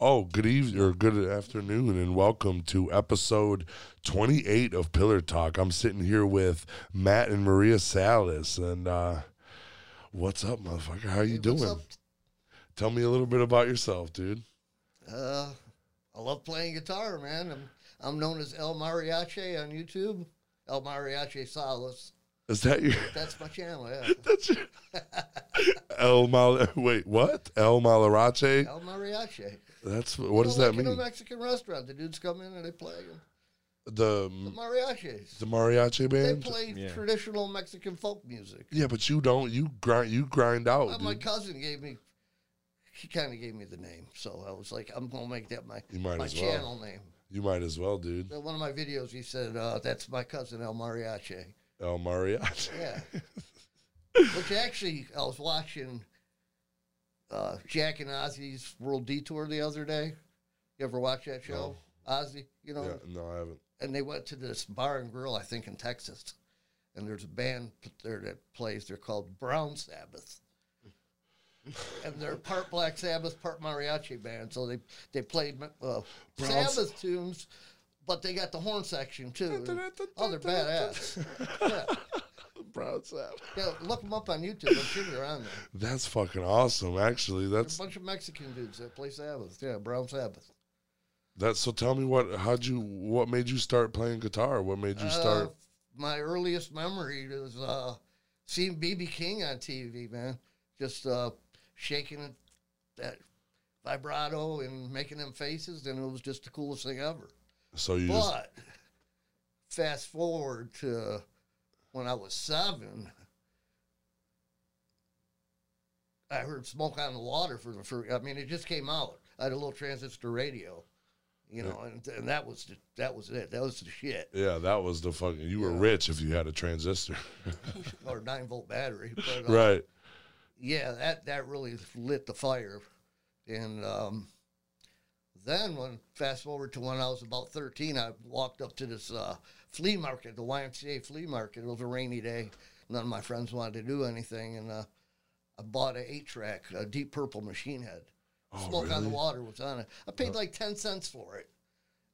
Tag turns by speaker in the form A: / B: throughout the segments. A: Oh, good evening or good afternoon, and welcome to episode 28 of Pillar Talk. I'm sitting here with Matt and Maria Salas, and uh, what's up, motherfucker? How you
B: Hey, what's
A: doing? Tell me a little bit about yourself, dude.
B: up? Uh, I love playing guitar, man. I'm, I'm known as El Mariachi on YouTube. El Mariachi Salas.
A: Is that your?
B: That's my channel, yeah.
A: That's your. El Mal. Wait, what? El Malarache?
B: El Mariachi.
A: That's what does
B: Well,
A: that
B: like In a
A: mean?
B: Mexican restaurant, the dudes come in and they play the
A: The
B: mariachis.
A: Mm. the mariachi
B: They
A: band.
B: play
C: Yeah.
B: traditional Mexican folk music.
A: Yeah, but you don't. You grind. You grind out.
B: Uh,
A: dude.
B: my cousin gave me, she kind of gave me the name, so I was like, I'm gonna make that my
A: You might
B: my
A: as well.
B: channel name.
A: You might as well, dude.
B: In one of my videos, he said, uh, "That's my cousin El Mariachi."
A: El Mariachi.
B: Yeah. Which actually, I was watching uh, Jack and Ozzy's World Detour the other day. You ever watch that show? Ozzy, you know?
A: Yeah, no, I haven't.
B: And they went to this bar and grill, I think, in Texas. And there's a band p- there that plays. They're called Brown Sabbath. and they're part Black Sabbath, part mariachi band. So they, they played uh,
A: Brown S-
B: Sabbath tunes, but they got the horn section too. oh, they're badass. Yeah.
A: Brown Sabbath.
B: Yeah, look them up on YouTube. I'm sure they're on there.
A: That's fucking awesome. Actually,
B: There's
A: that's
B: a bunch of Mexican dudes that play Sabbath. Yeah, Brown Sabbath.
A: that's. So tell me what? How'd you? What made you start playing guitar? What made you start?
B: Uh, my earliest memory is uh, seeing BB King on TV, man. Just uh, shaking it, that vibrato and making them faces, and it was just the coolest thing ever.
A: So you just
B: But fast forward to when I was seven, I heard "Smoke on the Water" for the first. I mean, it just came out. I had a little transistor radio, you know, and, and that was the, that was it. That was the shit,
A: yeah, that was the fucking. You were
B: Yeah.
A: rich if you had a transistor,
B: or nine volt battery. But, uh,
A: right?
B: yeah, that that really lit the fire, and um, then when fast forward to when I was about thirteen, I walked up to this uh, flea market, the YMCA flea market. It was a rainy day; none of my friends wanted to do anything, and uh, I bought an eight track, a Deep Purple Machine Head.
A: Oh,
B: Smoke on the
A: really? Uh,
B: Water was on it. I paid like ten cents for it.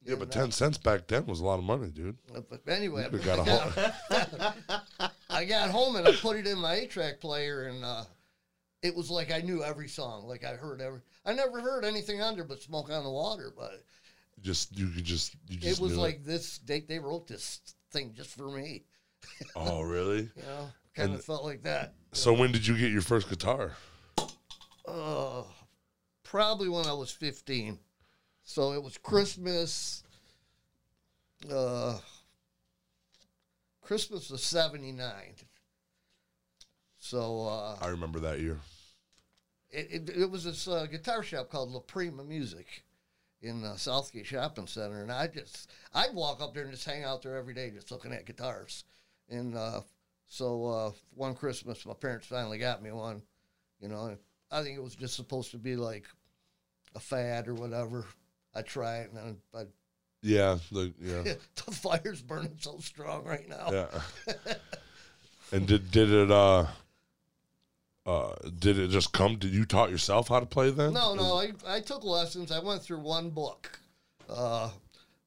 A: Yeah, but
B: And, uh,
A: ten cents back then was a lot of money, dude.
B: uh, But anyway,
A: You got a
B: I, got, I got home and I put it in my eight track player, and uh, it was like I knew every song. Like I heard every. I never heard anything under but "Smoke on the Water," but
A: Just you could just you just
B: it was
A: knew
B: like this. They they wrote this thing just for me.
A: oh really?
B: You know, kind
A: And-
B: of felt like that.
A: So when did you get your first guitar?
B: Uh, probably when I was fifteen. So it was Christmas. Uh, Christmas of '79. So uh,
A: I remember that year.
B: it, it, it was this uh, guitar shop called La Prima Music in uh, Southgate Shopping Center, and I just I'd walk up there and just hang out there every day, just looking at guitars. And uh, so uh, one Christmas, my parents finally got me one. You know, and I think it was just supposed to be like a fad or whatever. I try it, and then
A: Yeah, the
B: but
A: yeah,
B: the fire's burning so strong right now.
A: yeah. and did did it uh uh did it just come? Did you taught yourself how to play then?
B: No, no, I, I took lessons. I went through one book uh,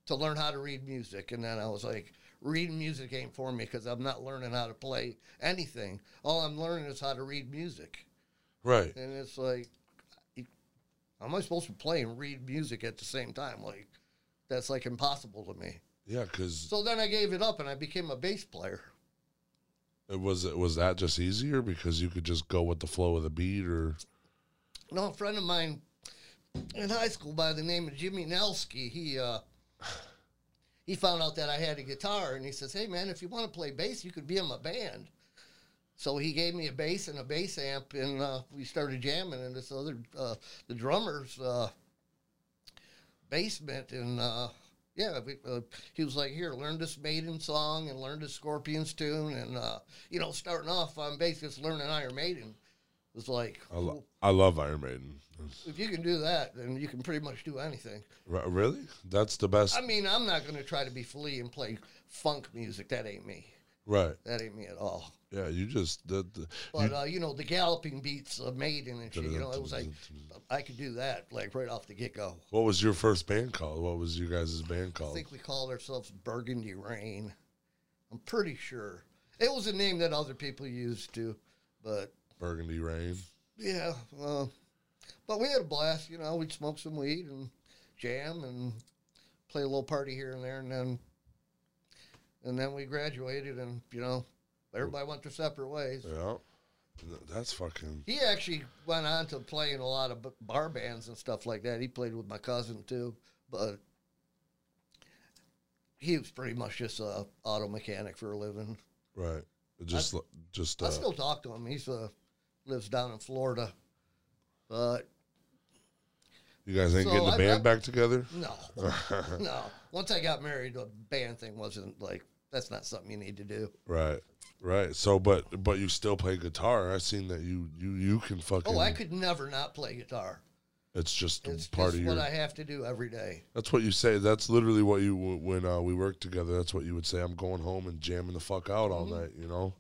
B: to learn how to read music, and then I was like, reading music ain't for me because I'm not learning how to play anything. All I'm learning is how to read music,
A: Right.
B: and it's like, how am I supposed to play and read music at the same time? Like, that's like impossible to me.
A: Yeah, because
B: So then I gave it up, and I became a bass player.
A: it was it was that just easier because you could just go with the flow of the beat or
B: No, a friend of mine in high school by the name of Jimmy Nelsky, he uh, he found out that I had a guitar, and he says, "Hey, man, if you want to play bass, you could be in my band." So he gave me a bass and a bass amp, and uh, we started jamming in this other uh, the drummer's uh, basement, and uh, yeah, we, uh, he was like, "Here, learn this Maiden song and learn this Scorpions tune," and uh, you know, starting off on bass, just learning Iron Maiden was like,
A: I, lo- I love Iron Maiden.
B: if you can do that, then you can pretty much do anything.
A: R- really? That's the best.
B: I mean, I'm not going to try to be flea and play funk music. That ain't me.
A: right.
B: That ain't me at all.
A: Yeah, you just that. the-
B: But
A: you-
B: uh, you know, the galloping beats of Maiden and shit. You know, it was like I could do that like right off the get go.
A: what was your first band called? What was your guys' band
B: I
A: called?
B: think we called ourselves Burgundy Rain. I'm pretty sure it was a name that other people used to, but
A: Burgundy Rain.
B: yeah. Uh, but we had a blast. You know, we'd smoke some weed and jam and play a little party here and there, and then and then we graduated, and you know, everybody went their separate ways.
A: Yeah, Th- that's fucking.
B: He actually went on to play in a lot of b- bar bands and stuff like that. He played with my cousin too, but he was pretty much just a auto mechanic for a living.
A: Right. Just, l- just.
B: I
A: Uh,
B: still talk to him. He's uh, lives down in Florida, but
A: you guys ain't
B: so
A: getting the
B: I-
A: band
B: I-
A: back together.
B: no, no. Once I got married, the band thing wasn't like that's not something you need to do.
A: Right. Right. So, but but you still play guitar. I seen that you you you can fucking.
B: Oh, I could never not play guitar.
A: It's just
B: It's
A: part
B: just
A: of
B: what
A: your.
B: I have to do every day.
A: that's what you say. That's literally what you when uh, we worked together. That's what you would say. I'm going home and jamming the fuck out all
B: Mm-hmm.
A: night, you know.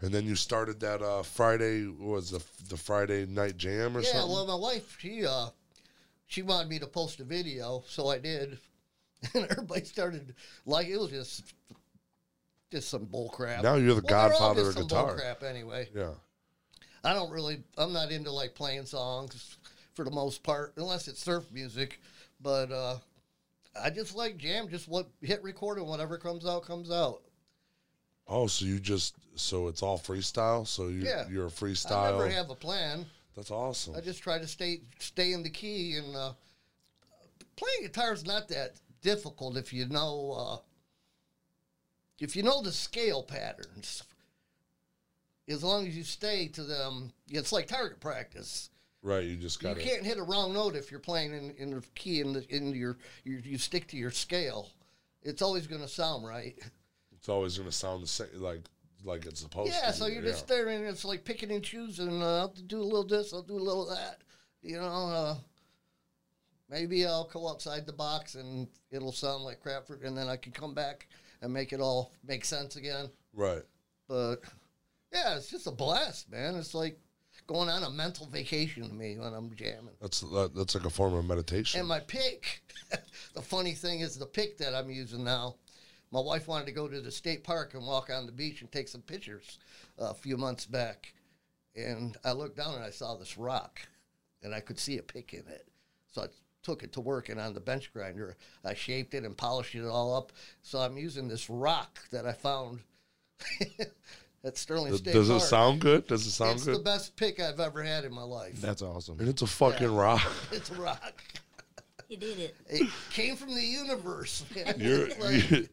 A: And then you started that uh, Friday what was the the Friday night jam or
B: Yeah,
A: something.
B: well, my wife she uh she wanted me to post a video, so I did, and everybody started like it was just just some bull crap.
A: Now you're the
B: Well, they're all
A: godfather
B: just
A: of
B: some
A: guitar.
B: Bull crap anyway.
A: yeah.
B: I don't really. I'm not into like playing songs for the most part, unless it's surf music. But uh, I just like jam. Just what hit record and whatever comes out comes out.
A: Oh, so you just so it's all freestyle. So you
B: Yeah.
A: you're a
B: I
A: freestyle.
B: never have a plan.
A: that's awesome.
B: I just try to stay stay in the key and uh, playing guitar is not that difficult if you know uh, if you know the scale patterns. As long as you stay to them, it's like target practice.
A: right. You just got to
B: you can't hit a wrong note if you're playing in, in the key in the in your, your you stick to your scale. It's always going to sound right.
A: It's always gonna sound the same. Like like it's supposed to.
B: Yeah, so
A: be,
B: you're just there and it's like picking and choosing. Uh, I'll do a little this, I'll do a little that. You know, uh, maybe I'll go outside the box and it'll sound like crap, for, and then I can come back and make it all make sense again.
A: Right.
B: But yeah, it's just a blast, man. It's like going on a mental vacation to me when I'm jamming.
A: That's that, that's like a form of meditation.
B: And my pick, the funny thing is the pick that I'm using now. My wife wanted to go to the state park and walk on the beach and take some pictures uh, a few months back, and I looked down and I saw this rock, and I could see a pick in it, so I took it to work and on the bench grinder I shaped it and polished it all up. So I'm using this rock that I found at Sterling
A: Th-
B: State
A: Does
B: Park.
A: it sound good? Does it sound
B: It's the
A: good?
B: best pick I've ever had in my life.
C: That's awesome.
A: And it's a fucking rock.
B: It's a rock.
D: You did it.
B: It came from the universe. Man.
A: You're,
B: It's like-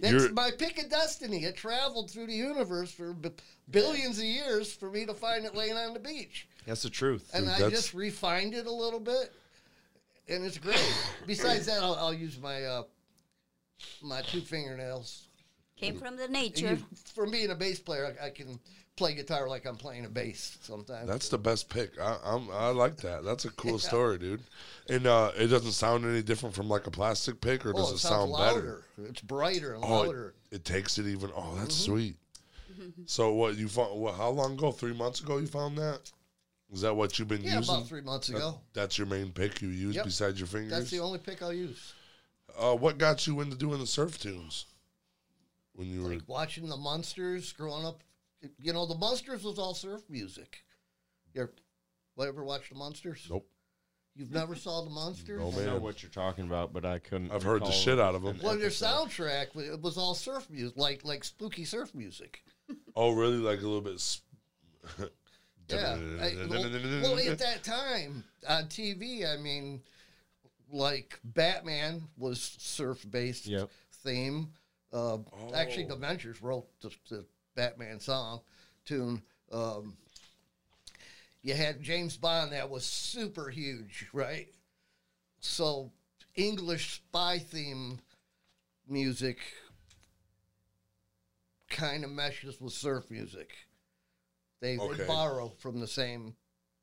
B: That's
A: You're-
B: my pick of destiny. It traveled through the universe for b- billions of years for me to find it laying on the beach.
C: That's the truth.
B: And
A: Dude,
B: I
A: that's-
B: just refined it a little bit, and it's great. Besides that, I'll, I'll use my uh, my two fingernails.
D: Came from the
B: And
D: nature.
B: you, from being a bass player, I, I can play guitar like I'm playing a bass sometimes.
A: that's the best pick. I, I'm I like that. That's a cool story, dude. And uh, it doesn't sound any different from like a plastic pick, or does
B: oh,
A: it,
B: it
A: sound
B: sounds
A: better?
B: louder. It's brighter and
A: Oh, it,
B: louder.
A: it takes it even. Oh, that's
B: Mm-hmm.
A: sweet. So what you found? What, how long ago? Three months ago you found that? Is that what you've been
B: Yeah,
A: using?
B: about three months
A: That-
B: ago.
A: that's your main pick you use
B: Yep.
A: besides your fingers.
B: That's the only pick I'll use.
A: Uh, what got you into doing the surf tunes? When you
B: like watching the monsters growing up. You know, the monsters was all surf music. You ever, what, ever watched the monsters?
A: Nope.
B: You've never saw the monsters?
A: No,
C: I
A: Oh, man.
C: know what you're talking about, but I couldn't.
A: I've heard the
C: recall
A: shit out of 'em.
C: an
B: Well, their
C: episode.
B: soundtrack wa- it was all surf music, like like spooky surf music.
A: were, oh, really? Like a little bit. Sp-
B: Yeah. I- well, well, at that time on TV, I mean, like Batman was surf based
C: Yep.
B: theme. Uh, Actually,
A: Oh.
B: the Ventures wrote the, the Batman song tune. Um, you had James Bond that was super huge, right? So English spy theme music kind of meshes with surf music. They,
A: Okay.
B: they borrow from the same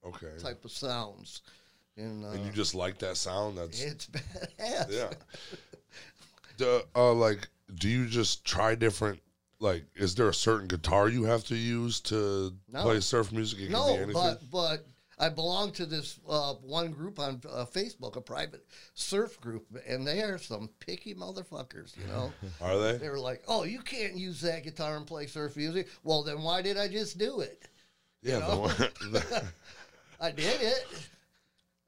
A: okay.
B: type of sounds. And, uh,
A: and you just like that sound? That's
B: it's badass.
A: yeah. The, uh, like, do you just try different? like is there a certain guitar you have to use to
B: No.
A: play surf music? It can be
B: No,
A: anything.
B: but but I belong to this uh, one group on uh, Facebook, a private surf group, and they are some picky motherfuckers. You know,
A: Are they?
B: they were like, "Oh, you can't use that guitar and play surf music." Well, then why did I just do it?
A: yeah. the
B: know?
A: one- the-
B: I did it,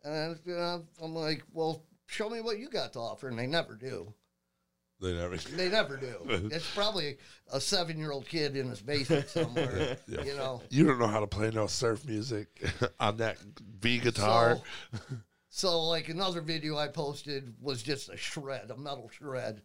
B: and you know, I'm like, "Well, show me what you got to offer," and they never do.
A: they never.
B: They never do. It's probably a seven-year-old kid in his basement somewhere.
A: Yeah.
B: You know.
A: You don't know how to play no surf music on that V guitar.
B: So, so, like another video I posted was just a shred, a metal shred,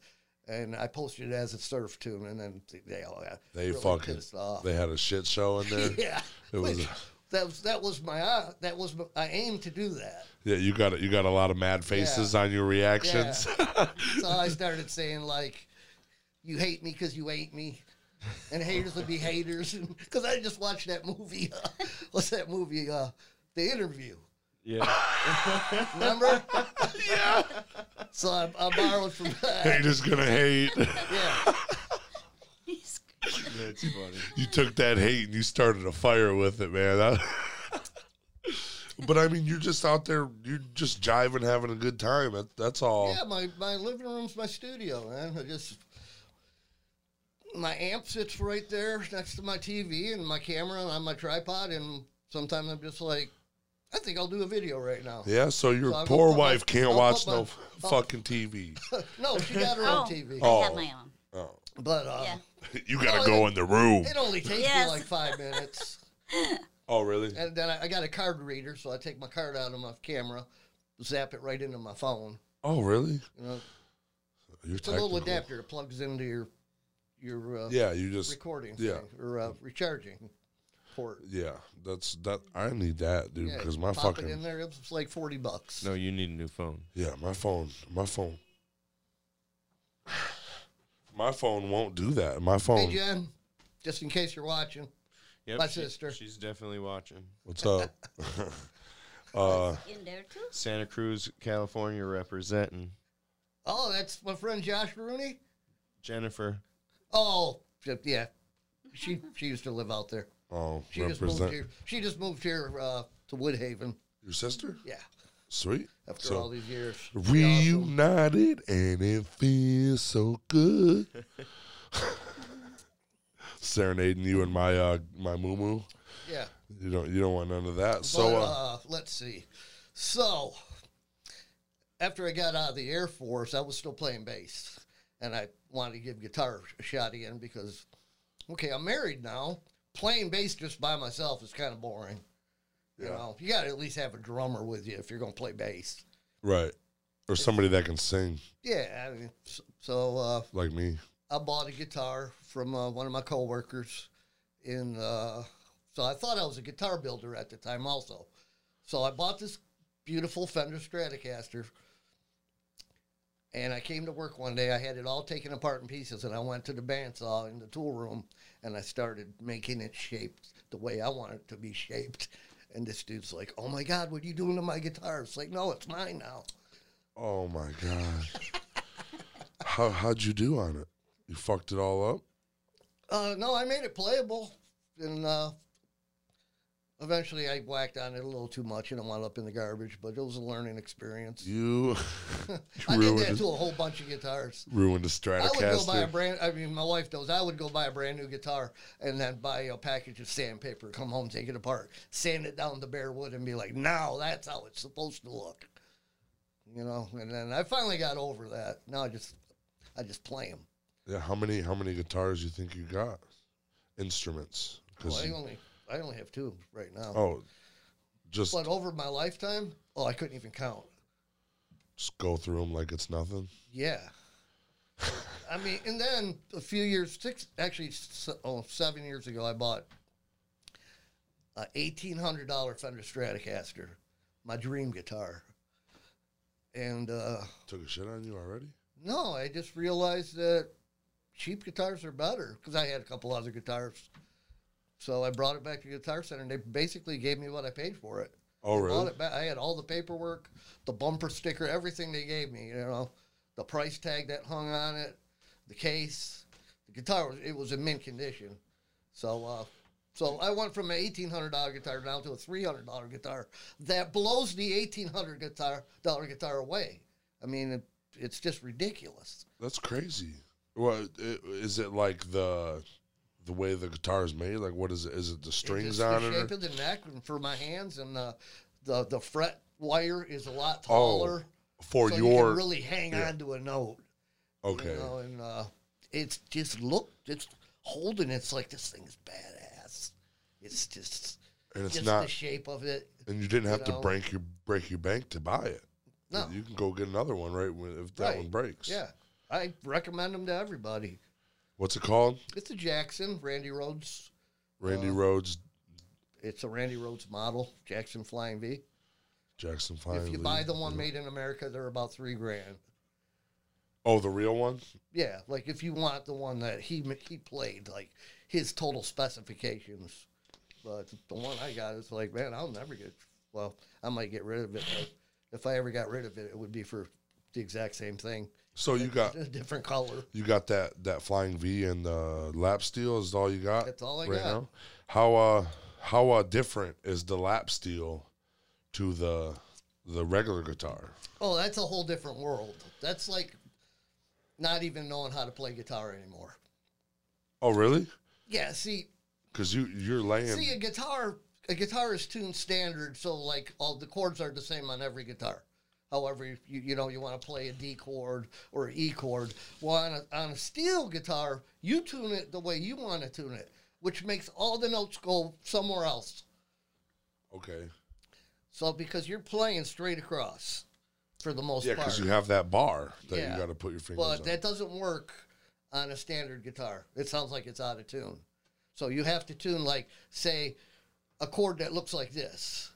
B: and I posted it as a surf tune, and then they all got
A: they
B: really
A: fucking.
B: pissed off.
A: They had a shit show in there.
B: yeah,
A: It was-
B: which- that was that was my uh, that was my, I aimed to do that.
A: Yeah, you got you got a lot of mad faces on your reactions.
B: So I started saying like, "You hate me because you hate me." And haters would be haters, because I just watched that movie. Uh, what's that movie? Uh, the interview.
C: Yeah.
B: Remember?
A: yeah,
B: so I, I borrowed from that.
A: haters gonna hate.
B: Yeah.
D: He's-
C: That's funny.
A: you took that hate and you started a fire with it, man. That- but I mean, you're just out there, you're just jiving, having a good time. That, that's all.
B: Yeah, my, my living room's my studio, man. I just my amp sits right there next to my TV and my camera and on my tripod, and sometimes I'm just like, I think I'll do a video right now.
A: Yeah, so your
B: So I'll go
A: poor
B: put my-
A: wife can't
B: I'll
A: watch
B: put my-
A: no fucking TV.
B: no, she got her
D: oh,
B: own TV,
D: I have
A: Oh.
D: my own.
A: Oh.
B: but uh,
D: Yeah.
A: You gotta go in the room.
B: it only takes
D: Yes.
B: me like five minutes,
A: Oh, really?
B: and then I, I got a card reader, so I take my card out of my camera, zap it right into my phone.
A: Oh, really?
B: You know,
A: You're
B: it's a little
A: technical.
B: adapter that plugs into your your uh,
A: Yeah, you just
B: recording
A: yeah.
B: thing, or uh, recharging port.
A: yeah. That's that. I need that, dude,
B: Yeah,
A: because my
B: pop
A: fucking
B: it in there. It was like forty bucks.
C: No, you need a new phone.
A: Yeah, my phone, my phone, my phone won't do that. My phone.
B: Hey Jen, just in case you're watching,
C: Yep,
B: My sister.
C: She's definitely watching.
A: What's up? uh,
D: In there too.
C: Santa Cruz, California, representing
B: oh, that's my friend Josh Rooney.
C: Jennifer.
B: Oh, yeah, she she used to live out there.
A: oh,
B: She just
A: represent
B: moved here. She just moved here uh, to Woodhaven.
A: your sister.
B: Yeah,
A: Sweet.
B: after
A: So-
B: all these years. Awesome.
A: Reunited and it feels so good. Serenading you and my uh my moo moo.
B: Yeah.
A: You don't you don't want none of that.
B: So
A: So
B: but,
A: uh,
B: uh, let's see. So after I got out of the Air Force, I was still playing bass, and I wanted to give guitar a shot again because, okay, I'm married now. Playing bass just by myself is kind of boring. You
A: Yeah.
B: know, you got to at least have a drummer with you if you're going to play bass.
A: right. Or somebody that can sing
B: Yeah, I mean, s- so uh,
A: like me.
B: I bought a guitar from uh, one of my coworkers. In uh, so I thought I was a guitar builder at the time also. So I bought this beautiful Fender Stratocaster, and I came to work one day. I had it all taken apart in pieces, and I went to the bandsaw in the tool room, and I started making it shaped the way I want it to be shaped. And this dude's like, "Oh my God, what are you doing to my guitar?" It's like, "No, it's mine now."
A: Oh my god. How how'd you do on it? You fucked it all up?
B: Uh, no, I made it playable, and uh, eventually I whacked on it a little too much, and I wound up in the garbage. But it was a learning experience.
A: You
B: I did that
A: ruined
B: to a whole bunch of guitars.
A: ruined the
B: I would go buy a
A: Stratocaster.
B: brand. I mean, my wife knows. I would go buy a brand new guitar and then buy a package of sandpaper, come home, take it apart, sand it down to bare wood, and be like, "Now that's how it's supposed to look," you know. And then I finally got over that. Now I just, I just play them.
A: Yeah, how many how many guitars you think you got? Instruments. 'Cause
B: I
A: you-
B: only, I only have two right now.
A: oh, just
B: But uh, over my lifetime, oh, I couldn't even count.
A: just go through them like it's nothing.
B: Yeah. I mean, and then a few years, six, actually, s- oh, seven years ago, I bought a $1,800 Fender Stratocaster, my dream guitar. And uh,
A: Took a shit on you already?
B: no, I just realized that cheap guitars are better because I had a couple other guitars. So I brought it back to Guitar Center, and they basically gave me what I paid for it.
A: Oh,
B: I bought
A: really?
B: it back. I had all the paperwork, the bumper sticker, everything they gave me. You know, the price tag that hung on it, the case, The guitar was it was in mint condition, so uh, so I went from an eighteen hundred dollar guitar down to a three hundred dollar guitar. That blows the eighteen hundred guitar dollar guitar away. I mean, it, it's just ridiculous.
A: That's crazy. Well, i- is it like the the way the guitar is made? Like, what is it? Is it the
B: It's
A: strings
B: just
A: on
B: the
A: it? or-
B: shape of the neck and for my hands and the the, the fret wire is a lot
A: Oh,
B: taller.
A: for
B: so you
A: your
B: can really hang
A: yeah.
B: on to a note.
A: okay.
B: You know, and uh, it's just look, it's holding. It's like this thing is badass. It's just,
A: and it's
B: just
A: not.
B: the shape of it.
A: and you didn't have to
B: know.
A: break your break your bank to buy it.
B: No,
A: you can go get another one right when, if that
B: Right.
A: one breaks.
B: yeah, I recommend them to everybody.
A: What's it called?
B: It's a Jackson Randy Rhodes.
A: Randy
B: Uh,
A: Rhodes,
B: It's a Randy Rhodes model Jackson Flying V.
A: Jackson Fine.
B: If you buy the one made in America, they're about three grand.
A: Oh, the real one.
B: Yeah, like if you want the one that he ma- he played, like his total specifications. But the one I got is like, man, I'll never get. Well, I might get rid of it. But if I ever got rid of it, it would be for the exact same thing,
A: So you got
B: a different color.
A: you got that that flying V and the lap steel is all you got.
B: That's all I got.
A: How uh how uh different is the lap steel to the the regular guitar?
B: Oh, that's a whole different world. That's like not even knowing how to play guitar anymore.
A: Oh, really?
B: Yeah, see,
A: Because you you're laying.
B: See, a guitar, a guitar is tuned standard, so like all the chords are the same on every guitar. However, you you know you want to play a D chord or an E chord. Well, on a, on a steel guitar, you tune it the way you want to tune it, which makes all the notes go somewhere else.
A: okay.
B: So because you're playing straight across, for the most
A: Yeah,
B: part.
A: because you have that bar that
B: Yeah.
A: you got to put your fingers
B: but
A: on.
B: that doesn't work on a standard guitar. It sounds like it's out of tune. So you have to tune like say a chord that looks like this.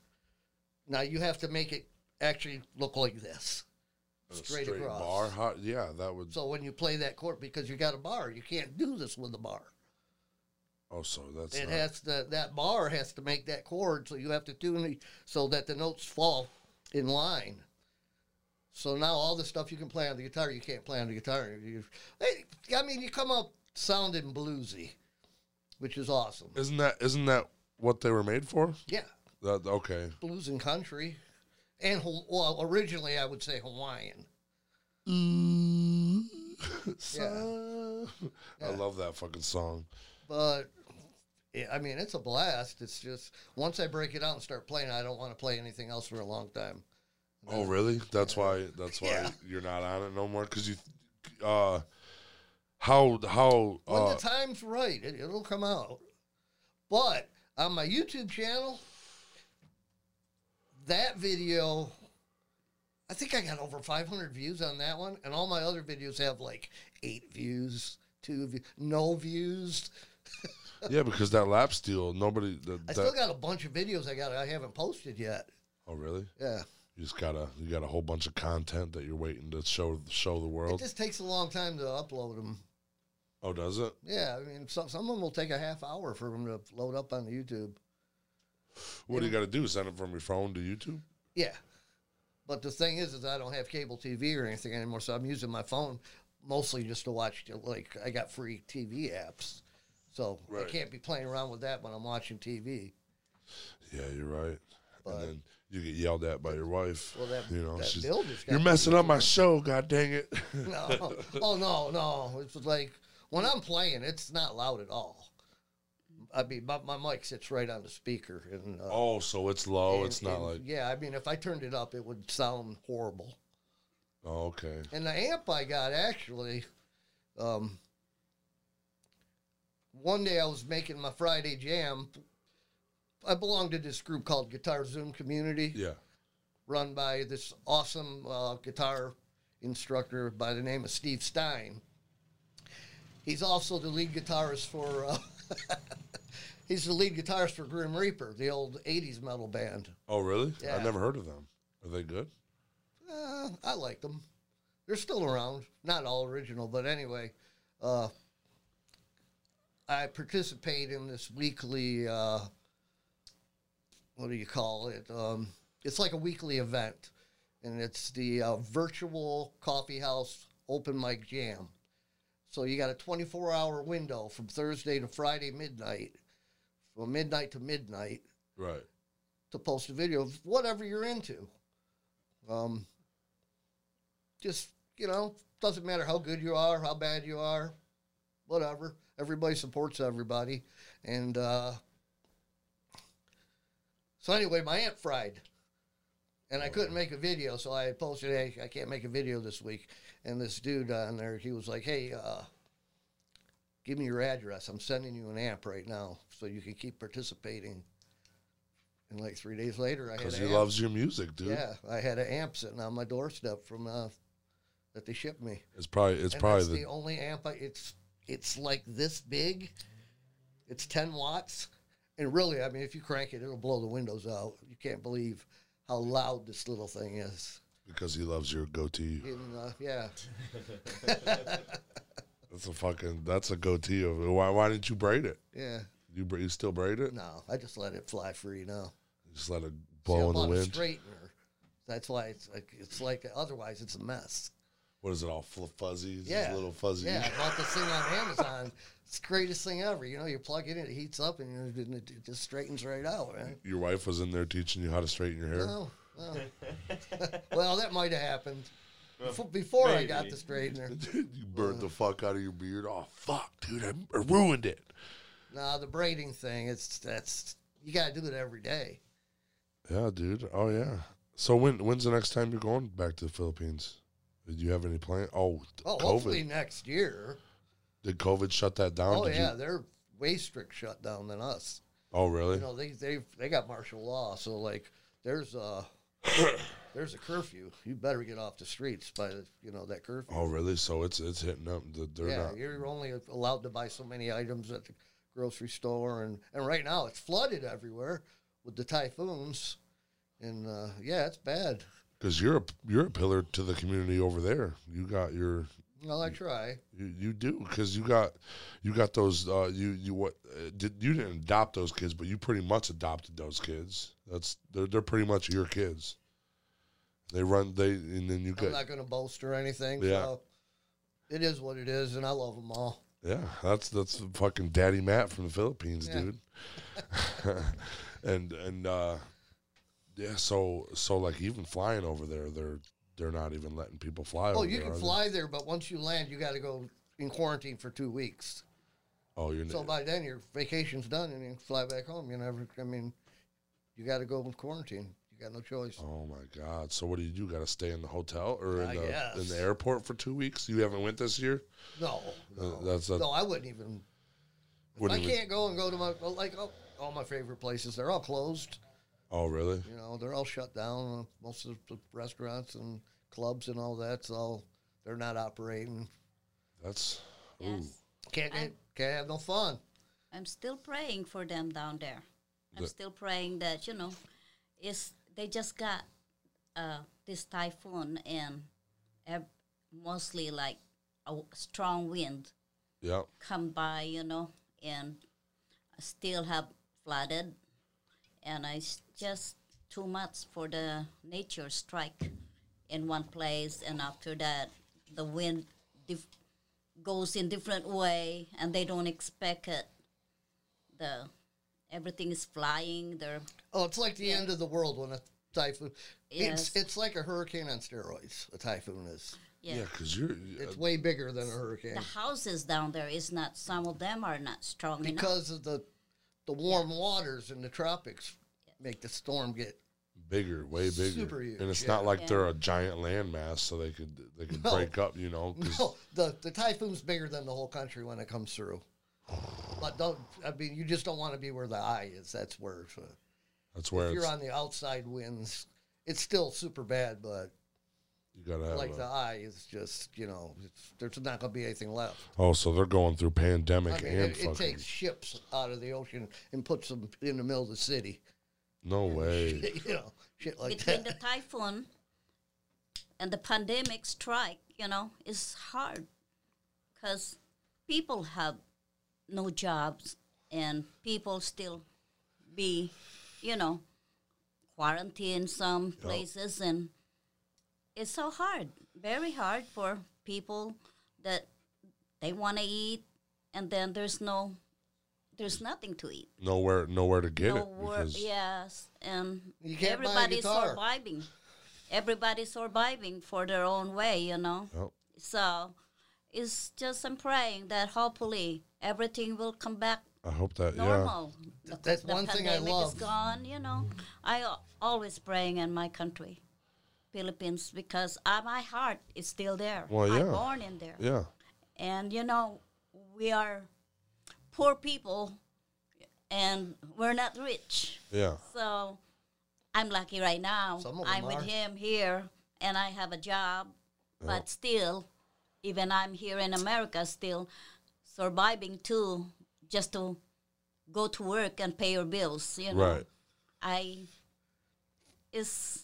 B: Now you have to make it actually look like this.
A: A
B: Straight, across.
A: bar. How, yeah, that would.
B: So when you play that chord because you got a bar, you can't do this with a bar.
A: oh, so that's.
B: it
A: not-
B: has to that bar has to make that chord, so you have to tune it so that the notes fall in line. So now all the stuff you can play on the guitar, you can't play on the guitar. You- hey, I mean, you come up sounding bluesy, which is awesome.
A: Isn't that isn't that what they were made for?
B: Yeah,
A: That okay.
B: blues and country, and Ho- well, originally I would say Hawaiian.
A: So- Mm-hmm. I love that fucking song.
B: but yeah, I mean, it's a blast. It's just once I break it out and start playing, I don't want to play anything else for a long time.
A: Oh, really? That's why. That's why
B: Yeah.
A: you're not on it no more. Because you, uh, how how
B: When
A: uh,
B: the time's right, it, it'll come out. But on my YouTube channel, that video, I think I got over 500 views on that one, and all my other videos have like eight views, two, view, no views.
A: yeah, because that lap steel. Nobody. That,
B: I
A: that,
B: still got a bunch of videos I got I haven't posted yet.
A: oh, really?
B: Yeah.
A: You just gotta. You got a whole bunch of content that you're waiting to show show the
B: It
A: world.
B: just takes a long time to upload them.
A: oh, does it?
B: Yeah, I mean, some some of them will take a half hour for them to load up on the YouTube.
A: What do you got to do? Send it from your phone to YouTube.
B: Yeah, but the thing is, is I don't have cable TV or anything anymore, so I'm using my phone mostly just to watch. Like I got free TV apps, so
A: Right.
B: I can't be playing around with that when I'm watching TV.
A: Yeah, you're right.
B: But-
A: and then you get yelled at by your wife.
B: Well, that
A: you know,
B: that
A: she's,
B: bill just got
A: you're messing up my show. God dang it!
B: No, oh no, no. It's like when I'm playing, it's not loud at all. I mean, my, my mic sits right on the speaker, and uh,
A: oh, so it's low.
B: and-
A: it's not
B: and-
A: like
B: yeah. I mean, if I turned it up, it would sound horrible.
A: oh, okay.
B: And the amp I got actually, um, one day I was making my Friday jam. I belong to this group called Guitar Zoom Community,
A: Yeah.
B: run by this awesome uh, guitar instructor by the name of Steve Stein. He's also the lead guitarist for. Uh, he's the lead guitarist for Grim Reaper, the old '80s metal band.
A: Oh, really? I
B: Yeah.
A: never heard of them. Are they good?
B: Uh, I like them. They're still around. Not all original, but anyway, uh, I participate in this weekly. Uh, what do you call it? Um, it's like a weekly event, and it's the uh, virtual coffee house open mic jam. So you got a 24 hour window from Thursday to Friday midnight, from midnight to midnight
A: Right.
B: to post a video of whatever you're into. Um, just you know, doesn't matter how good you are, how bad you are, whatever. Everybody supports everybody, and uh, so anyway, my aunt fried, and I couldn't make a video, so I posted, "Hey, I can't make a video this week." And this dude on there, he was like, "Hey, uh, give me your address. I'm sending you an amp right now, so you can keep participating." And like three days later, I had
A: Because
B: an
A: he
B: amp.
A: loves your music, dude.
B: Yeah, I had an amp sitting on my doorstep from uh, that they shipped me.
A: It's probably it's
B: and
A: probably
B: that's
A: the,
B: the only amp. I, it's it's like this big. It's ten watts, and really, I mean, if you crank it, it'll blow the windows out. You can't believe how loud this little thing is.
A: because he loves your goatee.
B: And uh, yeah,
A: That's a fucking that's a goatee. Of, why why didn't you braid it?
B: yeah.
A: You bra- you still braid it?
B: No, I just let it fly free now.
A: Just let it
B: See, I
A: blow in the
B: bought
A: wind.
B: A straightener. That's why it's like it's like otherwise it's a mess.
A: what is it all fl- fuzzy? Just
B: Yeah.
A: little fuzzy.
B: Yeah, I bought this thing on Amazon. It's the greatest thing ever. You know, you plug it in, it heats up, and you know, it it just straightens right out, man.
A: Your wife was in there teaching you how to straighten your hair.
B: No, no. well, that might have happened Bef- before I got the
C: maybe.
B: straightener.
A: you burned
B: Uh.
A: the fuck out of your beard. Oh fuck, dude, I I ruined it.
B: nah, the braiding thing. It's that's you got to do it every day.
A: Yeah, dude. Oh yeah. So when when's the next time you're going back to the Philippines? Did you have any plan? Oh, th-
B: Oh, hopefully
A: COVID.
B: next year.
A: Did COVID shut that down?
B: oh
A: Did
B: yeah,
A: You,
B: they're way strict shutdown than us.
A: oh really?
B: You know, they they they got martial law, so like there's a there's a curfew. You better get off the streets by the, you know that curfew.
A: oh really? So it's it's hitting up. the- They're
B: yeah,
A: not.
B: you're only allowed to buy so many items at the grocery store, and and right now it's flooded everywhere with the typhoons, and uh, yeah, it's bad.
A: Because you're a you're a pillar to the community over there. You got your
B: Well,
A: Mm,
B: I try.
A: you, you do because you got you got those uh, you you what uh, did you didn't adopt those kids, but you pretty much adopted those kids. That's they're they're pretty much your kids. They run they and then you
B: I'm
A: got
B: not going to boast or anything.
A: Yeah.
B: So it is what it is, and I love them all.
A: yeah. That's that's the fucking Daddy Matt from the Philippines,
B: Yeah.
A: dude. and and uh, yeah, so so like even flying over there, they're they're not even letting people fly.
B: Oh,
A: over
B: you
A: there, are
B: can
A: they?
B: fly there, but once you land, you got to go in quarantine for two weeks.
A: Oh, you're
B: So by then, your vacation's done, and you can fly back home. You never. I mean, you got to go in quarantine. You got no choice.
A: Oh my God! So what do you do? Got to stay in the hotel or in
B: I
A: the, in
B: guess.
A: the airport for two weeks? You haven't went this year.
B: No,
A: Uh,
B: no,
A: that's a-
B: no. I wouldn't even
A: Wouldn't
B: I
A: even-
B: can't go and go to my well, like all, all my favorite places. They're all closed.
A: Oh really?
B: You know, they're all shut down. uh, Most of the restaurants and clubs and all that's all they're not operating.
A: That's ooh.
D: Yes.
B: Can't get,
D: And-
B: can't have no fun.
D: I'm still praying for them down there. I'm
A: The-
D: still praying that you know, is they just got uh, this typhoon and ev- mostly like a w- strong wind
A: yeah.
D: come by, you know, and still have flooded, and I s- just too much for the nature strike in one place, and after that the wind dif- goes in different way, and they don't expect it. The everything is flying. They're
B: Oh, it's like the end of the world when a typhoon.
D: Yes.
B: It's it's like a hurricane on steroids. A typhoon is.
D: yeah.
A: Yeah, because you're
B: It's way bigger than a hurricane
D: The houses down there is not. Some of them are not strong enough.
B: because of the the warm waters in the tropics make the storm get
A: bigger, way bigger,
B: Super huge,
A: and it's
B: yeah.
A: not like
D: Yeah.
A: they're a giant landmass, so they could they could
B: No.
A: break up. You know, 'cause-
B: No, the the typhoon's bigger than the whole country when it comes through. But don't I mean you just don't want to be where the eye is. That's where it's, uh,
A: that's where
B: if
A: it's,
B: you're on the outside winds. It's still super bad, but
A: you gotta have.
B: like
A: a-
B: the eye is just you know it's, there's not going to be anything left.
A: oh, so they're going through pandemic
B: I mean,
A: and
B: it, it
A: fucking.
B: takes ships out of the ocean and puts them in the middle of the city.
A: no way.
B: you know, shit like
D: between the
B: that.
D: typhoon and the pandemic strike, you know, is hard because people have no jobs and people still be, you know, quarantined some places and it's so hard, very hard for people that They want to eat, and then there's no, there's nothing to eat.
A: Nowhere, nowhere to get
D: no
A: it.
D: work.
A: because-
D: Yes, and
B: You can't buy a
D: everybody's
B: guitar.
D: surviving. Everybody's surviving for their own way, you know.
A: Yep.
D: So, it's just I'm praying that hopefully everything will come back
A: I hope that.
D: normal.
B: Th- that's
D: the
B: one thing I
D: pandemic
B: love.
D: is gone. You know, I al- always praying in my country, Philippines, because uh, my heart is still there.
A: Well,
D: i
A: yeah.
D: born in there,
A: Yeah. Yeah.
D: and you know, we are poor people, and we're not rich.
A: Yeah.
D: So I'm lucky right now.
B: Some of them
D: I'm
B: are.
D: with him here, and I have a job, but still, even I'm here in America, still surviving too, just to go to work and pay your bills. You know,
A: Right.
D: I it's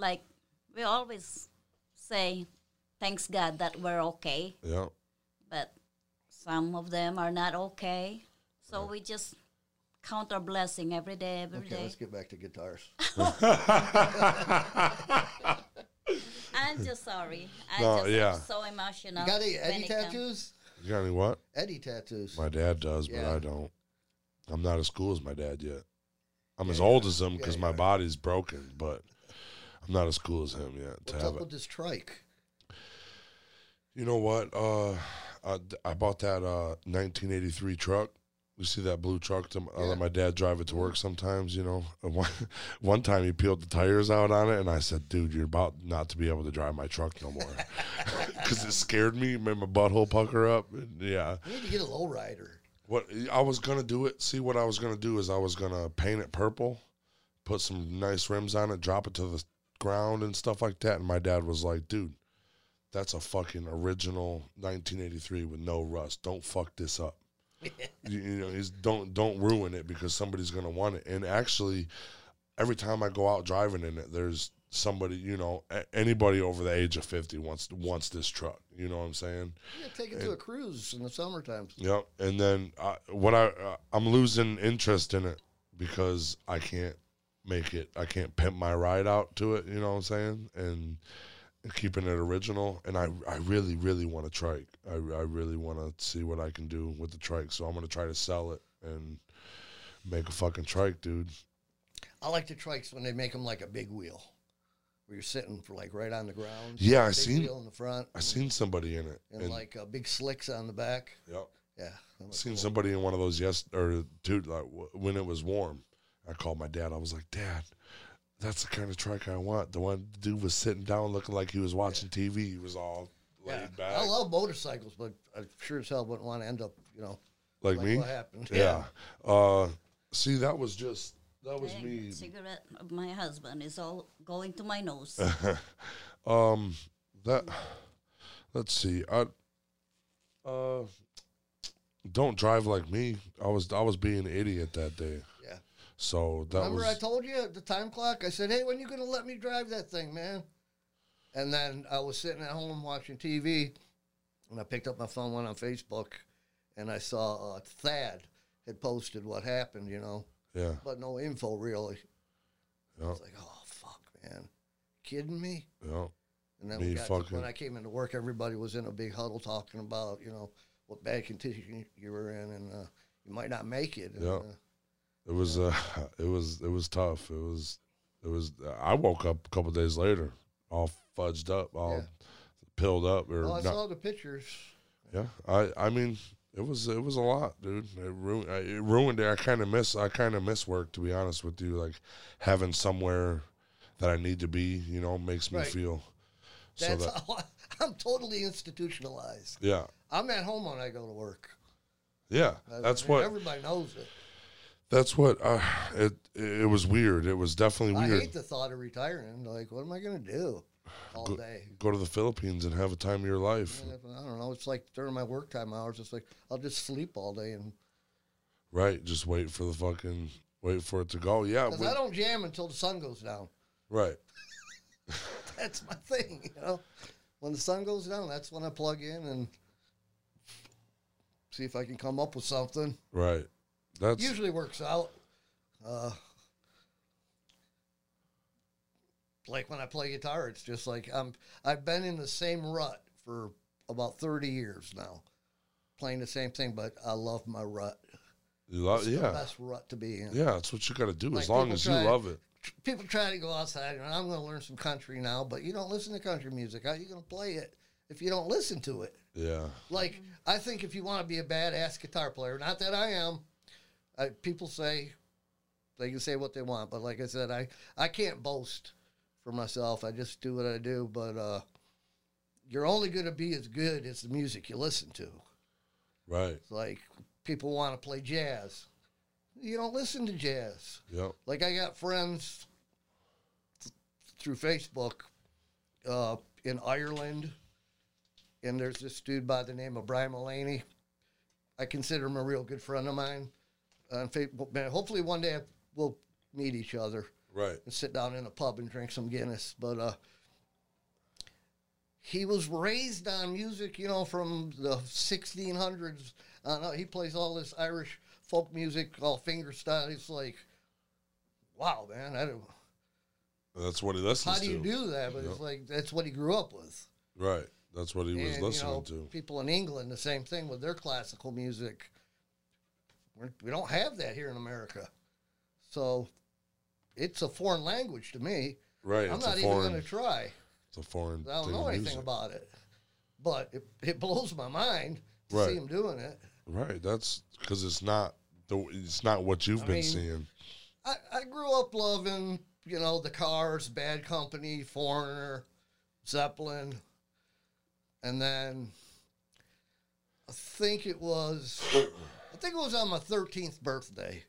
D: like we always say, thanks God that we're okay,
A: Yeah.
D: but some of them are not okay. So we just count our blessing every day, every day.
B: Okay, let's get back to guitars.
D: I'm just sorry. I
A: No,
D: just
A: yeah.
D: am so emotional.
B: You got any
D: when
B: Eddie
D: it comes-
B: tattoos?
A: You got any what?
B: Eddie tattoos.
A: My dad does, but
B: Yeah.
A: I don't. I'm not as cool as my dad yet. I'm as old as him
B: Yeah,
A: because
B: you
A: my
B: are.
A: body's broken, but I'm not as cool as him yet. to
B: What's
A: have
B: up
A: it.
B: with this trike?
A: You know what? Uh, I, I bought that uh 1983 truck. You see that blue truck? To, I
B: Yeah.
A: let my dad drive it to work sometimes. You know, And one, one time he peeled the tires out on it, and I said, "Dude, you're about not to be able to drive my truck no more," because it scared me, made my butthole pucker up. And, yeah,
B: We need to get a lowrider.
A: what I was gonna do it. See, what I was gonna do is I was gonna paint it purple, put some nice rims on it, drop it to the ground and stuff like that. And my dad was like, "Dude, that's a fucking original 1983 with no rust. Don't fuck this up. you, you know, he's don't don't ruin it because somebody's gonna want it. And actually, every time I go out driving in it, there's somebody. You know, a- anybody over the age of 50 wants wants this truck. You know what I'm saying?
B: Yeah, take it to a cruise in the summertime.
A: Yep. And then I, what I uh, I'm losing interest in it because I can't make it. I can't pimp my ride out to it. You know what I'm saying? And keeping it original. And I I really really want to trike. I I really want to see what I can do with the trike. So I'm gonna try to sell it and make a fucking trike, dude.
B: I like the trikes when they make them like a big wheel, where you're sitting for like right on the ground.
A: Yeah, I
B: big
A: seen-
B: wheel in the front.
A: I seen somebody in it.
B: and, like uh, big slicks on the back.
A: yep.
B: Yeah, I'm like,
A: seen somebody in one of those yes or dude like w- when it was warm i called my dad i was like dad that's the kind of truck i want the one dude was sitting down looking like he was watching tv he was all
B: yeah.
A: laid back
B: I love motorcycles, but I sure as hell wouldn't want to end up, you know,
A: like,
B: like
A: me
B: what happened.
A: yeah, uh see that was just that was
D: Dang,
A: me
D: Cigarette of my husband is all going to my nose.
A: um that let's see i uh don't drive like me i was i was being an idiot that day
B: Yeah.
A: so that
B: Remember
A: was
B: I told you at the time clock? I said, hey, when you going to let me drive that thing, man? And then I was sitting at home watching TV, and I picked up my phone, went on Facebook, and I saw uh, Thad had posted what happened, you know,
A: yeah
B: but no info really. I
A: Yeah.
B: was like, oh, fuck, man. Kidding me?
A: yeah
B: And then
A: Me
B: we got to-
A: fucking-
B: when I came into work, everybody was in a big huddle talking about you know what bad condition you were in, and uh, you might not make it. And,
A: Yeah.
B: uh,
A: It was uh, it was it was tough. It was it was. I woke up a couple days later, all fudged up, all
B: Yeah.
A: pilled up, or
B: oh, I
A: not-
B: saw the pictures.
A: yeah. I I mean, it was it was a lot, dude. It ruined it ruined it. I kind of miss I kind of miss work to be honest with you. Like having somewhere that I need to be, you know, makes me
B: Right.
A: feel. So
B: That's
A: that
B: how I, I'm totally institutionalized.
A: yeah
B: I'm at home when I go to work.
A: yeah
B: I-
A: that's
B: and
A: what
B: everybody knows it.
A: that's what uh, it it was weird. It was definitely
B: I
A: weird.
B: hate the thought of retiring. Like, what am I gonna do all
A: Go-
B: day?
A: Go to the Philippines and have a time of your life.
B: And if- I don't know. It's like during my work time hours, it's like I'll just sleep all day, and
A: Right. Just wait for the fucking wait for it to go. Yeah.
B: because
A: Uh, we-
B: I don't jam until the sun goes down.
A: right.
B: that's my thing, you know. When the sun goes down, that's when I plug in and see if I can come up with something.
A: Right. That's
B: Usually works out. Uh, like when I play guitar, it's just like I'm. I've been in the same rut for about 30 years now playing the same thing, but I love my rut.
A: You lo-
B: It's the
A: Oh, yeah,
B: best rut to be in.
A: yeah. That's what you got to do.
B: Like
A: as long
B: people
A: as you
B: try-
A: love it.
B: Tr- People try to go outside, and I'm going to learn some country now, but you don't listen to country music. How you going to play it if you don't listen to it?
A: Yeah,
B: Like, I think if you want to be a badass guitar player, not that I am, I, people say they can say what they want, but like I said, I, I can't boast for myself. I just do what I do, but uh, you're only going to be as good as the music you listen to.
A: right.
B: Like, people want to play jazz. You don't listen to jazz.
A: Yep.
B: Like, I got friends th- through Facebook uh, in Ireland, and there's this dude by the name of Brian Mullaney. I consider him a real good friend of mine on Facebook. Man, hopefully, one day we'll meet each other
A: Right.
B: and sit down in a pub and drink some Guinness. But uh, he was raised on music, you know, from the 1600s. On, uh, he plays all this Irish folk music, all finger style. It's like, wow, man, I don't,
A: That's what he listens
B: how do you
A: to.
B: do that? But it's like that's what he grew up with.
A: Right. That's what he was
B: And, you know,
A: listening to.
B: people in England, the same thing with their classical music. We're, we don't have that here in America, so it's a foreign language to me.
A: Right.
B: I'm
A: it's,
B: not
A: a
B: even
A: foreign,
B: going to try.
A: it's a foreign.
B: I don't
A: thing
B: know
A: of
B: anything
A: music.
B: about it, but it, it blows my mind to
A: Right.
B: see him doing it.
A: Right. That's because it's not the. It's not what you've
B: I
A: been
B: mean-
A: seeing.
B: I, I grew up loving, you know, the Cars, Bad Company, Foreigner, Zeppelin, and then I think it was, I think it was on my thirteenth birthday.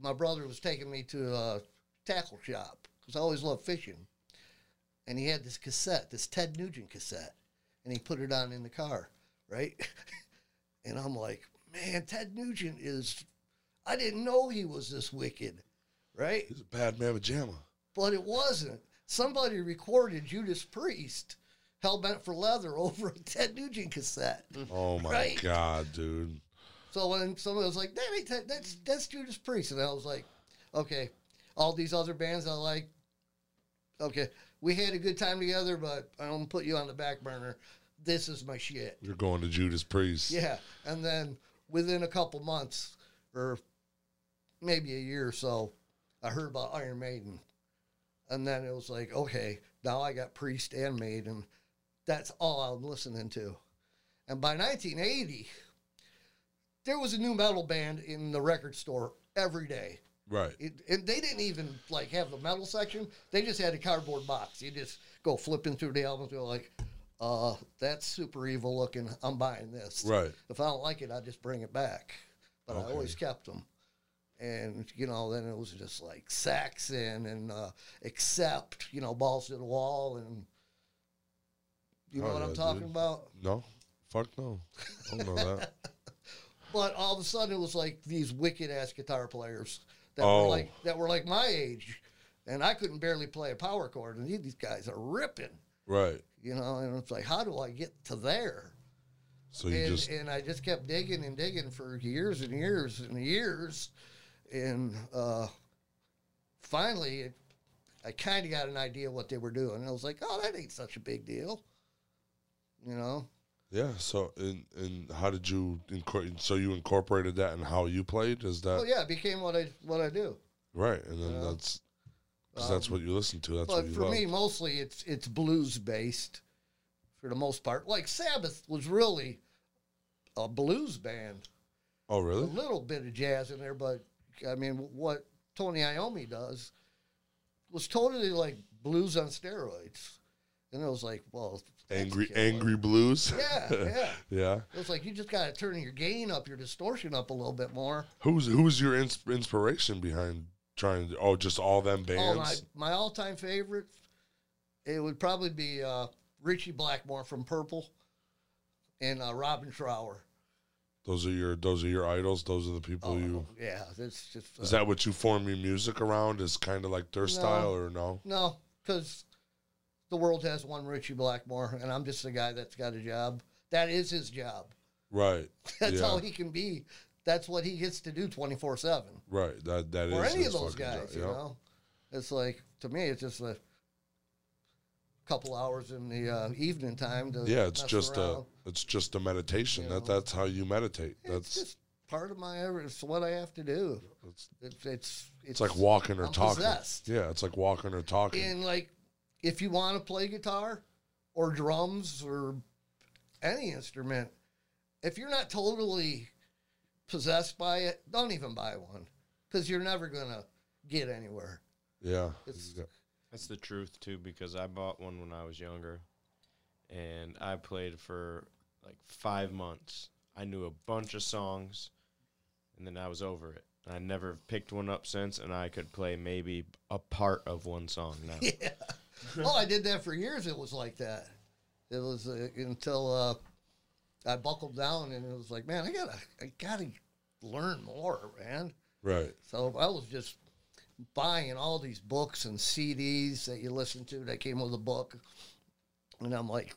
B: My brother was taking me to a tackle shop because I always loved fishing, and he had this cassette, this Ted Nugent cassette, and he put it on in the car, right? and I'm like, man, Ted Nugent is I didn't know he was this wicked, right?
A: He's a bad man pajama.
B: But it wasn't. Somebody recorded Judas Priest, Hellbent for Leather, over a Ted Nugent cassette.
A: Oh my
B: Right.
A: god, dude.
B: So when someone was like, that ain't Ted, that's, that's Judas Priest. And I was like, okay, all these other bands I like, okay, we had a good time together, but I don't put you on the back burner. This is my shit.
A: You're going to Judas Priest.
B: Yeah, and then within a couple months, or maybe a year or so, I heard about Iron Maiden, and then it was like, okay, now I got Priest and Maiden. That's all I'm listening to. And by 1980, there was a new metal band in the record store every day.
A: Right.
B: It, and they didn't even like have the metal section. They just had a cardboard box. You just go flipping through the albums. You're like, uh, that's super evil looking. I'm buying this.
A: Right.
B: If I don't like it, I just bring it back. But I
A: Okay.
B: always kept them. And you know, then it was just like Saxon and uh, accept, you know, balls to the wall, and you know
A: Oh,
B: what
A: yeah,
B: I'm
A: dude.
B: talking about.
A: No. Fuck no. I don't know that.
B: But all of a sudden, it was like these wicked ass guitar players that
A: Oh.
B: were like that were like my age, and I couldn't barely play a power chord, and these- these guys are ripping,
A: Right.
B: you know. And it's like, how do I get to there?
A: So you
B: and,
A: just
B: and I just kept digging and digging for years and years and years, and uh, finally, it, I kind of got an idea what they were doing. And I was like, oh, that ain't such a big deal, you know.
A: yeah. So and and how did you incorporate? So you incorporated that in how you played? Is that
B: Well, Oh, yeah, it became what I what I do.
A: right? And then
B: Yeah.
A: that's because that's
B: Um,
A: what you listen to. That's what
B: but
A: you
B: for
A: love.
B: me, mostly it's it's blues based, for the most part. Like Sabbath was really a blues band,
A: oh
B: a
A: really?
B: little bit of jazz in there, but I mean, what Tony Iommi does was totally like blues on steroids, and it was like, well, that's
A: Angry
B: killer.
A: angry blues.
B: yeah, yeah.
A: yeah.
B: It was like you just got to turn your gain up, your distortion up a little bit more.
A: Who's who's your ins- inspiration behind trying to? Oh, just all them
B: Oh, my,
A: bands.
B: my all time favorite, it would probably be uh, Richie Blackmore from Purple and uh, Robin Trower.
A: Those are your those are your idols. Those are the people
B: Oh,
A: you.
B: yeah, that's just.
A: Is
B: uh,
A: that what you form your music around? Is kind of like their style or no?
B: no, because the world has one Richie Blackmore, and I'm just a guy that's got a job. That is his job.
A: Right.
B: That's
A: yeah.
B: how he can be. That's what he gets to do 24 7.
A: Right. That that is.
B: or any
A: his
B: of those
A: fucking
B: guys,
A: job,
B: you
A: yeah.
B: know. It's like to me, it's just a couple hours in the uh, evening time to
A: Yeah, it's
B: mess
A: just uh,
B: around.
A: a it's just a meditation.
B: You
A: That
B: know.
A: that's how you meditate.
B: It's
A: That's
B: just part of my. ever- It's what I have to do.
A: It's-
B: It's it's it's,
A: it's like walking or
B: I'm
A: talking.
B: possessed.
A: Yeah, it's like walking or talking.
B: And like, if you want to play guitar or drums or any instrument, if you're not totally possessed by it, don't even buy one because you're never gonna get anywhere.
A: yeah.
B: It's
C: That's the truth too, because I bought one when I was younger, and I played for like five months. I knew a bunch of songs, and then I was over it. I never picked one up since, and I could play maybe a part of one song now.
B: yeah. oh, I did that for years. It was like that. It was uh, until uh, I buckled down and it was like, man, I gotta, I gotta learn more, man.
A: Right.
B: So I was just buying all these books and CDs that you listen to that came with a book, and I'm like,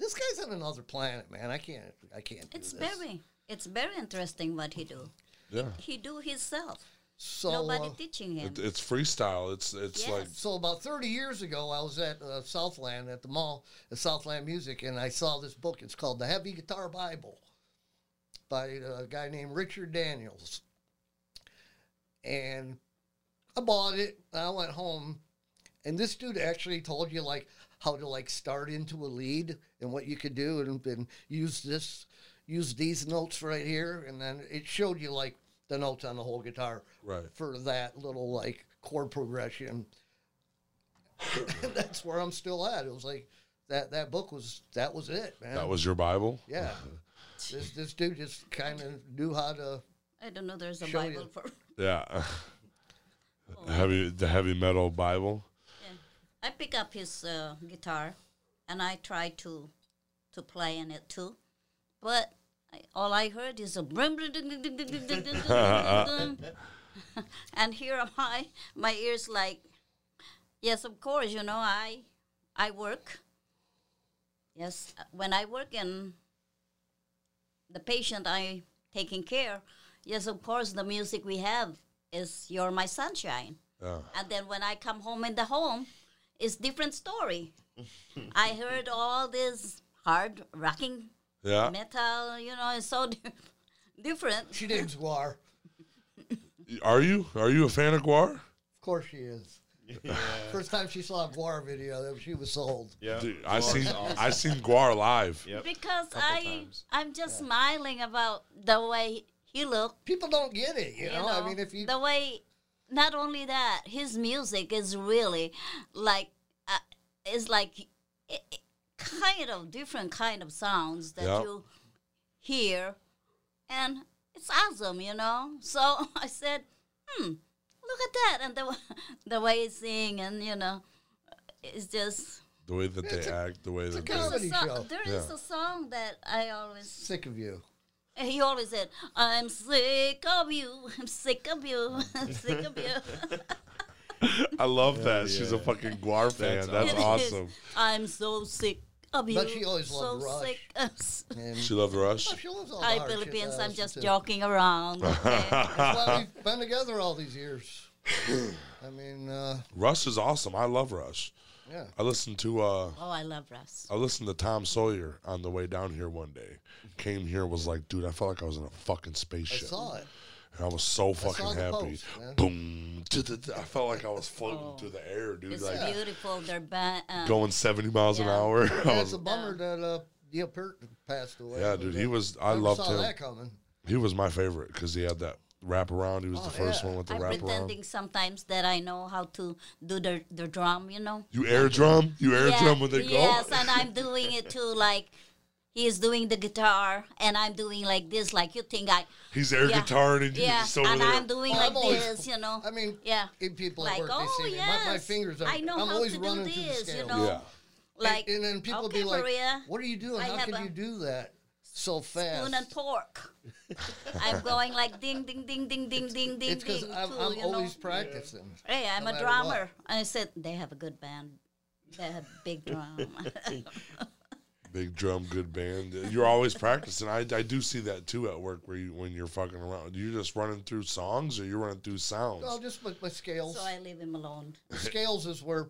B: this guy's on another planet, man. I can't, I can't. do
D: It's
B: this.
D: very, it's very interesting what he do.
A: Yeah.
D: He do himself.
B: so.
D: Nobody
B: uh,
D: teaching him.
A: It, it's freestyle. It's it's
D: Yes.
A: like
B: so about 30 years ago, I was at uh, Southland at the mall, at Southland Music, and I saw this book. It's called The Heavy Guitar Bible by a guy named Richard Daniels. And I bought it. And I went home, and this dude actually told you like how to like start into a lead and what you could do, and, and use this, use these notes right here, and then it showed you like the notes on the whole guitar
A: Right.
B: for that little like chord progression. and that's where I'm still at. It was like that that book was that was it, man.
A: that was your Bible.
B: yeah. this this dude just kind of knew how to.
D: I don't know. There's a
B: Show
D: Bible
B: you.
D: for.
A: Yeah. heavy the heavy metal Bible.
D: Yeah. I pick up his uh, guitar, and I try to, to play in it too, but I, all I heard is a brim, brim, ding, ding, ding, ding, ding, ding, ding, ding, ding. and here am I, my ears like, yes, of course, you know I, I work. Yes, uh, when I work and the patient I taking care, yes, of course, the music we have is "You're My Sunshine."
A: Yeah.
D: And then when I come home in the home, it's different story. I heard all this hard rocking
A: Yeah.
D: metal, you know, it's so di- different.
B: She digs guar.
A: Are you are you a fan of Guar?
B: Of course she is. First time she saw a guar video, that she was sold.
C: Yeah,
A: Dude, I seen I seen Guar live.
C: Yep.
D: Because
C: Couple
D: I
C: times.
D: I'm just smiling about the way he looked,
B: People don't get it, you,
D: you,
B: know? I mean, if you
D: the way not only that, his music is really like uh, is like i i- kind of different kind of sounds that
A: Yeah.
D: you hear and it's awesome, you know. So I said, "Hmm, look at that!" And the wa- the way he sing, and you know, it's just
A: The way that they act, the way that
B: a
A: they
B: comedy.
D: there's a
B: show.
D: song. There is
A: Yeah.
D: a song that I always
B: sick of you,
D: he always said, "I'm sick of you. I'm sick of you. I'm sick of you.
A: I love that. She's a fucking Guar fan.
C: That's
A: That's, awesome.
D: awesome. I'm so sick." Of you,
B: But she always
D: so
B: loved Rush.
D: sick. of s-
B: and
A: She loved Rush.
B: Oh, she loves all the
D: Hi,
B: hard shit
D: Philippines.
B: that I
D: I'm
B: listen
D: just
B: to.
D: joking around. okay?
B: That's why we've been together all these years. I mean, uh,
A: Rush is awesome. I love Rush.
B: yeah.
A: I listened to uh
D: oh, I love Russ.
A: I listened to Tom Sawyer on the way down here one day. Came here was like, dude, I felt like I was in a fucking
B: I
A: spaceship.
B: saw it.
A: And I was so fucking
B: saw the
A: happy.
B: post, man.
A: Boom. t- t- t- I felt like I was floating
D: Oh.
A: through the air, dude.
D: It's
A: like
D: beautiful. They're ba- uh,
A: going 70 miles an
D: Yeah.
A: hour. I
B: Yeah,
A: was-
B: it's a bummer that uh, Neil Peart passed away.
A: Oh, yeah, dude. He was, I
B: Never
A: loved
B: saw
A: him.
B: that coming.
A: He was my favorite because he had that wrap around. He was
B: Oh,
A: the first
B: yeah.
A: one with the
D: I'm
A: wrap
D: pretending
A: around.
D: sometimes that I know how to do the the drum. You know.
A: You air drum? You air
D: Yeah,
A: drum when they
D: Yes,
A: go?
D: and I'm doing it too. Like he is doing the guitar, and I'm doing like this. Like you think I,
A: He's air
D: Yeah.
A: guitarring and
D: yeah,
A: he's over
D: and
A: there.
D: I'm doing
B: Well,
D: like
B: I'm always-
D: this. You know.
B: I mean,
D: yeah.
B: in people at
D: Like,
B: work,
D: oh
B: they see me.
D: yes,
B: My, my fingers are.
D: I know
B: am
D: how
B: always
D: to do
B: running through the
D: this. You
B: scales.
D: know.
A: Yeah.
D: Like
B: and then people
D: okay,
B: be like,
D: Maria,
B: "What are you doing?
D: I
B: how
D: have
B: can
D: a
B: you do that so fast?"
D: spoon and pork. I'm going like ding, ding, ding, ding, ding, ding, ding,
B: it's because
D: ding.
B: I'm,
D: too,
B: I'm
D: you know?
B: always practicing.
D: Hey, I'm
B: no
D: a
B: matter what.
D: drummer. I said they have a good band. They have big drum.
A: Big drum, good band. You're always practicing. I, I do see that too at work where you when you're fucking around. You're just running through songs or you're running through sounds.
B: Well, just my, my scales.
D: so I leave him alone.
B: scales is where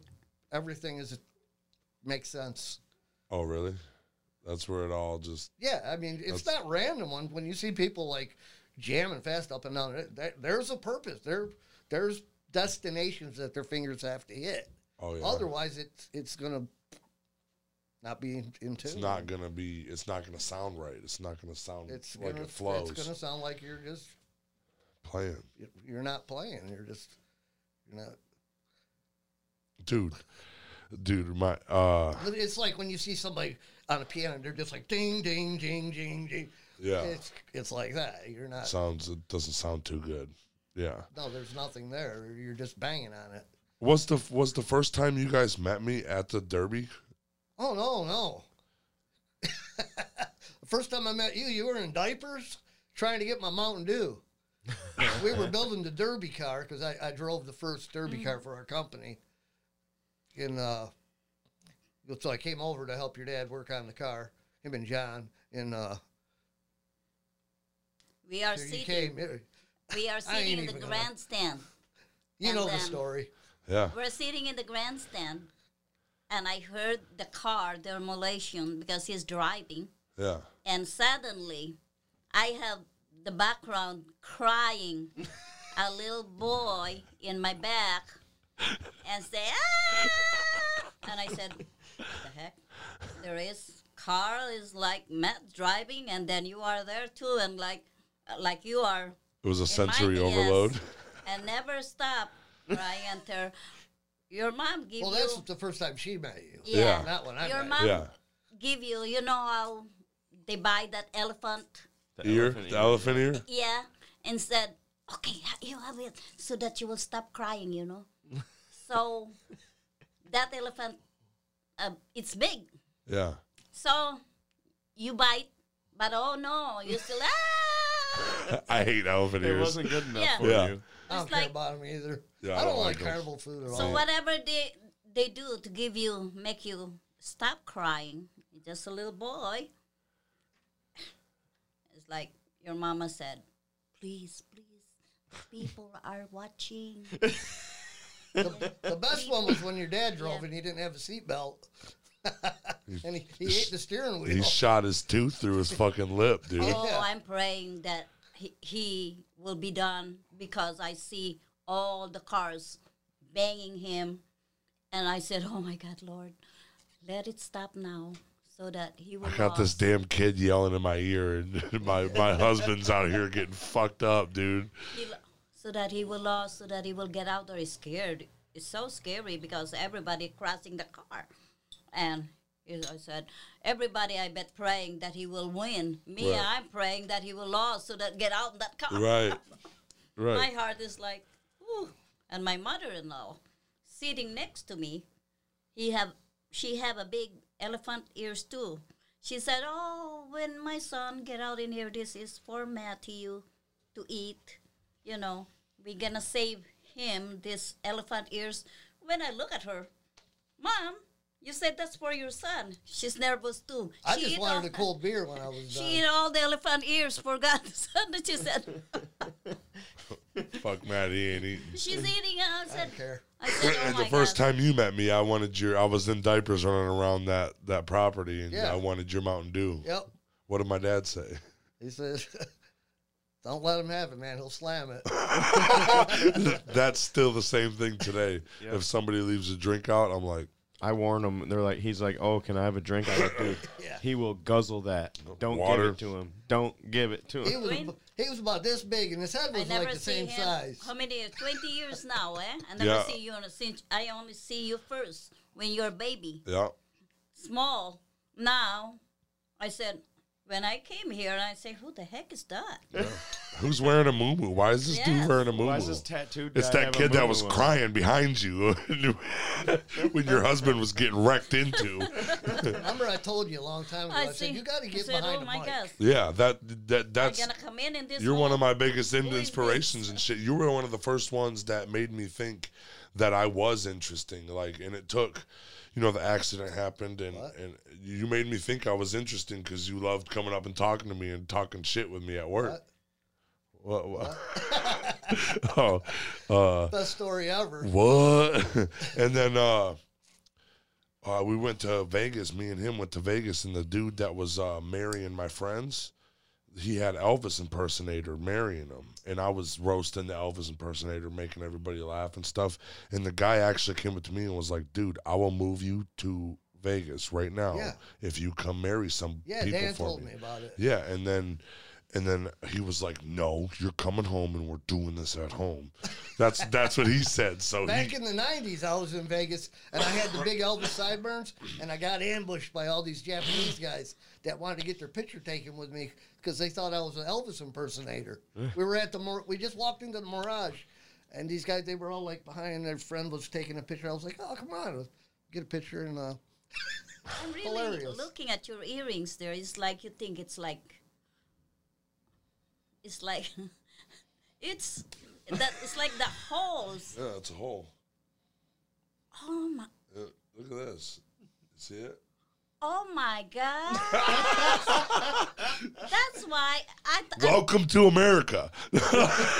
B: everything is makes sense.
A: Oh, really? That's where it all just.
B: Yeah, I mean, it's
A: That's-
B: not random when when you see people like jamming fast up and down. there- There, there's a purpose. There, there's destinations that their fingers have to hit.
A: Oh yeah.
B: Otherwise, it's it's gonna not be in, in
A: it's
B: tune.
A: not gonna be. It's not gonna sound right. It's not gonna sound
B: It's
A: like
B: gonna
A: it flows.
B: it's gonna sound like you're just
A: Playing,
B: you're not playing. You're just you're not.
A: dude, dude, my uh,
B: But It's like when you see somebody on a piano, they're just like ding, ding, ding, ding, ding.
A: yeah,
B: It's it's like that. You're not.
A: sounds. It doesn't sound too good. Yeah.
B: no, there's nothing there. You're just banging on it.
A: Was the was the first time you guys met me at the Derby?
B: Oh no, no. the first time I met you, you were in diapers trying to get my Mountain Dew. we were building the Derby car because I, I drove the first Derby
D: Mm.
B: car for our company, and uh, so I came over to help your dad work on the car. Him and John, and uh,
D: We are
B: so you
D: sitting.
B: came. It-
D: We are
B: I ain't
D: sitting in the
B: even gonna-
D: grandstand.
B: You
D: And
B: know the
D: then-
B: story.
A: Yeah.
D: We're sitting in the grandstand, and I heard the car demolition because he's driving.
A: Yeah.
D: and suddenly I have the background crying a little boy in my back and say ah! and I said what the heck there is Carl is like Matt driving and then you are there too and like like you are
A: It was a
D: might
A: sensory
D: be, yes.
A: overload.
D: and never stop crying until your mom give
B: Well,
D: you
B: that's the first time she met you.
D: yeah,
B: Not when I
D: your
B: met
D: mom
A: Yeah.
D: give you you know how they buy that elephant
C: The
A: Ear,
C: elephant
A: the elephant ear.
D: Yeah, and said, "Okay, you have it, so that you will stop crying." You know, so that elephant, uh, it's big,
A: Yeah.
D: so you bite, but oh no, you still ah.
A: I hate elephant
C: It
A: ears.
C: wasn't good enough
D: Yeah.
C: for
A: Yeah.
C: you.
B: I don't
D: It's
B: care
D: like-
B: about them either.
A: Yeah,
B: I don't, like
A: 'em.
B: carnival food at all.
D: So whatever they they do to give you make you stop crying, you're just a little boy. It's like your mama said, please, please, people are watching.
B: the, the best one was when your dad drove
D: Yeah.
B: and he didn't have a seatbelt. and he, he ate the steering wheel.
A: He shot his tooth through his fucking lip, dude.
D: Oh,
B: Yeah.
D: I'm praying that he, he will be done because I see all the cars banging him. And I said, Oh my God, Lord, let it stop now so that he will.
A: I got this
D: not."
A: damn kid yelling in my ear, and my my husband's out here getting fucked up, dude.
D: He lo- so that he will lost, so that he will get out there. He's scared. It's so scary because everybody crossing the car. And as I said, everybody I bet praying that he will win. Me,
A: Right.
D: I'm praying that he will lost so that get out of that car.
A: Right,
D: my
A: right.
D: heart is like, ooh. And my mother-in-law, sitting next to me, he have she have a big elephant ears too. She said, "Oh, when my son get out in here, this is for Matthew to eat. You know, we're gonna save him this elephant ears." When I look at her, mom, you said that's for your son. She's nervous too.
B: I
D: She
B: just
D: eat
B: wanted
D: all-
B: a cold beer when I was done.
D: She eat all the elephant ears for God's son. She said
A: Fuck Matt, he ain't eating.
D: she's eating. I
B: I
D: said,
B: don't care.
D: I said, oh
A: and
D: my
A: the first
D: God.
A: time you met me, I wanted your. I was in diapers running around that that property, and
B: Yeah.
A: I wanted your Mountain Dew.
B: Yep.
A: What did my dad say?
B: He says, don't let him have it, man. He'll slam it.
A: That's still the same thing today. If somebody leaves a drink out, I'm like,
C: I warn him. They're like, he's like, oh, can I have a drink? I like, dude,
B: Yeah.
C: he will guzzle that. Don't
A: Water.
C: give it to him. Don't give it to
B: He
C: him.
B: was,
D: Green?
B: he was about this big and his head
D: I
B: was
D: never
B: like the
D: see
B: same
D: him.
B: size.
D: How many years? Twenty years now, eh? I never
A: Yeah.
D: see you on a- since I only see you first when you're a baby,
A: yeah,
D: small. Now, I said when I came here, I say, who the heck is that?
A: who's wearing a muumuu? Why is this dude
D: Yes.
A: wearing a muumuu?
C: Why is this tattooed?
A: It's
C: guy
A: that
C: have a
A: kid that
C: muumuu
A: was
C: on?
A: crying behind you when your husband was getting wrecked into.
B: Remember I told you a long time ago, I, said,
D: see-
B: you got to
D: I
B: get
D: said,
B: behind
D: oh
B: the
D: my
B: mic.
D: gosh,
A: Yeah, that that
D: I'm
A: that's
D: gonna come in in this.
A: you're one of
D: home.
A: my biggest in-
D: Who is
A: inspirations
D: this?
A: and shit. You were one of the first ones that made me think that I was interesting. Like, and it took, you know, the accident happened, and
B: What?
A: and you made me think I was interesting because you loved coming up and talking to me and talking shit with me at work. What? what, oh, uh,
B: Best story ever.
A: what? and then uh Uh, we went to Vegas. Me and him went to Vegas, and the dude that was uh, marrying my friends, he had Elvis impersonator marrying him, and I was roasting the Elvis impersonator, making everybody laugh and stuff. And the guy actually came up to me and was like, "Dude, I will move you to Vegas right now
B: Yeah.
A: if you come marry some
B: Yeah,
A: people
B: Dan
A: for
B: told me about it.
A: yeah, and then and then he was like, "No, you're coming home, and we're doing this at home." That's that's what he said. So
B: Back
A: he,
B: in the '90s, I was in Vegas and I had the big Elvis sideburns, and I got ambushed by all these Japanese guys that wanted to get their picture taken with me because they thought I was an Elvis impersonator. We were at the Mir- we just walked into the Mirage, and these guys they were all like behind, and their friend was taking a picture. I was like, "Oh, come on, let's get a picture." And uh,
D: I'm really
B: Hilarious.
D: looking at your earrings. There is like you think it's like, it's like, it's that it's like the holes.
A: yeah, it's a hole.
D: Oh my,
A: Yeah, look at this. See it?
D: oh my God! that's why I, th- I.
A: Welcome to America.
D: That's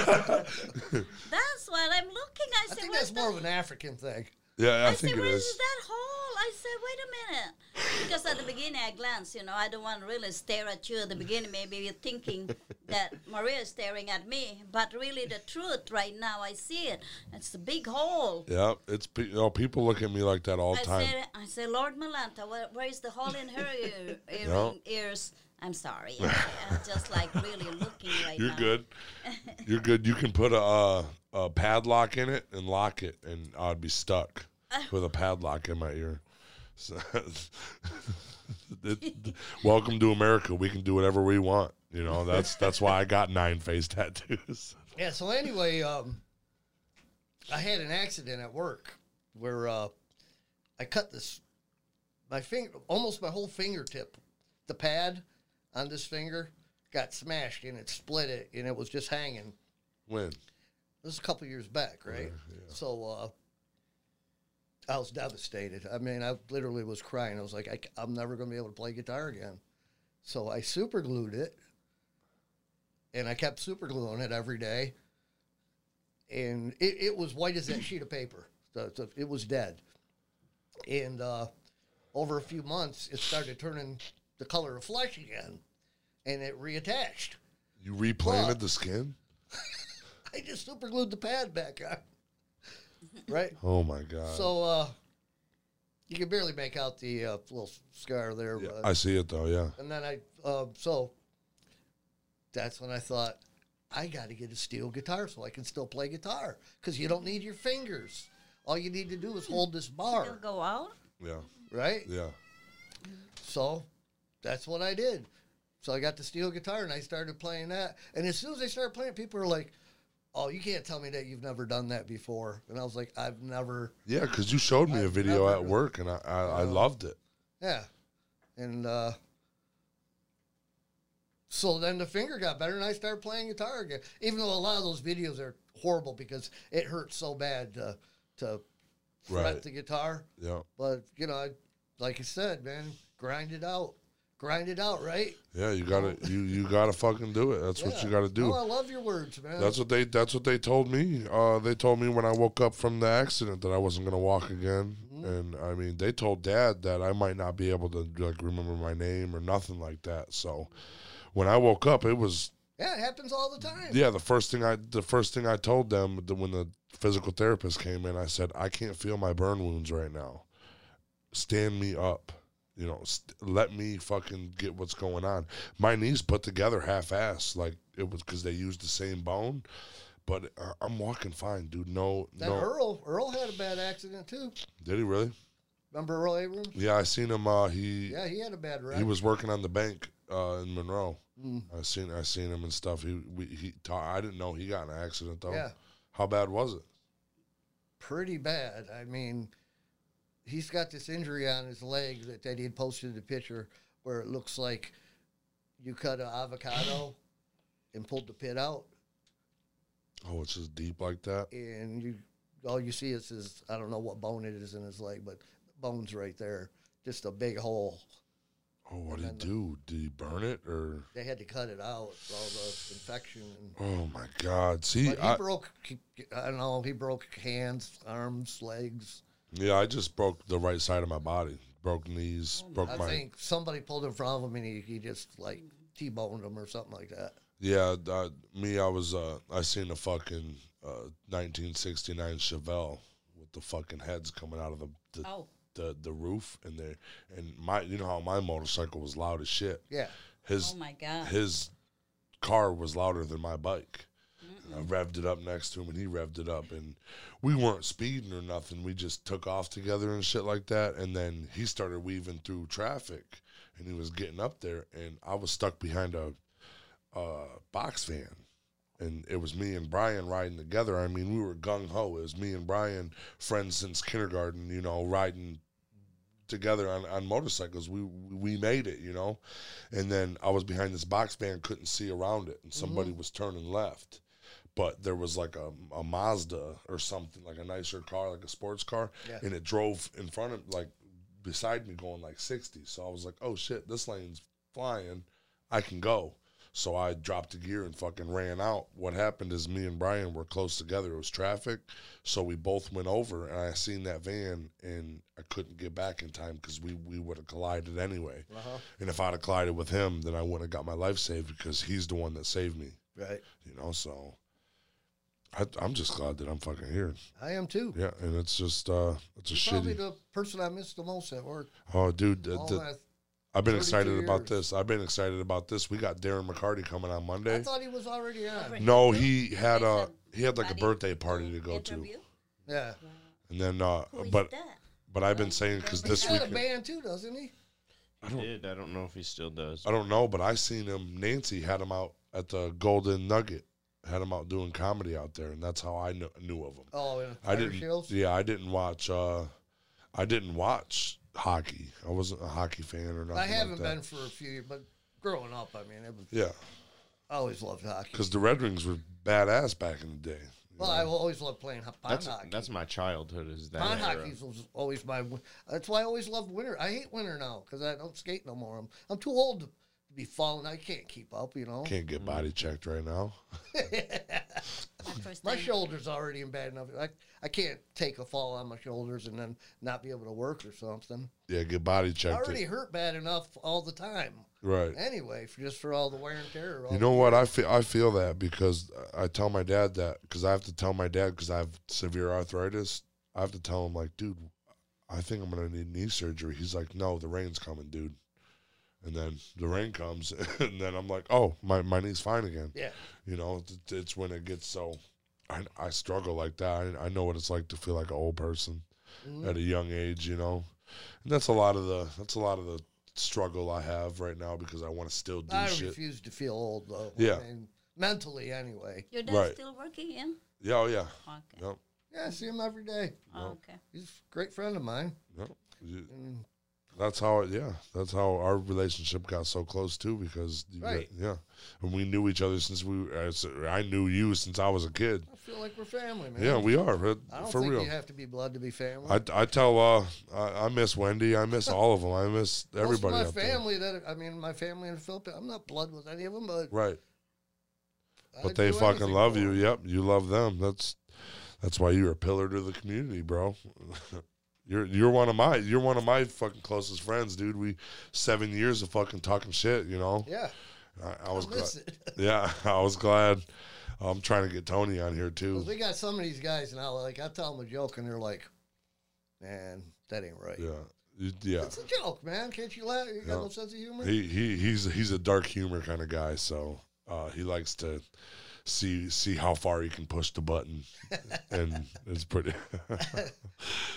D: what I'm looking. I
B: I
D: said,
B: think
D: "Where's
B: that's more
D: the
B: of an African thing.
A: yeah, I
D: I
A: think
D: said,
A: it
D: where's
A: is.
D: that hole? I said, wait a minute. Because at the beginning I glanced, you know, I don't want to really stare at you at the beginning. Maybe you're thinking that Maria is staring at me. But really the truth right now, I see it. It's a big hole.
A: Yeah, it's pe- you know, people look at me like that all the
D: I
A: time.
D: said, I said, Lord Melanta, where, where is the hole in her ear, earring, ears? I'm sorry. I'm just like really looking right
A: You're
D: now.
A: good. You're good. You can put a, uh, a padlock in it and lock it, and I'd be stuck with a padlock in my ear. So, it- welcome to America. We can do whatever we want. You know that's that's why I got nine face tattoos.
B: Yeah. So anyway, um, I had an accident at work where uh, I cut this my finger, almost my whole fingertip, the pad on this finger got smashed and it split it and it was just hanging.
A: When?
B: This is a couple years back, right? So uh, I was devastated. I mean, I literally was crying. I was like, I, c- I'm never going to be able to play guitar again. So I super glued it and I kept super gluing it every day. And it, it was white as that sheet of paper. So, so it was dead. And uh, over a few months, it started turning the color of flesh again and it reattached.
A: You replanted the skin?
B: I just super glued the pad back on. Right?
A: Oh my god!
B: So uh, you can barely make out the uh, little scar there.
A: Yeah,
B: but-
A: I see it though. Yeah.
B: and then I, uh, so that's when I thought, I got to get a steel guitar so I can still play guitar because you don't need your fingers. All you need to do is hold this
D: You'll
B: bar,
D: go out?
A: Yeah.
B: right?
A: Yeah.
B: So that's what I did. So I got the steel guitar and I started playing that. And as soon as I started playing, it, people were like, "Oh, you can't tell me that you've never done that before." And I was like, "I've never,
A: Yeah, because you showed me a
B: I've
A: video
B: never
A: at
B: really-
A: work, and I I, I loved it.
B: yeah." And uh, so then the finger got better, and I started playing guitar again. Even though a lot of those videos are horrible because it hurts so bad to to fret
A: Right.
B: the guitar.
A: Yeah.
B: But you know, I, like I said, man, grind it out, grind it out, right?
A: Yeah. You gotta you you gotta fucking do it. That's what you
B: Oh. Yeah.
A: gotta do.
B: Oh, I love your words, man.
A: That's what they. That's what they told me. Uh, they told me when I woke up from the accident that I wasn't gonna walk again,
B: Mm-hmm.
A: and I mean, they told Dad that I might not be able to like remember my name or nothing like that. So, when I woke up, it was
B: yeah, it happens all the time.
A: yeah. The first thing I the first thing I told them the- when the physical therapist came in, I said, I can't feel my burn wounds right now. Stand me up. You know, st- let me fucking get what's going on. My knees put together half ass, like it was because they used the same bone. But uh, I'm walking fine, dude. No,
B: That
A: no.
B: Earl, Earl had a bad accident too.
A: Did he really?
B: Remember Earl Abrams?
A: Yeah, I seen him. Uh, he
B: Yeah, he had a bad Mm. wreck.
A: he was working on the bank uh, in Monroe. I seen I seen him and stuff. He we, he. Ta- I didn't know he got in an accident though.
B: Yeah.
A: How bad was it?
B: pretty bad. I mean, he's got this injury on his leg that, that he had posted the picture where it looks like you cut an avocado and pulled the pit out,
A: Oh, it's just deep like that.
B: and you all you see is his I don't know what bone it is in his leg, but bones right there, just a big hole.
A: Oh, what did he do? Did he burn it or?
B: They had to cut it out, all the infection and
A: Oh my God! See,
B: But he
A: I,
B: broke, I don't know, he broke hands, arms, legs.
A: Yeah, I just broke the right side of my body. Broke knees, broke
B: Oh, I
A: my
B: think somebody pulled in front of him and he, he just like T-boned him or something like that.
A: Yeah, uh, me, I was, uh, I seen a fucking uh, 1969 Chevelle with the fucking heads coming out of the the,
D: Oh.
A: the the roof, and they and my, you know how my motorcycle was loud as shit.
B: Yeah.
A: His
D: Oh my God.
A: his car was louder than my bike. And I revved it up next to him, and he revved it up, and we weren't speeding or nothing. We just took off together and shit like that. And then he started weaving through traffic, and he was getting up there, and I was stuck behind a uh, box van. And it was me and Brian riding together. I mean, we were gung ho. It was me and Brian, friends since kindergarten, you know, riding together on, on motorcycles. We we made it, you know. And then I was behind this box van, couldn't see around it, and somebody was turning left. But there was like a, a Mazda or something, like a nicer car, like a sports car,
B: Yeah.
A: and it drove in front of like beside me going like 60. So I was like, oh shit, this lane's flying. I can go. So I dropped the gear and fucking ran out. What happened is me and Brian were close together. It was traffic. So we both went over and I seen that van and I couldn't get back in time because we, we would have collided anyway.
B: Uh-huh.
A: And if I'd have collided with him, then I wouldn't have got my life saved because he's the one that saved me,
B: Right.
A: you know? So I, I'm just glad that I'm fucking here.
B: I am too.
A: Yeah. And it's just, uh, it's a
B: You're probably
A: shitty.
B: the person I miss the most at work.
A: oh, dude. the-
B: All
A: the-
B: my-
A: I've been
B: 32
A: excited about
B: years.
A: this. I've been excited about this. We got Darren McCarty coming on
B: I
A: Monday.
B: thought he was already on.
D: Already.
A: No, he had
D: They
A: a
D: said
A: he had like a
D: Buddy
A: birthday party to go
D: interview?
B: Yeah.
A: to, and then uh,
D: Who is
A: but
D: that?
A: but I've been saying because
B: He's
A: this
B: got a
A: weekend
B: band too, doesn't he?
C: He did. I don't know if he still does.
A: I don't know, but I seen him. Nancy had him out at the Golden Nugget, had him out doing comedy out there, and that's how I kn- knew of him.
B: Oh, and
A: I
B: Fire
A: didn't.
B: Shields.
A: Yeah, I didn't watch. uh I didn't watch hockey. I wasn't a hockey fan or nothing.
B: I haven't
A: like that.
B: been for a few years, but growing up, I mean, it was,
A: Yeah,
B: I always loved hockey.
A: because the Red Wings were badass back in the day.
B: Well, I always loved playing ho- pond
C: That's
B: hockey.
C: that's my childhood. Is that
B: pond
C: era.
B: hockey was always my. win- That's why I always loved winter. I hate winter now because I don't skate no more. I'm, I'm too old to be falling. I can't keep up, you know.
A: Can't get body checked right now.
D: My first
B: My
D: time.
B: shoulder's already in bad enough. I, I can't take a fall on my shoulders and then not be able to work or something.
A: Yeah, get body
B: I
A: checked.
B: already
A: it.
B: hurt bad enough all the time.
A: Right.
B: Anyway, for just for all the wear and tear. all
A: You know what? I feel I feel that because I tell my dad that because I have to tell my dad because I have severe arthritis. I have to tell him like, dude, I think I'm gonna need knee surgery. He's like, no, the rain's coming, dude. And then the rain comes, and then I'm like, oh, my, my knee's fine again.
B: Yeah.
A: You know, it's- it's when it gets so. I, I struggle like that. I, I know what it's like to feel like an old person
B: Mm-hmm.
A: at a young age. You know, and that's a lot of the that's a lot of the struggle I have right now because I want to still do
B: I
A: shit.
B: refuse to feel old though.
A: Yeah.
B: I mean, mentally, anyway.
D: Your dad's
A: Right.
D: still working in?
A: Yeah, oh yeah.
D: Okay.
A: Yep.
B: Yeah, I see him every day.
D: okay.
B: He's a great friend of mine.
A: Yep. You-
B: And
A: That's how. Yeah, that's how our relationship got so close too, because you-
B: Right.
A: yeah, and we knew each other since we. I s- I knew you since I was a kid.
B: I feel like we're family, man.
A: Yeah, we are but
B: I don't
A: for
B: think
A: real.
B: you have to be blood to be family.
A: I, I tell uh I, I miss Wendy. I miss all of them. I miss everybody.
B: Most
A: out
B: of my
A: there.
B: family that I mean, my family in the Philippines. I'm not blood with any of them, but
A: Right,
B: I'd
A: but they
B: do
A: fucking
B: anything
A: love
B: for
A: you.
B: 'em.
A: Yep, you love them. That's that's why you're a pillar to the community, bro. You're, you're one of my you're one of my fucking closest friends, dude. We seven years of fucking talking shit, you know.
B: Yeah,
A: I, I was glad.
B: listen.
A: Yeah, I was glad. I'm trying to get Tony on here
B: 'Cause
A: too.
B: we got some of these guys now. Like I tell them a joke, and they're like, "Man, that ain't right."
A: Yeah, You- yeah.
B: It's a joke, man. Can't you laugh? You got
A: Yeah.
B: no sense of humor.
A: He he he's he's a dark humor kind of guy, so uh, he likes to see see how far he can push the button, and it's pretty.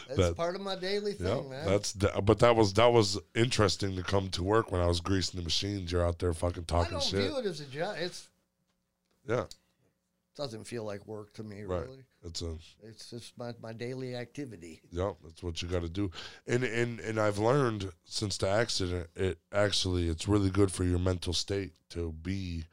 B: That's
A: that-
B: part of my daily thing,
A: yeah,
B: man.
A: that's the- but that was that was interesting to come to work when I was greasing the machines. You're out there fucking
B: I
A: talking
B: don't
A: shit.
B: view it as a job. It's
A: Yeah,
B: doesn't feel like work to me,
A: right.
B: really.
A: It's a
B: It's just my, my daily activity.
A: Yeah, that's what you got to do. And and and I've learned since the accident, it actually it's really good for your mental state to be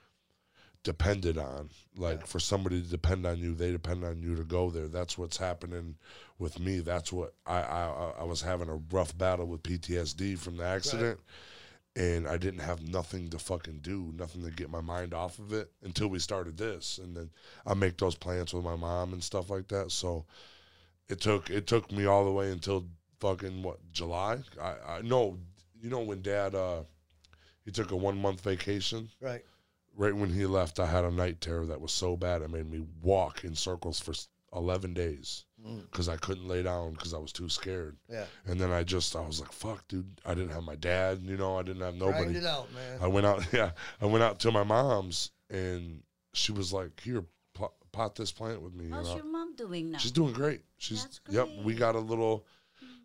A: depended on. Like for somebody to depend on you, they depend on you to go there. That's what's happening with me. That's what I I, I- I was having a rough battle with PTSD from the accident. And I didn't have nothing to fucking do, nothing to get my mind off of it until we started this. And then I make those plans with my mom and stuff like that. So It took it took me all the way until fucking what July. I, I no, you know when Dad uh he took a one month vacation.
B: Right.
A: Right when he left, I had a night terror that was so bad it made me walk in circles for s- eleven days
B: Mm.
A: because I couldn't lay down because I was too scared.
B: Yeah.
A: And then I just I was like, fuck, dude, I didn't have my dad. You know, I didn't have nobody.
B: Grind it out, man.
A: I went out. Yeah, I went out to my mom's, and she was like, "Here, pot, pot this plant with me." you
D: How's
A: know?
D: your mom doing now?
A: She's doing great. She's
D: That's
A: yep. We
D: great.
A: got a little.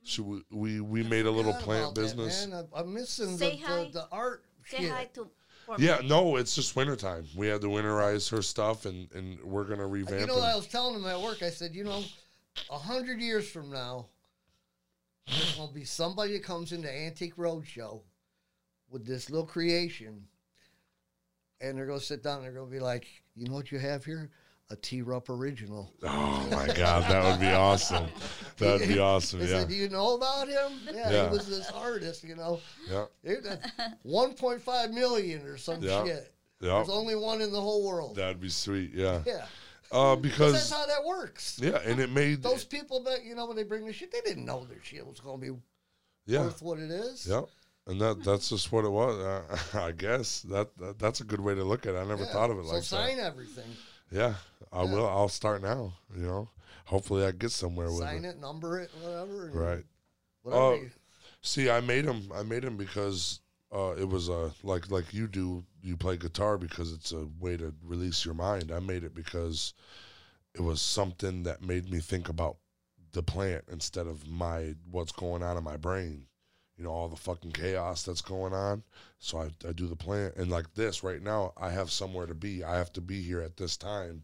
A: She w- we we made a little
B: Forgot
A: plant
B: about that,
A: business.
B: man. I, I'm missing the,
D: Say
B: the,
D: hi.
B: the art.
D: Say
B: shit.
D: hi to. for me.
A: yeah, no, it's just wintertime. We had to winterize her stuff, and and we're gonna revamp.
B: You know what I
A: and-
B: was telling them at work? I said, you know, a hundred years from now, there's gonna be somebody that comes into Antique Roadshow with this little creation, and they're gonna sit down and they're gonna be like, you know what you have here? A T Rup original.
A: oh my god, that would be awesome. That'd be awesome.
B: I
A: Yeah,
B: said, do you know about him? Yeah,
A: Yeah.
B: he was this artist, you know.
A: yeah,
B: It- uh, 1.5 million or some
A: Yeah.
B: shit.
A: yeah.
B: There's only one in the whole world.
A: That'd be sweet. Yeah,
B: yeah.
A: uh,
B: Because that's
A: because
B: how that works.
A: yeah, and it made
B: Those people that, you know, when they bring this shit, they didn't know their shit was going to be
A: yeah.
B: worth what it is.
A: Yep. And that that's just what it was. Uh, I guess that, that that's a good way to look at it. I never
B: Yeah.
A: thought of it
B: so
A: like
B: sign everything.
A: that. Yeah. I
B: Yeah.
A: will. I'll start now, you know. Hopefully I get somewhere with
B: Sign
A: it.
B: it, number it, whatever. and
A: Right.
B: Whatever.
A: Oh.
B: you-
A: See, I made him I made him because uh, it was a like like you do you play guitar because it's a way to release your mind. I made it because it was something that made me think about the plant instead of my what's going on in my brain. You know, all the fucking chaos that's going on. So I, I do the plant and like this right now, I have somewhere to be. I have to be here at this time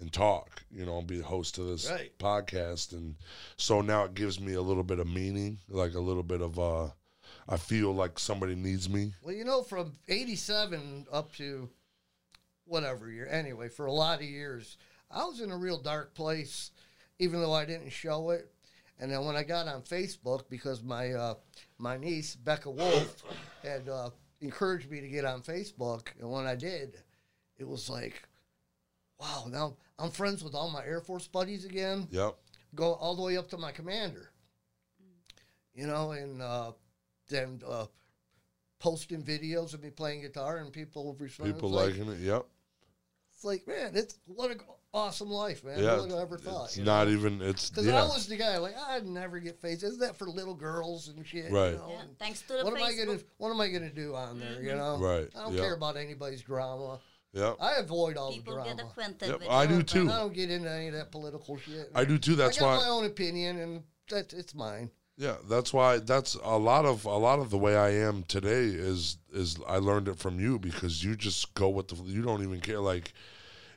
A: and talk, you know, and be the host of this
B: Right.
A: podcast and so now it gives me a little bit of meaning, like a little bit of uh I feel like somebody needs me.
B: Well, you know, from 87 up to whatever year, anyway, for a lot of years, I was in a real dark place, even though I didn't show it. And then when I got on Facebook, because my uh, my niece Becca Wolf had uh, encouraged me to get on Facebook, and when I did, it was like, wow! Now I'm friends with all my Air Force buddies again
A: Yep.
B: go all the way up to my commander. You know, and uh, then uh, posting videos of me playing guitar, and people responding.
A: People
B: it's like,
A: liking it. Yep.
B: it's like, man, it's what an awesome life, man.
A: yeah.
B: Who would have ever
A: it's
B: thought? you know?
A: not even it's
B: Because
A: yeah.
B: I was the guy like I'd never get face. Isn't that for little girls and shit?
A: Right.
B: You know?
D: Yeah,
B: and
D: Thanks to the
B: What am I
D: Facebook.
B: gonna What am I gonna do on there?
D: Mm-hmm.
B: You know,
A: Right,
B: I don't
A: yeah.
B: care about anybody's drama.
A: Yep.
B: I avoid all
D: People
B: the drama.
D: get acquainted
A: Yep,
D: with
A: I
D: your
A: do too.
D: brand.
B: I don't get into any of that political shit.
A: I do too. That's
B: I got
A: why
B: my own opinion, and that's it's mine.
A: Yeah, that's why that's a lot of a lot of the way I am today is is I learned it from you because you just go with the you don't even care like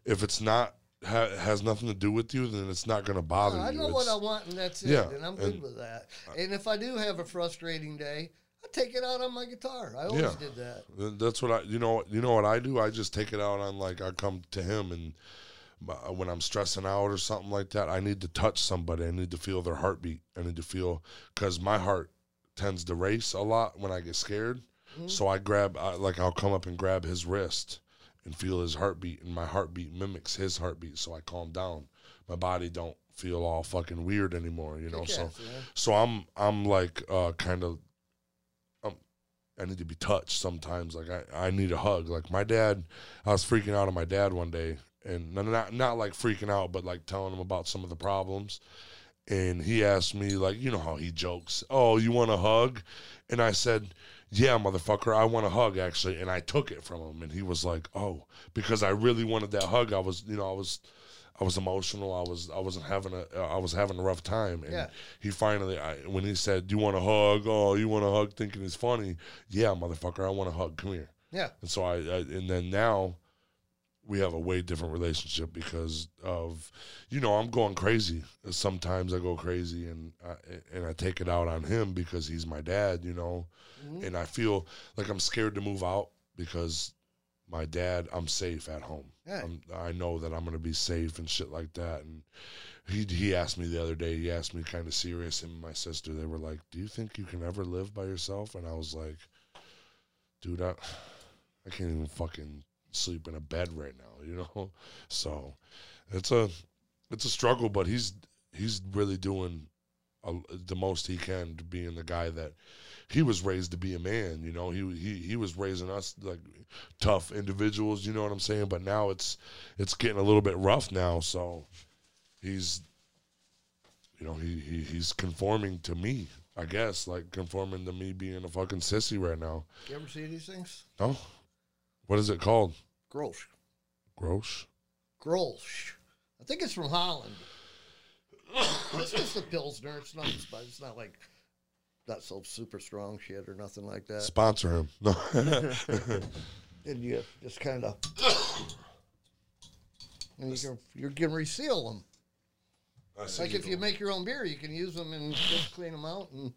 A: if it's not ha, has nothing to do with you then it's not going to bother
B: No, I
A: you.
B: know what
A: It's-
B: I want, and that's it.
A: Yeah,
B: and I'm good
A: and-
B: with that. And if I do have a frustrating day, I take it out on my guitar. I always
A: Yeah.
B: did that.
A: Th- That's what I. You know. You know what I do. I just take it out on like I come to him and my- when I'm stressing out or something like that, I need to touch somebody. I need to feel their heartbeat. I need to feel because my heart tends to race a lot when I get scared. So I grab I, like I'll come up and grab his wrist and feel his heartbeat, and my heartbeat mimics his heartbeat. So I calm down. My body don't feel all fucking weird anymore. You know.
B: Kick
A: So
B: ass, man.
A: so I'm I'm like uh, kind of um, I need to be touched sometimes. Like I, I need a hug. Like my dad, I was freaking out on my dad one day, and not not, not like freaking out, but like telling him about some of the problems. And he asked me like, you know how he jokes, oh, you want a hug? And I said, yeah, motherfucker, I want a hug actually. And I took it from him, and he was like, oh, because I really wanted that hug. I was, you know, I was. I was emotional. I was I wasn't having a uh, I was having a rough time, and
B: Yeah.
A: he finally I, when he said, "Do you want a hug? Oh, you want a hug?" Thinking it's funny. Yeah, motherfucker, I want a hug. Come here.
B: Yeah.
A: And so I, I and then now we have a way different relationship because of you know I'm going crazy. Sometimes I go crazy and I, and I take it out on him because he's my dad, you know.
B: Mm-hmm.
A: And I feel like I'm scared to move out because my dad, I'm safe at home.
B: Yeah.
A: I'm, um, I know that I'm gonna be safe and shit like that. And he he asked me the other day. He asked me kind of serious. Him and my sister, they were like, "Do you think you can ever live by yourself?" And I was like, "Dude, I I can't even fucking sleep in a bed right now, you know." So it's a it's a struggle, but he's he's really doing a, the most he can to being the guy that he was raised to be a man. You know, he he he was raising us like tough individuals. You know what I'm saying? But now it's it's getting a little bit rough now. So he's you know he, he he's conforming to me. I guess like conforming to me being a fucking sissy right now.
B: You ever see these things?
A: No, what is it called?
B: Grosh.
A: Gross.
B: Grosh. I think it's from Holland. it's just a Pilsner. It's not, it's not like not so super strong shit or nothing like that.
A: Sponsor him. No.
B: and you just kind of and you can you can reseal them. Like if you make your own beer, you can use them and just clean them out. And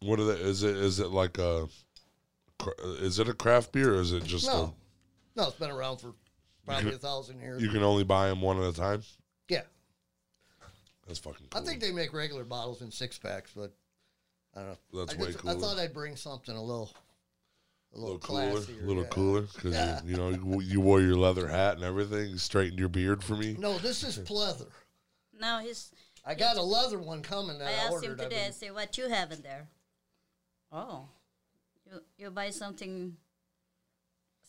A: What are they? Is it is it like a cr- is it a craft beer or is it just
B: no, no, it's been around for probably a thousand
A: a,
B: years.
A: you can only buy them one at a time?
B: yeah,
A: That's fucking.
B: I
A: Cool.
B: think they make regular bottles in six packs, but I don't know.
A: That's
B: I
A: way
B: I
A: cooler.
B: thought I'd bring something a little,
A: a
B: a little,
A: little cooler,
B: classier,
A: a little
B: yeah.
A: cooler because you, you know you, you wore your leather hat and everything. You straightened your beard for me.
B: No, this is pleather.
D: Now he's.
B: I got a leather one coming that
D: I
B: I,
D: asked
B: ordered.
D: him
B: I've
D: today. I
B: been-
D: say, "What you have in there?" Oh, you you buy something.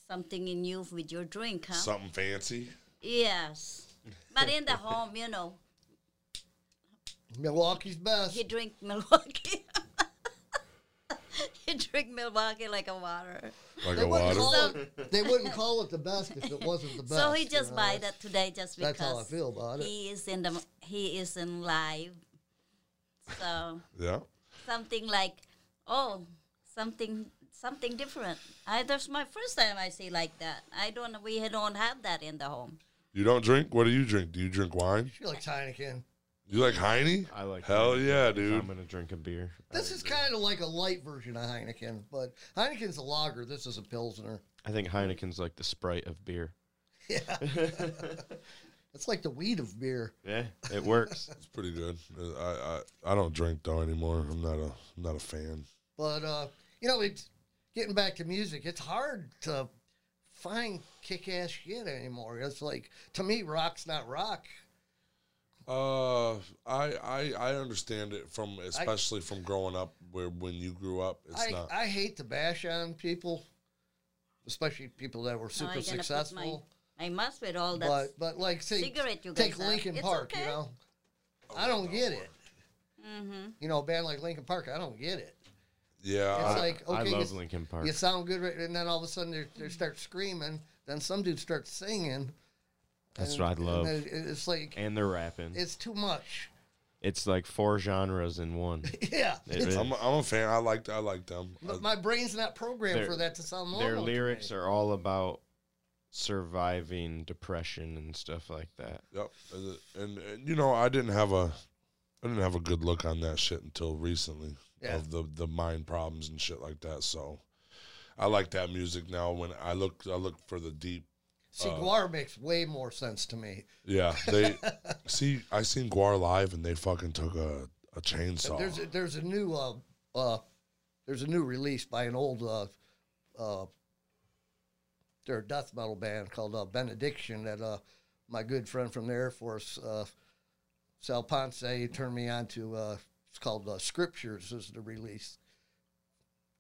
D: Something new with your drink, huh?
A: Something fancy.
D: yes, but in the home, you know,
B: Milwaukee's best.
D: he drink Milwaukee. he drink Milwaukee like a water.
A: Like
B: They
A: a
B: wouldn't,
A: water.
B: call it, they wouldn't call it the best if it wasn't the best.
D: so he
B: you
D: just
B: know,
D: buy
B: that's-
D: that today just because
B: that's how I feel about it.
D: he is in the he is in live. So
A: Yeah.
D: something like, oh, something something different. I, that's my first time I see like that. I don't we don't have that in the home.
A: You don't drink. What do you drink? Do you drink wine?
B: She likes Heineken.
A: You like Heine?
C: I like
A: Hell
C: Heineken.
A: yeah,
C: If
A: dude.
C: I'm gonna drink a beer. I
B: This is
C: agree.
B: kind of like a light version of Heineken, but Heineken's a lager. This is a Pilsner.
C: I think Heineken's like the Sprite of beer.
B: Yeah. it's like the weed of beer.
C: Yeah, it works.
A: It's pretty good. I, I I don't drink though anymore. I'm not a I'm not a fan.
B: But, uh, you know, it's getting back to music, it's hard to find kick ass shit anymore. It's like, to me, rock's not rock.
A: Uh, I I I understand it from especially from growing up where when you grew up, it's
B: I,
A: not.
B: I hate to bash on people, especially people that were
D: Now
B: super
D: I gonna put
B: successful.
D: my, my mouth with all that.
B: But but like say
D: cigarette you
B: take
D: guys have.
B: Lincoln
D: It's
B: Park, you
D: okay.
B: know.
C: Oh,
B: I don't get it.
D: Mhm.
B: You know, a band like Lincoln Park, I don't get it.
A: yeah, I,
B: It's like
C: I
B: okay,
C: love
B: you,
C: Lincoln Park.
B: you sound good, right, and then all of a sudden they they start screaming. Then some dude starts singing.
C: That's
B: and-
C: what I love.
B: And then it- it's like
C: and they're rapping. It's,
B: it's too much.
C: like four genres in one.
B: Yeah,
C: It
B: it's-
C: is.
A: I'm a, I'm a fan. I like I like them.
B: but my brain's not programmed
C: Their-
B: for that to sound normal.
C: Their
B: to
C: lyrics
B: me.
C: are all about surviving depression and stuff like that.
A: Yep. And, and, and, you know, I didn't have a I didn't have a good look on that shit until recently
B: Yeah.
A: of the the mind problems and shit like that. So I like that music now. When I look, I look for the deep.
B: See,
C: uh,
B: Guar makes way more sense to me.
A: Yeah, they see. I seen Guar live and they fucking took a a chainsaw.
B: There's a, there's a new uh, uh, there's a new release by an old uh, uh, they're a death metal band called uh, Benediction that uh, my good friend from the Air Force uh, Sal Ponce turned me on to. Uh, it's called uh, Scriptures is the release.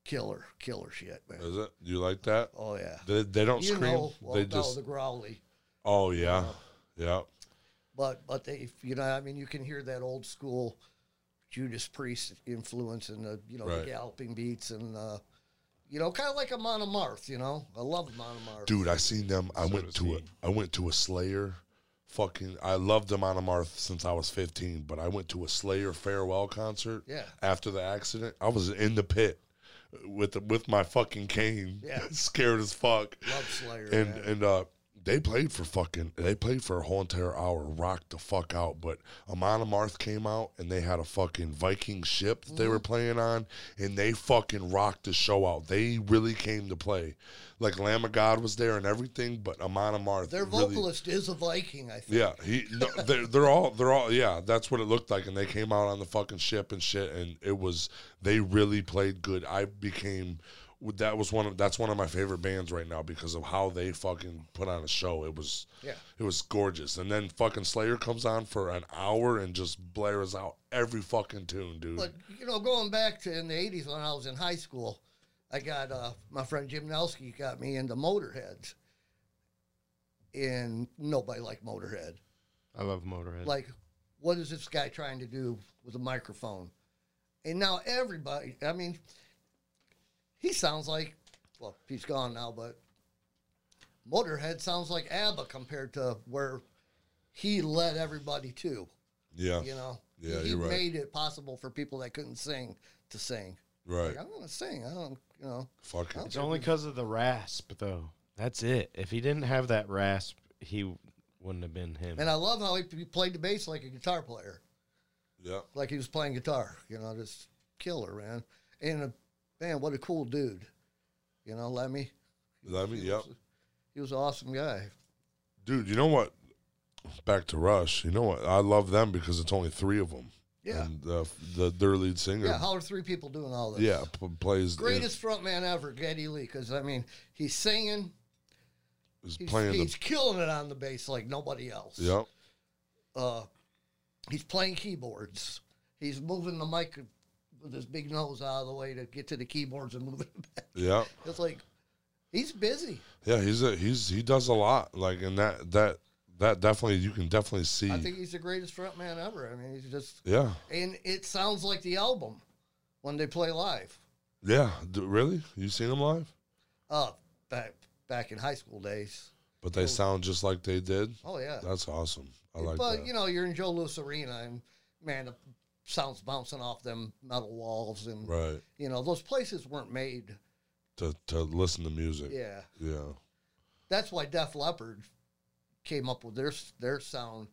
B: Killer, killer shit, man.
A: Is it? You like that?
B: Oh yeah,
A: Uh, They, they don't
B: you
A: scream.
B: know, well,
A: they
B: no,
A: just.
B: the growly.
A: oh yeah, yeah.
B: But but they you know I mean you can hear that old school Judas Priest influence and the you know
A: Right.
B: the galloping beats and uh, you know kind of like a Monomarth you know I love Monomarth
A: Dude, I seen them. I
C: So
A: went
C: does
A: to a,
C: he.
A: I went to a Slayer. Fucking, I loved them on a Marth since I was 15, but I went to a Slayer farewell concert.
B: Yeah.
A: After the accident, I was in the pit with the, with my fucking cane,
B: Yeah.
A: scared as fuck.
B: love Slayer
A: and
B: man.
A: and uh they played for fucking they played for a whole entire hour, rocked the fuck out. But Amon Amarth came out and they had a fucking Viking ship that they were playing on and they fucking rocked the show out. They really came to play. Like Lamb of God was there and everything, but Amon Amarth
B: their
A: really-
B: vocalist is a Viking I think
A: yeah, he. No, they're, they're all. They're all. Yeah, that's what it looked like. And they came out on the fucking ship and shit. And it was. They really played good. I became would- that was one of that's one of my favorite bands right now because of how they fucking put on a show. It was
B: Yeah.
A: it was gorgeous. And then fucking Slayer comes on for an hour and just blares out every fucking tune, dude.
B: But you know, going back to in the '80s when I was in high school, I got uh, my friend Jim Nelsky got me into Motorhead, and nobody liked Motorhead.
C: I love Motorhead.
B: Like, what is this guy trying to do with a microphone? And now everybody, I mean, he sounds like, well, he's gone now, but Motorhead sounds like ABBA compared to where he led everybody to.
A: yeah.
B: You know,
A: Yeah,
B: he
A: you're right.
B: made it possible for people that couldn't sing to sing.
A: Right.
B: Like, I'm gonna sing. I don't, you know.
A: Fucking
C: it's only because of the rasp, though. That's it. If he didn't have that rasp, he wouldn't have been him.
B: And I love how he he played the bass like a guitar player,
A: Yeah.
B: like he was playing guitar. You know, just killer, man. And uh man, what a cool dude. You know, Lemmy.
A: I mean, yep.
B: He was an awesome guy.
A: Dude, you know what? Back to Rush. You know what? I love them because it's only three of them.
B: Yeah.
A: And the, the their lead singer.
B: Yeah. How are three people doing all this?
A: yeah, p- plays
B: Greatest frontman ever, Geddy Lee. Because I mean, he's singing.
A: is
B: He's,
A: playing
B: he's killing it on the bass like nobody else.
A: the Yep.
B: uh, he's playing keyboards. He's moving the mic with his big nose out of the way to get to the keyboards and move it back.
A: Yeah.
B: It's like he's busy.
A: Yeah, he's a he's he does a lot. Like and that that that definitely you can definitely see.
B: I think he's the greatest frontman ever. I mean, he's just
A: yeah.
B: and it sounds like the album when they play live.
A: Yeah. D- really? You seen them live?
B: Uh, back back in high school days.
A: But they sound just like they did.
B: Oh yeah,
A: That's awesome. I like
B: but
A: that.
B: you know you're in Joe Louis Arena and man, the sounds bouncing off them metal walls and
A: right.
B: you know those places weren't made.
A: To to listen to music. Yeah.
B: Yeah. that's why Def Leppard came up with their their sound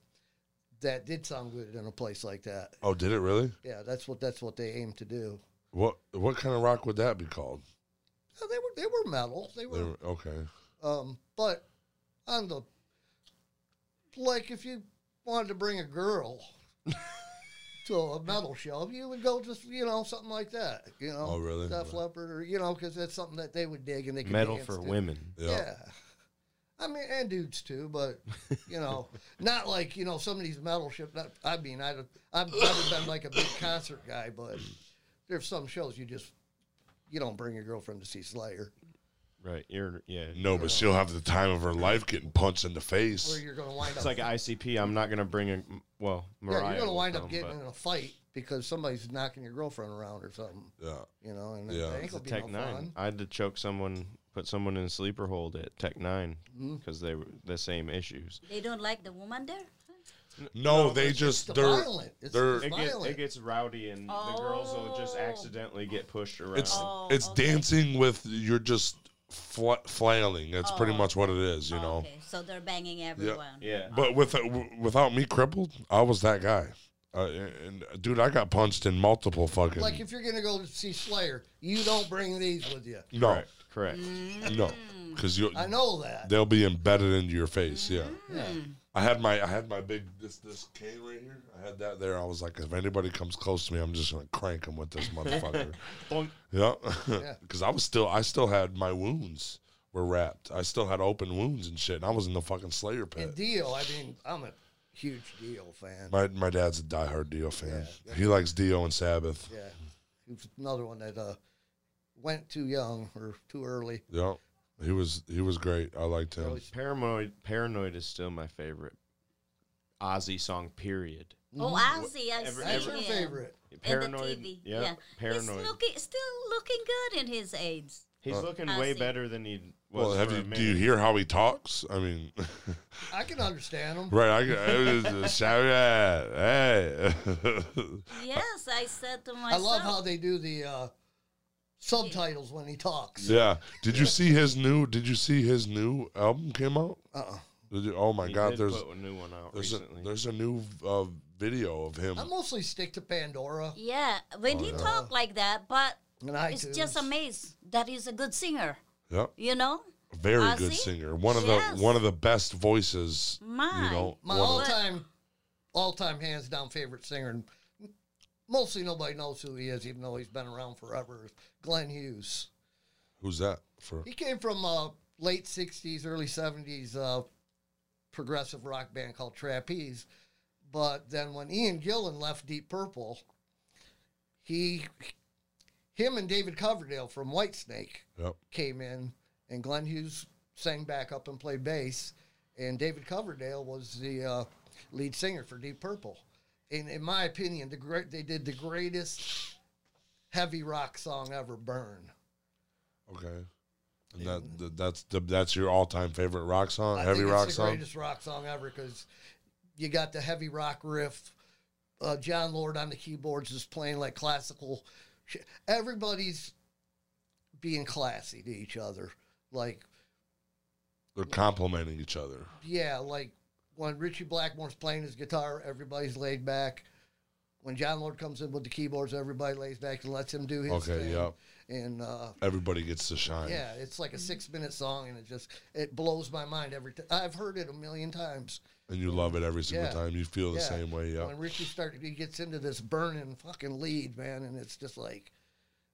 B: that did sound good in a place like that.
A: Oh, did it really?
B: Yeah, that's what that's what they aimed to do.
A: What what kind of rock would that be called?
B: Uh, They were they were metal. They
A: They
B: were,
A: were- okay.
B: um, but on the like, if you wanted to bring a girl to a metal show, you would go just you know something like that. You know,
A: Oh, really?
B: Def
A: Right.
B: Leppard, or you know, because that's something that they would dig and they could
C: Metal
B: dance
C: for
B: to.
C: women.
A: Yeah.
B: Yeah. I mean, and dudes too, but you know, not like you know some of these metal shit. Not, I mean, I'd, I've never been like a big concert guy, but there's some shows you just you don't bring your girlfriend to see Slayer,
C: Right. You're, yeah.
A: No, but she'll have the time of her life getting punched in the
B: where
A: face.
B: you're going to wind
C: It's
B: up.
C: like ICP. I'm not going to bring a, well, Mariah.
B: yeah, you're going to
C: will
B: wind up
C: come,
B: getting
C: but-
B: in a fight because somebody's knocking your girlfriend around or something,
A: Yeah.
B: you know, and
A: Yeah.
B: that ain't
A: It's
B: gonna be
C: Tech
B: no
C: Nine.
B: fun.
C: I had to choke someone, put someone in a sleeper hold at Tech Nine
B: Mm-hmm.
C: because they were the same issues.
D: They don't like the woman there?
A: No, they just
B: It's
A: they're
B: violent. It's,
A: they're-
B: it's
A: It
C: It, get,
B: violent.
C: it gets rowdy, and the girls will just
D: Oh.
C: accidentally get pushed around.
A: it's
D: Oh,
A: it's
D: okay.
A: dancing with you're just fla flailing. That's pretty
D: Oh.
A: much what it is, you know.
D: Okay, so they're banging everyone.
C: yeah,
A: But with uh, w- without me crippled, I was that guy. Uh, and and, dude, I got punched in multiple fucking.
B: like if you're going to go to see Slayer, you don't bring these with you.
A: no,
C: correct. correct.
D: Mm.
A: no, because you
B: I know that.
A: they'll be embedded into your face. Yeah,
D: Mm-hmm. Hmm.
B: Yeah.
A: I had my I had my big this this cane right here. I had that there. I was like, if anybody comes close to me, I'm just gonna crank them with this motherfucker.
C: Thunk.
A: yeah, because I was still I still had my wounds were wrapped. I still had open wounds and shit, and I was in the fucking Slayer pit.
B: And Dio, I mean, I'm a huge Dio fan.
A: My my dad's a diehard Dio fan. He likes Dio and Sabbath.
B: yeah, he was another one that uh, went too young or too early.
A: Yeah. He was he was great. I liked him.
C: Paranoid. Paranoid is still my favorite Ozzy song. Period.
D: Oh, Ozzy, I've seen
C: Every-
B: Mm-hmm. That's
C: every-
B: your
D: him.
B: favorite.
C: Paranoid.
D: In the TV.
C: Yep,
D: yeah.
C: Paranoid.
D: He's looking, still looking good in his age.
C: He's looking way
D: Ozzy.
C: better than he was.
A: Well, have
C: for
A: you
C: a
A: do you
C: minute.
A: hear how he talks? I mean,
B: I can understand him.
A: right? I, I was just shout out, hey.
D: Yes, I said to
B: I
D: myself.
B: love how they do the uh, subtitles when he talks.
A: yeah. Did you see his new? Did you see his new album came out?
B: Uh-uh.
A: Did you- oh my
C: He
A: God!
C: did
A: There's
C: put a new one out
A: there's a,
C: recently.
A: there's a new uh, video of him.
B: I mostly stick to Pandora
D: Yeah, when
B: Oh,
D: he talked like that, but
B: and iTunes.
D: it's just amazed that he's a good singer.
A: Yep,
D: You know,
A: very good
D: Ozzy?
A: singer. One of
D: Yes.
A: the one of the best voices.
D: My.
A: you know,
B: My
A: one of-
B: all-time, all-time hands-down favorite singer, and mostly nobody knows who he is, even though he's been around forever. is Glenn Hughes.
A: Who's that for?
B: He came from uh, late '60s, early '70s uh, progressive rock band called Trapeze. But then when Ian Gillan left Deep Purple, he, him and David Coverdale from Whitesnake
A: Yep.
B: came in, and Glenn Hughes sang back up and played bass, and David Coverdale was the uh, lead singer for Deep Purple. And in my opinion, the great they did the greatest heavy rock song ever, "Burn."
A: Okay. And that, that that's the, that's your all time favorite rock song, heavy rock
B: it's the
A: song.
B: greatest rock song ever because you got the heavy rock riff. Uh, John Lord on the keyboards is playing like classical. Sh- Everybody's being classy to each other, like
A: They're complimenting each other.
B: yeah, like when Richie Blackmore's playing his guitar, everybody's laid back. When John Lord comes in with the keyboards, everybody lays back and lets him do his
A: Okay,
B: thing.
A: yep.
B: And uh,
A: Everybody gets to shine.
B: yeah, it's like a six-minute song, and it just it blows my mind every time. I've heard it a million times.
A: And you love it every single
B: Yeah.
A: time. You feel the
B: Yeah.
A: same way. Yeah.
B: When Richie started, he gets into this burning fucking lead, man, and it's just like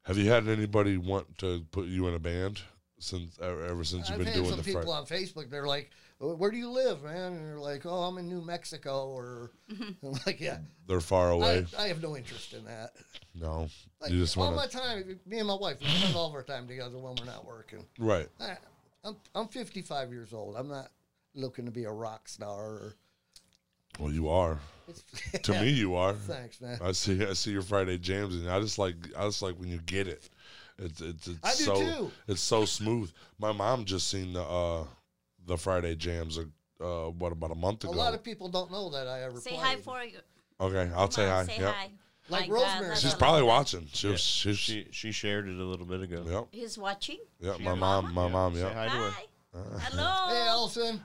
A: Have you had anybody want to put you in a band since ever, ever since you've
B: I've
A: been
B: had
A: doing
B: some
A: the
B: people
A: front?
B: on Facebook. They're like, "Oh, "Where do you live, man?" And they're like, "Oh, I'm in New Mexico," or I'm like, "Yeah,
A: They're far away.
B: I, I have no interest in that."
A: no,
B: Like,
A: you just
B: all
A: want
B: my
A: to.
B: time, me and my wife, we spend all of our time together when we're not working.
A: Right.
B: I, I'm I'm 55 years old. I'm not looking to be a rock star. Or,
A: Well, you are. To me, you are.
B: thanks, man.
A: I see. I see your Friday jams, and I just like. I just like when you get it. It's it's, it's
B: I do
A: so
B: too.
A: it's so smooth. My mom just seen the uh the Friday jams uh, uh what about a month
B: A
A: ago.
B: lot of people don't know that I ever
D: Say
B: played.
D: hi for you.
A: okay, I'll say hi.
D: Say
A: Yep.
D: hi.
B: Like
D: My God,
B: Rosemary.
D: that's
A: She's
D: a-
A: probably watching. She was she, she
C: She she shared it a little bit ago.
A: yep
D: He's watching.
A: yep. My
D: Your
A: mom, my
C: Yeah,
A: mom,
C: say
A: yeah.
C: hi to her.
D: Hi.
A: Uh.
D: Hello.
B: Hey, Allison.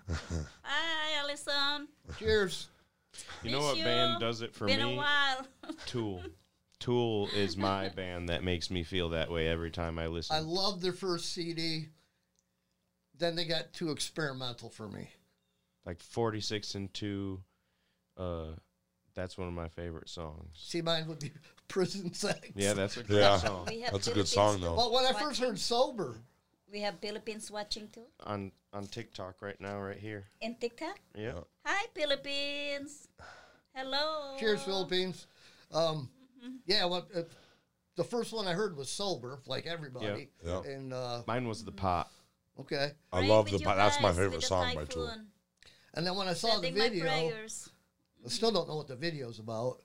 D: Hi, Allison.
B: Cheers.
C: You know
D: Miss
C: what
D: you.
C: band does it for
D: Been
C: me?
D: a while.
C: Tool. Tool is my band that makes me feel that way every time I listen.
B: I loved their first CD. Then they got too experimental for me.
C: like 46 and 2 uh that's one of my favorite songs
B: See, mine would be Prison Sex.
C: yeah that's a great
A: Yeah.
C: song
D: We have
A: That's a good
D: Philippines-
A: song though.
B: Well, when I first heard Sober,
D: We have Philippines watching too
C: on on tiktok right now right here
D: in TikTok.
C: yeah
D: Hi, Philippines. Hello.
B: Cheers, Philippines. Um, yeah, what uh, the first one I heard was sober, like everybody.
A: Yeah. Yeah.
B: And uh,
C: mine was the pop
B: okay,
A: I
D: Pray
A: love
D: with
A: the.
D: you
A: That's my
D: guys with
A: favorite
D: the
A: song by Tool.
D: typhoon.
B: and then when I saw the
D: Sending my
B: video, I
D: prayers.
B: still don't know what the video's about.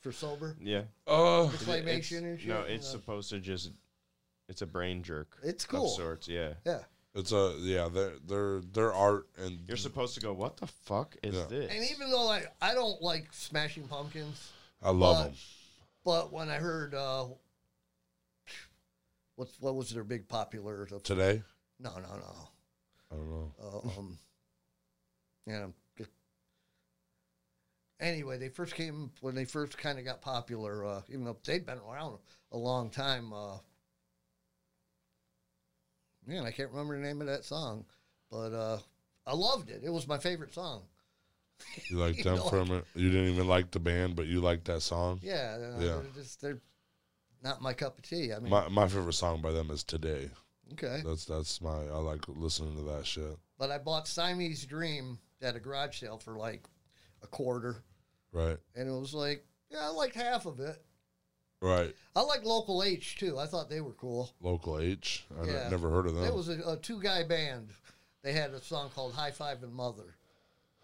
B: For sober,
C: yeah
A: Uh,
B: for claymation and shit.
C: no it's
B: uh,
C: supposed to just it's a brain jerk
B: It's
C: of
B: cool.
C: sorts yeah
B: yeah.
A: it's a yeah. Their their their art and
C: you're supposed to go what the fuck is
A: Yeah.
C: this
B: And even though I I don't like Smashing Pumpkins,
A: I love
B: but-
A: them.
B: but when I heard uh, what's what was their big popular? No,
A: Today,
B: no, no.
A: I don't know.
B: Uh, um, yeah. just- Anyway, they first came when they first kind of got popular. Uh, even though they'd been around a long time. Uh, man, I can't remember the name of that song, but uh, I loved it. It was my favorite song.
A: You liked
B: You
A: them
B: know,
A: from it. You didn't even like the band, but you liked that song.
B: Yeah, uh,
A: Yeah.
B: They're just they're not my cup of tea. I mean,
A: My my favorite song by them is Today.
B: okay,
A: That's that's my I like listening to that shit.
B: but I bought Siamese Dream at a garage sale for like a quarter,
A: Right.
B: and it was like, yeah, I liked half of it.
A: Right.
B: I like Local H too. I thought they were cool.
A: Local H. I ne-
B: Yeah.
A: never heard of them.
B: It was a, a two guy band. They had a song called High Five and Mother.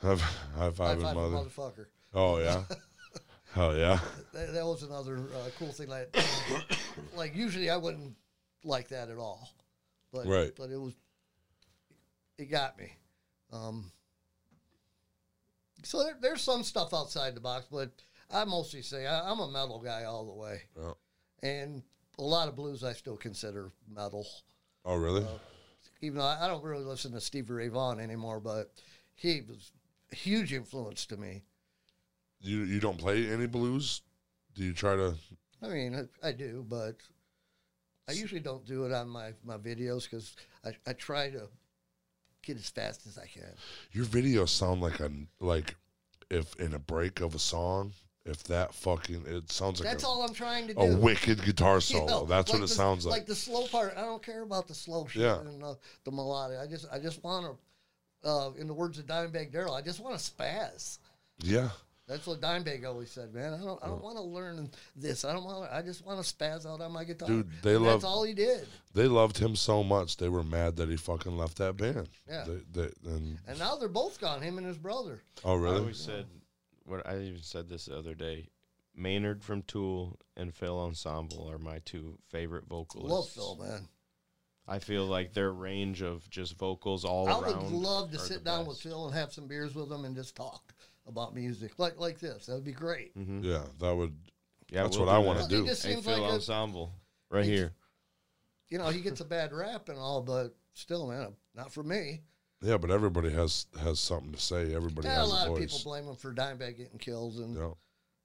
A: High five,
B: High
A: and
B: Five
A: mother.
B: and Motherfucker.
A: Oh yeah. Hell yeah.
B: That, that was another uh, cool thing. Like, like usually I wouldn't like that at all, but
A: Right.
B: but it was it got me. Um, so there, there's some stuff outside the box, but I mostly say I, I'm a metal guy all the way,
A: Yeah.
B: and a lot of blues I still consider metal.
A: Oh really?
B: even though I I don't really listen to Stevie Ray Vaughan anymore, but he was a huge influence to me.
A: you you don't play any blues? Do you try to?
B: I mean, I, I do, but I usually don't do it on my, my videos because I, I try to get as fast as I can.
A: Your videos sound like a like if in a break of a song, If that fucking it sounds like
B: That's
A: a,
B: all I'm trying to do.
A: a wicked guitar
B: You
A: solo.
B: know,
A: That's
B: like
A: what it
B: the-
A: sounds like.
B: Like the slow part, I don't care about the slow shit
A: Yeah.
B: and the, the melodic. I just, I just want to, uh, in the words of Dimebag Darrell, I just want to spaz.
A: yeah.
B: That's what Dimebag always said, man. I don't, I don't want to learn this. I don't want. I just want to spaz out on my guitar.
A: Dude, they
B: And
A: love-
B: That's all he did.
A: They loved him so much they were mad that he fucking left that band.
B: Yeah.
A: They, they, and,
B: And now they're both gone. Him and his brother.
A: oh
C: I
A: really?
C: always said what I even said this the other day. Maynard from Tool and Phil Ensemble are my two favorite vocalists.
B: Love Phil, man.
C: I feel like their range of just vocals all
B: I
C: around.
B: would love to
C: are
B: sit
C: the
B: down with
C: best.
B: Phil and have some beers with him and just talk about music, like like this. That would be great.
A: yeah, that would.
C: Yeah,
A: That's
C: we'll
A: what Mm-hmm. I
C: do
A: wanna
C: that.
B: do.
C: Hey,
B: It just seems
C: Phil
B: like a-
C: Ensemble, right
B: It's-
C: here.
B: You know, he gets a bad rap and all, but still, man, not for me.
A: Yeah, but everybody has has something to say. Everybody
B: Yeah, a
A: has
B: lot
A: a
B: of
A: voice.
B: people blame him for Dimebag getting killed, and
A: yeah.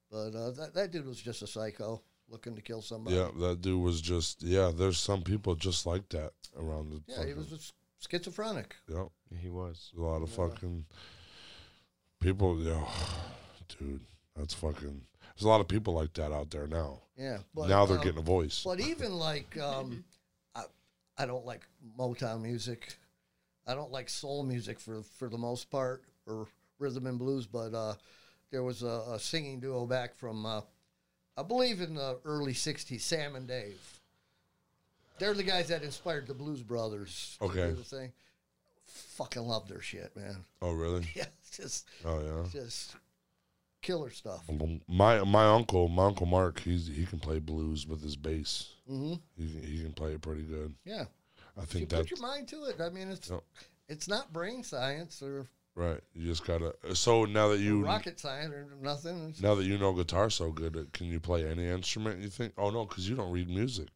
B: but uh, that that dude was just a psycho looking to kill somebody.
A: Yeah, that dude was just yeah. There's some people just like that around the.
B: yeah, he
A: fucking-
B: was just schizophrenic.
A: Yeah,
C: Yeah, he was.
A: a lot of fucking people. Yeah, dude, that's fucking. There's a lot of people like that out there now.
B: Yeah, but
A: now they're
B: um,
A: getting a voice.
B: But even like, um, I, I don't like Motown music. I don't like soul music for for the most part, or rhythm and blues. But uh, there was a, a singing duo back from, uh, I believe, in the early '60s, Sam and Dave. They're the guys that inspired the Blues Brothers. to do
A: Okay.
B: the thing. Fucking love their shit, man.
A: Oh really?
B: Yeah, it's just
A: Oh yeah.
B: just killer stuff.
A: My my uncle, my uncle Mark, he's he can play blues with his bass.
B: hmm
A: He can- he can play it pretty good.
B: Yeah,
A: I
B: if you
A: think
B: put
A: that's
B: your mind to it. I mean, it's
A: Yeah.
B: it's not brain science or
A: right. You just gotta. So now that you
B: rocket science or nothing. It's-
A: now that you know guitar so good, uh, can you play any instrument? You think? Oh no, because you don't read music.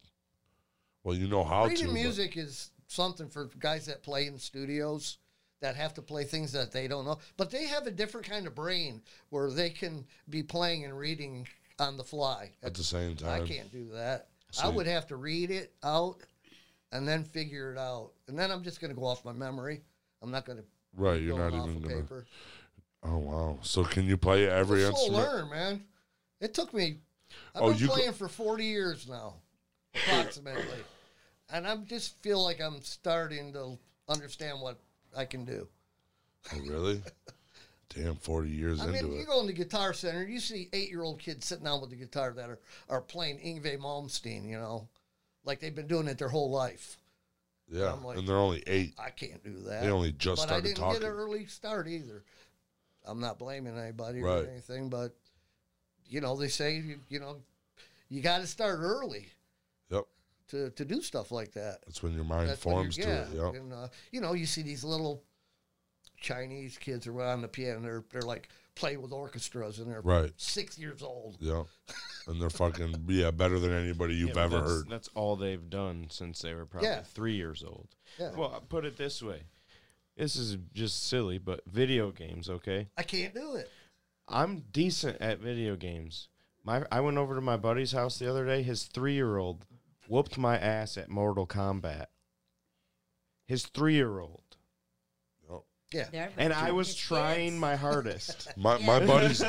A: Well, you know how to.
B: Reading
A: but-
B: music is something for guys that play in studios that have to play things that they don't know, but they have a different kind of brain where they can be playing and reading on the fly.
A: at the same
B: I
A: time.
B: can't do that. I
A: So you-
B: would have to read it out and then figure it out, and then I'm just going to go off my memory. I'm not going to
A: Right, you're
B: go
A: not
B: off
A: even
B: of
A: gonna.
B: paper.
A: Oh wow! So can you play every
B: Slow
A: instrument?
B: learner, man. It took me. I've
A: Oh,
B: been
A: you go-
B: playing for forty years now, approximately, and I just feel like I'm starting to understand what I can do.
A: Oh really? Damn, forty years
B: I
A: into
B: mean, you
A: it.
B: go in the guitar center, you see eight-year-old kids sitting down with the guitar that are are playing Ingve Malmsteen, you know, like they've been doing it their whole life.
A: Yeah,
B: I'm like-
A: and they're only eight.
B: I can't do that.
A: They only just
B: but I
A: started
B: didn't
A: talking.
B: get an early start either. I'm not blaming anybody
A: Right.
B: or anything, but you know they say you, you know you got to start early
A: Yep,
B: to, to do stuff like that.
A: that's when your mind
B: That's when you're-
A: forms to it. Yep.
B: And uh, you know you see these little Chinese kids around the piano. They're they're like playing with orchestras and they're
A: Right.
B: six years old.
A: Yeah. And they're fucking yeah, better than anybody
C: Yeah,
A: you've
C: but
A: ever
C: that's,
A: heard.
C: That's all they've done since they were probably
B: Yeah.
C: three years old.
B: Yeah.
C: Well, I put it this way. This is just silly, but video games, okay?
B: I can't do it.
C: I'm decent at video games. My I went over to my buddy's house the other day. His three year old whooped my ass at Mortal Kombat. His three year old.
A: Yep.
B: Yeah,
D: They're
C: And I
D: virtual
C: was
D: kids.
C: trying my hardest.
A: My
D: Yeah.
A: my buddy's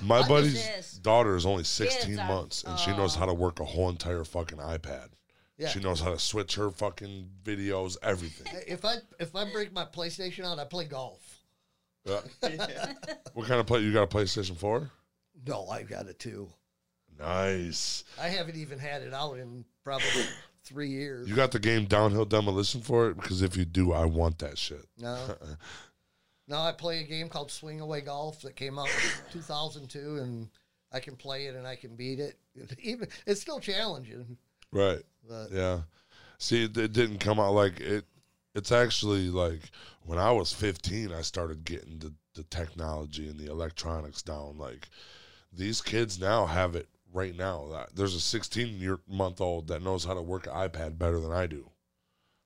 A: my
D: What
A: buddy's
D: is this?
A: daughter is only sixteen
D: Kids are-
A: months and she knows how to work a whole entire fucking iPad.
B: yeah.
A: She knows how to switch her fucking videos, everything.
B: If I if I break my PlayStation out, I play golf.
A: Yeah. What kind of play you got a PlayStation Four?
B: No, I got it too.
A: Nice.
B: I haven't even had it out in probably three years.
A: You got the game Downhill Demolition for it? Because if you do, I want that shit.
B: No. no, I play a game called Swing Away Golf that came out in 2002, and I can play it and I can beat it. Even it's still challenging,
A: Right.
B: but
A: Yeah. See, it, it didn't come out like it. It's actually like when I was 15, I started getting the, the technology and the electronics down. Like these kids now have it right now. That- There's a 16 year month old that knows how to work an iPad better than I do.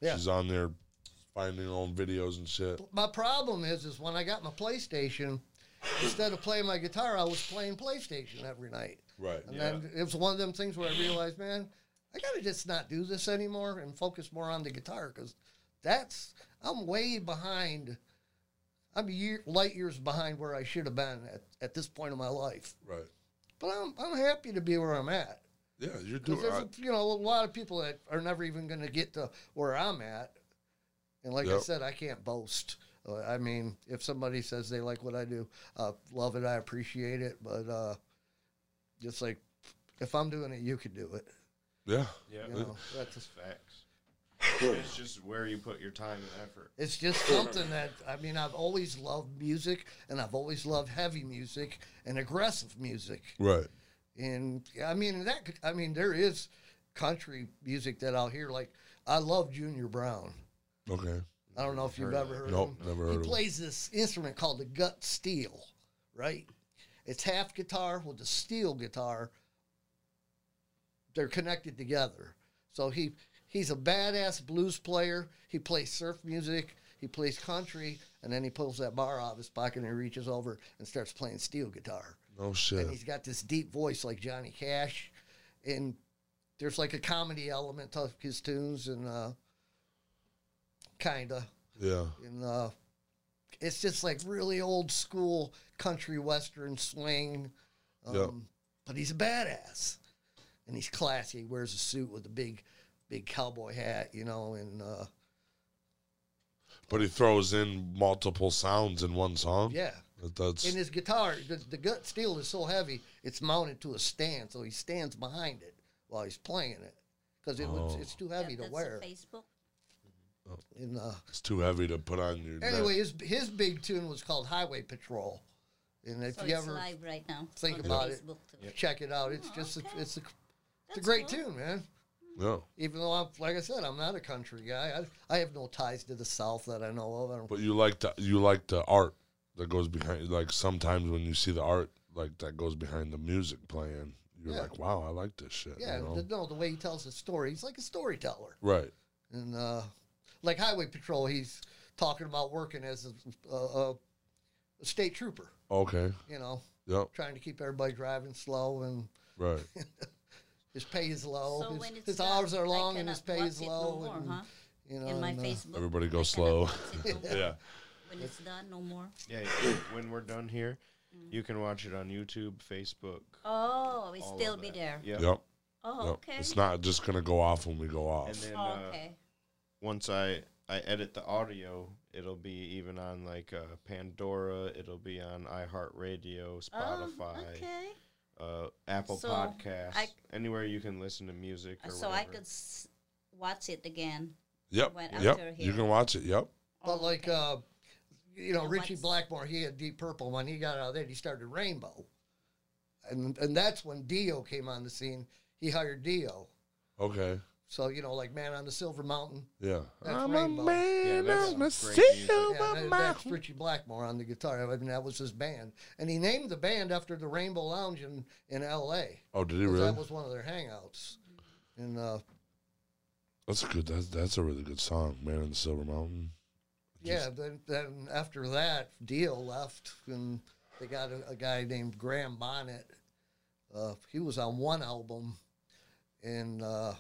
B: Yeah.
A: She's on there finding her own videos and shit.
B: my problem is, is when I got my PlayStation, instead of playing my guitar, I was playing PlayStation every night.
A: Right.
B: And then it was one of them things where I realized, man, I gotta just not do this anymore and focus more on the guitar because that's I'm way behind. I'm year, light years behind where I should have been at, at this point in my life.
A: Right.
B: But I'm I'm happy to be where I'm at.
A: Yeah, you're doing.
B: Because there's,
A: I,
B: a, you know, a lot of people that are never even going to get to where I'm at. And like I
A: Yep.
B: said, I can't boast. Uh, I mean, if somebody says they like what I do, uh, love it, I appreciate it. But uh, just like if I'm doing it, you could do it.
A: yeah,
C: Yeah,
B: You know, that's just-
C: facts. it's just where you put your time and effort.
B: it's just something that I mean, I've always loved music, and I've always loved heavy music and aggressive music.
A: right.
B: and I mean that. could- I mean there is country music that I'll hear. Like I love Junior Brown.
A: Okay.
B: I don't know if you've
C: Heard of
B: ever
C: it.
B: heard.
A: Nope,
B: of him.
A: never
B: He
A: heard of him.
B: plays this instrument called the gut steel, right? It's half guitar with a steel guitar. They're connected together. So he he's a badass blues player. He plays surf music. He plays country, and then he pulls that bar out of his pocket and he reaches over and starts playing steel guitar
A: No shit.
B: and he's got this deep voice like Johnny Cash, and there's like a comedy element to his tunes, and uh, kinda,
A: Yeah.
B: and uh, it's just like really old school country western swing. Um,
A: Yeah.
B: But he's a badass, and he's classy. He wears a suit with a big, big cowboy hat, you know, and uh,
A: But he throws in multiple sounds in one song.
B: yeah.
A: That- That's
B: And his guitar, the, the gut steel is so heavy, it's mounted to a stand, so he stands behind it while he's playing it because it was,
A: Oh.
B: it's too
D: Yeah,
B: heavy to
D: that's a
B: wear.
D: Facebook.
B: And, uh,
A: it's too heavy to put on your. neck.
B: anyway, his his big tune was called Highway Patrol, and if
D: So
B: you
D: it's
B: ever
D: live right now.
B: think
D: on the
B: about it-
D: Facebook too.
B: check it out, it's
D: Oh,
B: just
D: okay.
B: a, it's a, it's a
D: That's
B: great
D: cool.
B: tune, man.
A: No.
B: Even though I'm like I said, I'm not a country guy. I, I have no ties to the South that I know of. I don't,
A: But you like the you like the art that goes behind. Like sometimes when you see the art like that goes behind the music playing, you're
B: Yeah.
A: like, wow, I like this shit.
B: yeah,
A: you know?
B: the, no, the way he tells his story, he's like a storyteller.
A: right.
B: and uh, like highway patrol, he's talking about working as a, a, a state trooper.
A: Okay.
B: You know,
A: Yep.
B: trying to keep everybody driving slow and
A: Right.
B: his pay is low.
D: So
B: Oh, his
D: when it's
B: his
D: done,
B: hours
D: I
B: are long and
D: cannot
B: his pay
D: watch
B: is
D: it no
B: low.
D: more,
B: and,
D: huh?
B: you know,
D: In my
B: and, uh,
D: Facebook.
A: Everybody
D: I
A: go
D: cannot
A: slow.
D: watch it no more.
A: yeah.
D: When it's done, no more.
C: Yeah, when we're done here,
D: Mm-hmm.
C: you can watch it on YouTube, Facebook.
D: Oh, we
C: all
D: still
C: of
D: be
C: that.
D: there.
C: Yeah.
A: Yep.
D: Oh,
A: yep.
D: okay.
A: It's not just gonna go off when we go off.
C: And then
D: Oh,
C: uh,
D: okay.
C: once I I edit the audio, it'll be even on like uh, Pandora. It'll be on iHeartRadio, Spotify,
D: Oh, okay.
C: uh, Apple
D: So
C: Podcasts,
D: I-
C: anywhere you can listen to music.
D: Uh,
C: Or
D: So I
C: whatever.
D: could s- watch it again. Oh,
A: yep.
D: went after
A: Yep. You
D: here.
A: can watch it. Yep.
B: But like, uh, you know,
D: And
B: Richie
D: what's-
B: Blackmore, he had Deep Purple. When he got out of there, he started Rainbow, and and that's when Dio came on the scene. He hired Dio.
A: Okay.
B: So you know, like Man on the Silver Mountain,
A: Yeah.
B: That's
A: I'm
B: Rainbow.
A: a man
C: Yeah, that's
A: on the
C: great music.
A: silver
B: Yeah, that- that's
A: mountain.
B: Richie Blackmore on the guitar. I mean, that was his band, and he named the band after the Rainbow Lounge in in L.A.
A: Oh, did he
B: 'cause
A: really?
B: That was one of their hangouts. And uh,
A: That's a good. That's that's a really good song, man on the silver mountain.
B: yeah, then, then after that, Dio left, and they got a, a guy named Graham Bonnet. Uh, he was on one album, and uh,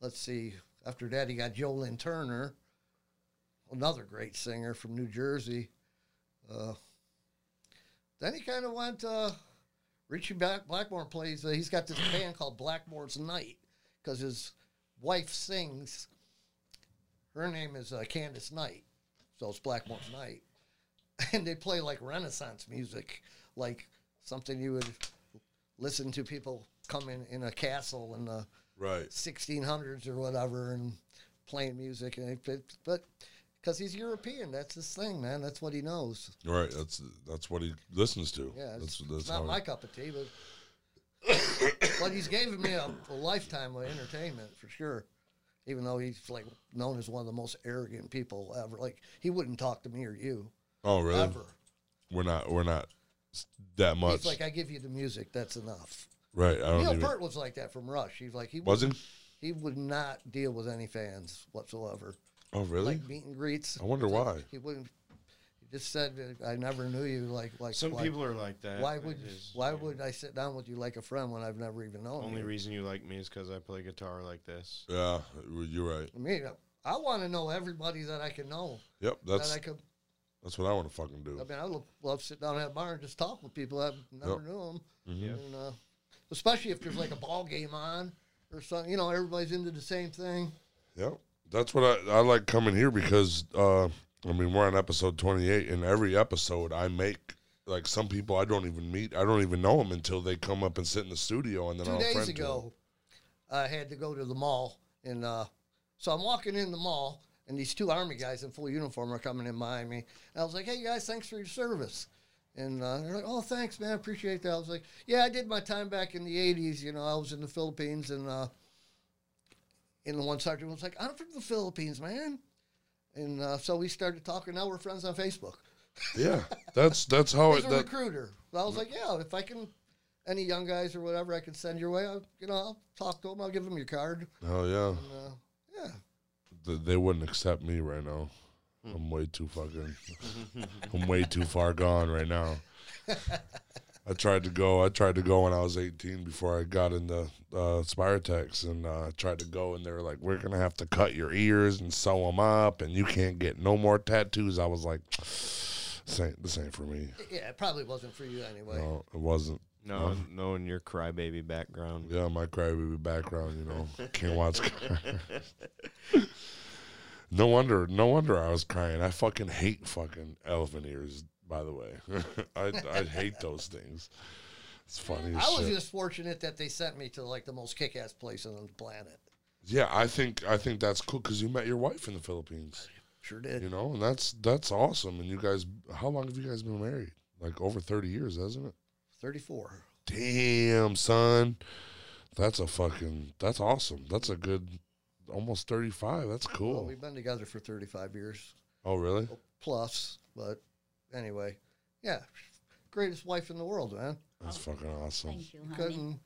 B: let's see. After that, he got Jolyn Turner, another great singer from New Jersey. Uh, then he kind of went. Uh, Richie Black- Blackmore plays. Uh, he's got this band called Blackmore's Night because his wife sings. Her name is uh, Candace Knight, so it's Blackmore's Night, and they play like Renaissance music, like something you would listen to people come in in a castle in the
A: Right.
B: 1600s or whatever and playing music and it, but because he's European, that's his thing, man. That's what he knows.
A: Right. That's that's what he listens to.
B: Yeah,
A: That's
B: it's,
A: that's
B: it's not
A: how
B: my
A: he,
B: cup of tea, but but he's given me a, a lifetime of entertainment for sure. Even though he's like known as one of the most arrogant people ever, like he wouldn't talk to me or you
A: Oh, really?
B: ever.
A: We're not we're not s- that much.
B: He's like, I give you the music, that's enough.
A: right. I don't
B: Neil
A: even.
B: Peart was like that from Rush. He's like he
A: was
B: would,
A: he?
B: he would not deal with any fans whatsoever,
A: Oh, really?
B: like meet and greets.
A: I wonder why.
B: He wouldn't. He just said, "I never knew you." Like like
C: Some
B: why,
C: people are like that.
B: Why
C: It
B: would
C: is,
B: why
C: yeah.
B: would I sit down with you like a friend when I've never even known
C: Only
B: you?
C: reason you like me is because I play guitar like this.
A: Yeah, you're right.
B: I mean, I want to know everybody that I can know
A: Yep.
B: that
A: That's
B: I could
A: That's what I want to fucking do.
B: I mean, I would love to sit down at a bar and just talk with people I never
A: Yep. Mm-hmm.
B: knew 'em.
C: Yeah.
B: And, uh, especially if there's like a ball game on or something. You know, everybody's into the same thing.
A: Yeah, that's what I, I like coming here because uh, I mean we're on episode twenty eight, and every episode I make like some people I don't even meet, I don't even know them until they come up and sit in the studio, and then
B: Two
A: I'll
B: days
A: friend to 'em.
B: ago, I had to go to the mall, and uh, so I'm walking in the mall, and these two army guys in full uniform are coming in behind me, and I was like, "Hey guys, thanks for your service." And uh, they're like, "Oh, thanks, man, appreciate that." I was like, "Yeah, I did my time back in the '80s. You know, I was in the Philippines, and uh, and the one sergeant was like, "I'm from the Philippines, man," and uh, so we started talking. Now we're friends on Facebook.
A: Yeah, that's that's how
B: He's
A: it.
B: a
A: That,
B: recruiter. So I was like, yeah, if I can, any young guys or whatever, I can send your way. I'll, you know, I'll talk to them. I'll give them your card.
A: oh yeah,
B: And, uh, yeah,
A: Th- they wouldn't accept me right now. I'm way too fucking. I'm way too far gone right now. I tried to go. I tried to go when I was 18 before I got into uh, Spiratex, and uh, I tried to go, and they were like, "We're gonna have to cut your ears and sew them up, and you can't get no more tattoos." I was like, "This ain't this ain't for me."
B: yeah, it probably wasn't for you anyway.
A: No, it wasn't.
C: No, knowing your crybaby background.
A: Oh. Yeah, my crybaby background, you know, can't watch. cars. no wonder, no wonder I was crying. I fucking hate fucking elephant ears. By the way, I I hate those things. It's funny. As
B: I was
A: shit.
B: just fortunate that they sent me to like the most kick-ass place on the planet.
A: yeah, I think I think that's cool because you met your wife in the Philippines,
B: Sure did.
A: you know, and that's that's awesome. And you guys, how long have you guys been married? Like over thirty years, hasn't it?
B: Thirty-four.
A: Damn, son, that's a fucking that's awesome. That's a good. Almost thirty-five. That's cool.
B: Well, we've been together for thirty-five years
A: Oh, really?
B: plus, but anyway, yeah, greatest wife in the world, man.
A: That's fucking awesome.
D: Oh. Thank you, honey.
B: Couldn't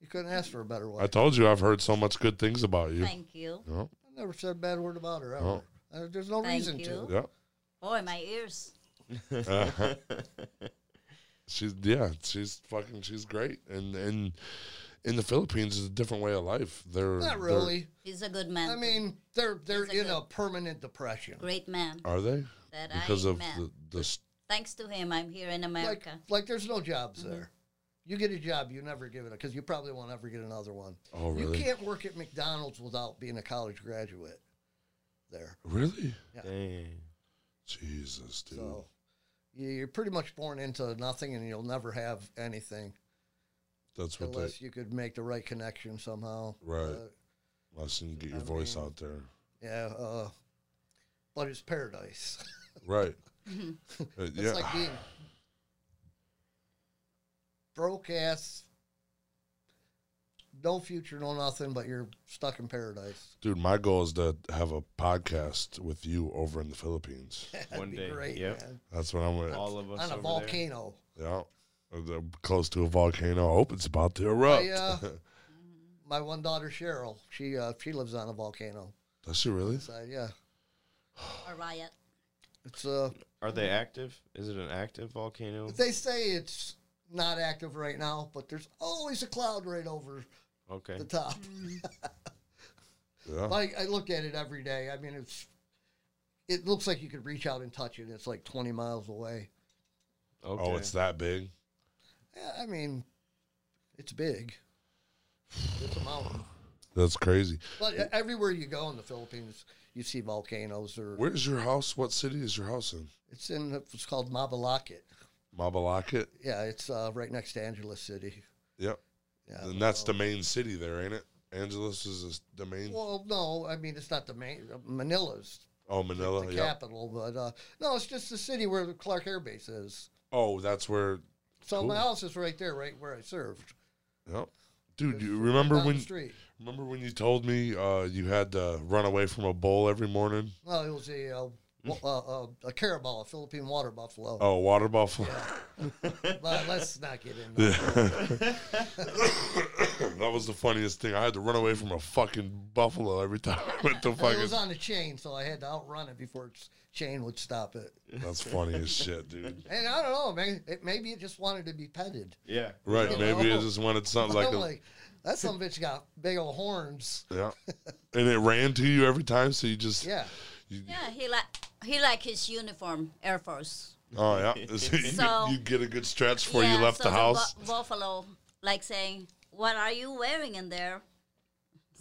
B: you couldn't ask for a better wife?
A: I told you I've heard so much good things about you.
D: Thank you.
A: No,
B: I never said a bad word about her ever.
A: Oh.
B: Uh, There's no
D: Thank
B: reason to.
D: you.
A: yeah.
D: Boy, my ears.
A: She's yeah, she's fucking she's great. And and in the Philippines is a different way of life. They're
B: Not
A: they're-
B: really.
D: He's a good man.
B: I
D: too.
B: mean, they're they're
D: He's a
B: in a
D: good-
B: permanent depression.
D: great man.
A: are they?
D: That
A: Uh, Because
D: I
A: of
D: met.
A: the, the s-
D: Thanks to him, I'm here in
B: Like
D: America. Mm-hmm.
B: like there's no jobs there. You get a job, you never give it up because you probably won't ever get another one.
A: Oh
B: You
A: really?
B: can't work at McDonald's without being a college graduate. There,
A: Really?
C: Dang.
A: Jesus, dude.
B: so you- you're pretty much born into nothing, and you'll never have anything
A: That's what they
B: unless you could make the right connection somehow.
A: Right.
B: Uh,
A: unless you can get your
B: I
A: voice
B: mean-
A: out there.
B: yeah, uh, but it's paradise.
A: Right.
D: Mm-hmm.
A: Uh,
B: It's
A: yeah.
B: like being broke ass, no future, no nothing, but you're stuck in paradise.
A: Dude, my goal is to have a podcast with you over in the Philippines.
B: That'd
C: One
B: be
C: day,
B: great,
C: yep.
B: man.
A: That's what I'm gonna
C: All of us
B: On a
C: over
B: volcano.
A: Yeah, Uh, the- close to a volcano. I hope it's about to
C: Oh.
A: erupt.
B: uh, My one daughter Cheryl, she uh, she lives on a volcano.
A: Does she really?
B: So yeah,
D: A riot.
B: it's uh,
C: There. Are they active? Is it an active volcano?
B: they say it's not active right now, but there's always a cloud right over
C: Okay.
B: the top.
A: Yeah.
B: Like I look at it every day. I mean, it's it looks like you could reach out and touch it. It's like 20 miles away.
C: Okay.
A: Oh, it's that big.
B: Yeah, I mean, it's big. It's a mountain.
A: That's crazy.
B: But e- everywhere you go in the Philippines, you see volcanoes. Or
A: Where's your house? What city is your house in?
B: it's in it's called Mabalacat.
A: Mabalacat.
B: Yeah, it's uh, right next to Angeles City.
A: Yep.
B: Yeah,
A: And that's the main city there, ain't it? Angeles is the- the main.
B: well, no, I mean it's not the main uh, Manila's
A: Oh,
B: the
A: Manila. Yeah.
B: capital, but uh, no, it's just the city where the Clark Air Base is.
A: Oh, that's where.
B: So my
A: Cool.
B: house is right there, right where I served.
A: Yep. Dude, you remember
B: down
A: when?
B: the street?
A: Remember when you told me uh, you had to run away from a bull every morning?
B: No, it was a uh, wa- uh, uh, a carabao, a Philippine water buffalo.
A: Oh, water buffalo.
B: But let's not get into
A: that was the funniest thing. I had to run away from a fucking buffalo every time I went to
B: Well,
A: fucking.
B: it was on a chain, so I had to outrun it before its chain would stop it.
A: That's funny as shit, dude.
B: And I don't know, man. It, maybe it just wanted to be petted.
C: yeah.
A: Right?
B: You
A: maybe
B: know?
A: it just wanted something like
B: I'm
A: a
B: like, that some bitch got big old horns.
A: yeah. And it ran to you every time, so you just
B: Yeah,
A: You-
D: Yeah, he like he like his uniform, Air Force.
A: Oh yeah, you,
D: So-
A: you get a good stretch before you left
D: so
A: the house.
D: bu- buffalo like saying, "What are you wearing in there?"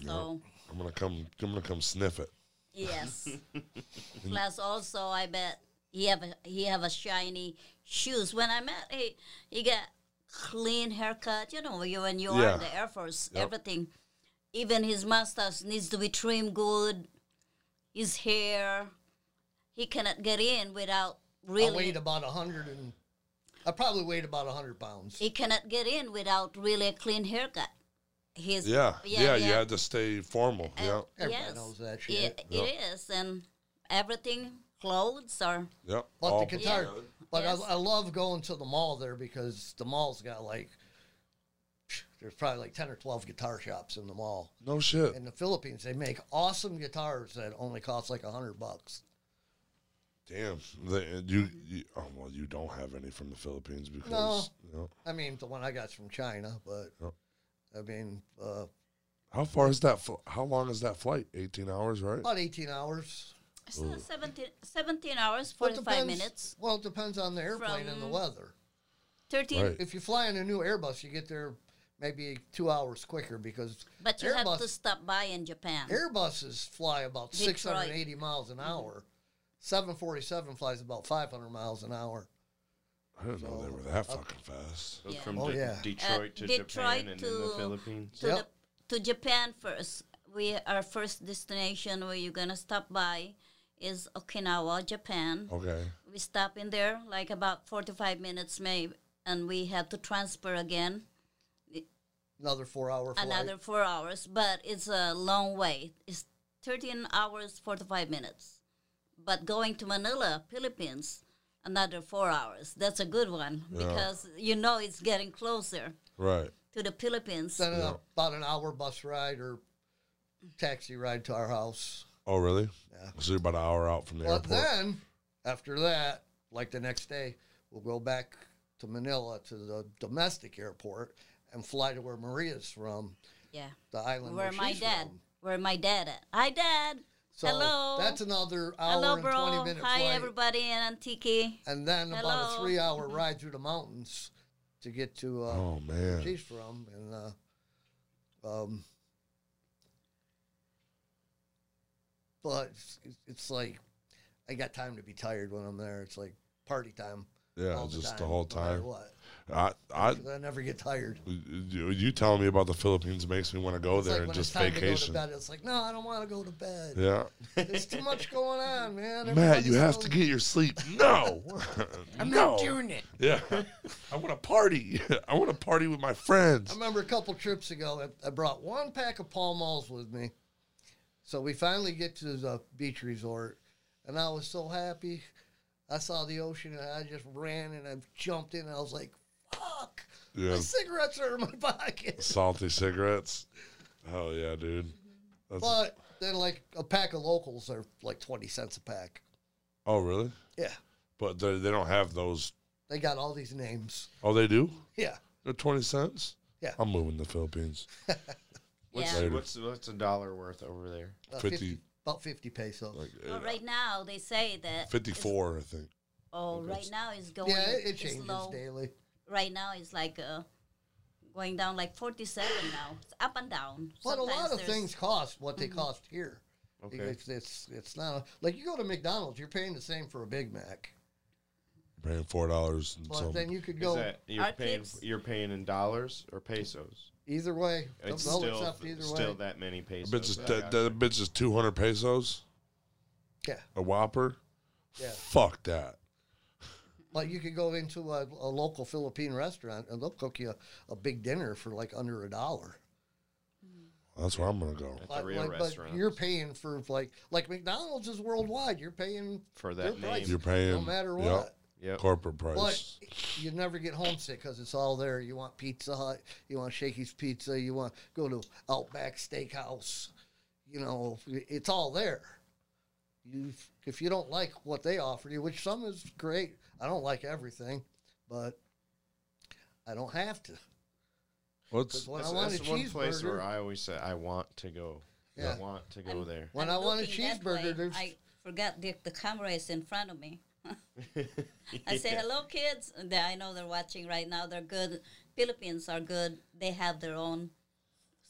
D: So
A: I'm gonna come. I'm gonna come sniff it.
D: yes. Plus, also, I bet he have a, he have a shiny shoes. When I met, he he got clean haircut. You know, you when you are
A: Yeah.
D: in the Air Force,
A: Yep.
D: everything, even his mustache needs to be trimmed good. His hair, he cannot get in without
B: I
D: really
B: weighed about a hundred and I probably weighed about a hundred pounds.
D: he cannot get in without really a clean haircut. He's
A: Yeah, yeah. You
D: yeah.
A: had to stay formal. yeah,
D: And-
B: Everybody
D: yes,
B: knows that
D: It,
B: shit.
D: it is, and everything, clothes are
A: yeah.
B: But
A: All-
B: the guitar,
D: Yeah.
B: but
D: Yes.
B: I, I love going to the mall there because the mall's got like there's probably like ten or twelve guitar shops in the mall.
A: no shit.
B: In the Philippines, they make awesome guitars that only cost like a hundred bucks.
A: Damn. The, you, you. Oh well, you don't have any from the Philippines because. you know,
B: I mean, the one I got's from China, but
A: Yep.
B: I mean, uh,
A: how far is that? Fl- how long is that flight? 18 hours, right?
B: about eighteen hours.
D: it's not 17, 17 hours,
B: Well,
D: 45
B: depends-
D: minutes.
B: Well, it depends on the airplane and the
D: From-
B: weather.
D: 13,
A: Right.
B: If you fly in a new Airbus, you get there maybe two hours quicker because
D: but you have to
B: Airbus
D: stop by in Japan.
B: Airbuses fly about
D: Detroit.
B: 680 miles an hour. 747 flies about 500 miles an hour.
A: I didn't know they were that fucking fast.
C: Go
D: Yeah.
C: From
B: Oh,
C: De-
B: yeah.
C: Detroit to
D: Detroit
C: Japan and then the
D: to-
C: Philippines.
D: to,
B: Yep.
D: the, to Japan first. We Our first destination where you're going to stop by is Okinawa, Japan.
A: Okay.
D: we stop in there like about 45 minutes maybe and we have to transfer again
B: Another four hour flight.
D: another four hours but it's a long way it's 13 hours 45 minutes but going to manila philippines another four hours that's a good one because you know it's getting closer
A: Right.
D: to the philippines
B: Then uh, about an hour bus ride or taxi ride to our house.
A: Oh really?
B: Yeah.
A: So you're about an hour out from the
B: But
A: airport.
B: then, after that, like the next day, we'll go back to Manila to the domestic airport and fly to where Maria's from,
D: yeah
B: the island where,
D: where my
B: she's
D: dad
B: from.
D: where my dad at hi dad
B: So
D: hello
B: that's another hour
D: hello
B: and
D: bro
B: 20 minute
D: hi
B: flight.
D: everybody in antiki
B: and then about a
D: Hello. Mm-hmm.
B: three hour ride through the mountains to get to uh,
A: oh
B: where
A: man.
B: she's from. And uh, um, but it's, it's like I got time to be tired when I'm there. It's like party time.
A: Yeah,
B: all
A: just the
B: time,
A: whole
B: no matter
A: time.
B: what?
A: I. I.
B: 'Cause I never get tired.
A: You, you telling me about the Philippines makes me want to go
B: It's
A: there
B: like
A: and
B: when
A: just
B: it's time to
A: vacation.
B: go to bed, it's like no, I don't want to go to bed.
A: Yeah.
B: There's too much going on, man.
A: Matt, you
B: Everybody's
A: have
B: so-
A: to get your sleep. No, I'm not doing it. Yeah, I want to party. I want to party with my
B: I
A: friends.
B: remember a couple trips ago, I, I brought one pack of Pall Malls with me. So we finally get to the beach resort, and I was so happy. I saw the ocean, and I just ran and I jumped in. And I was like, "Fuck!"
A: Yeah,
B: My cigarettes are in my pocket.
A: salty cigarettes. Oh yeah, dude. That's,
B: But then, like a pack of locals are like twenty cents a pack.
A: oh really?
B: Yeah,
A: But they they don't have those.
B: they got all these names.
A: Oh, they do.
B: Yeah,
A: They're twenty cents.
B: Yeah.
A: I'm moving to the Philippines.
C: What's,
D: Yeah.
C: what's what's a dollar worth over there?
B: uh,
A: 50.
B: 50. about fifty pesos.
A: Like
D: well, right now they say that
A: fifty-four, I think.
D: Oh, right now it's going.
B: yeah, it, it
D: it's
B: changes
D: low.
B: daily.
D: Right now it's like uh, going down like 47 now. It's up and down.
B: But a lot
D: Sometimes
B: of
D: there's- Mm-hmm.
B: things cost what they cost here.
C: Okay.
B: It's, it's it's not a, like you go to McDonald's, you're paying the same for a Big Mac,
A: Paying four dollars and
B: but
A: some.
B: then you could
C: Is
B: go
C: that you're
D: Our
C: paying
D: tips-
C: you're paying in dollars or pesos?
B: either way. They'll
C: It's
B: they'll
C: still
B: accept either
C: still
B: way.
C: that many pesos.
A: Bitch is,
C: I
A: that,
C: got
A: that bitch is two hundred pesos.
B: Yeah,
A: A Whopper.
B: yeah.
A: Fuck that.
B: But you could go into a, a local Philippine restaurant and they'll cook you a, a big dinner for like under a dollar.
A: That's where I'm gonna go.
C: At the
B: Like,
C: real
B: like- but
C: restaurants.
B: you're paying for like like McDonald's is worldwide. You're paying
C: for
B: their
C: that
B: price
A: You're
C: name.
A: paying
B: no matter
A: yep,
B: what.
C: Yep.
A: corporate price.
B: But you never get homesick because it's all there. You want Pizza Hut, you want Shakey's Pizza, you want go to Outback Steakhouse. You know, it's all there. You, if you don't like what they offer you, which some is great. I don't like everything, but I don't have to.
A: What's
B: When
C: That's,
B: I want
C: that's
B: a
C: one place where
B: cheeseburger,
C: I always say I want to go.
B: Yeah.
C: I want to go
D: I'm-
C: there.
B: when
D: I'm
B: I want a
D: looking that way.
B: cheeseburger, there's
D: I- forgot the, the camera is in front of me. I say, hello, kids. And they- I know they're watching right now. They're good. Philippines are good. They have their own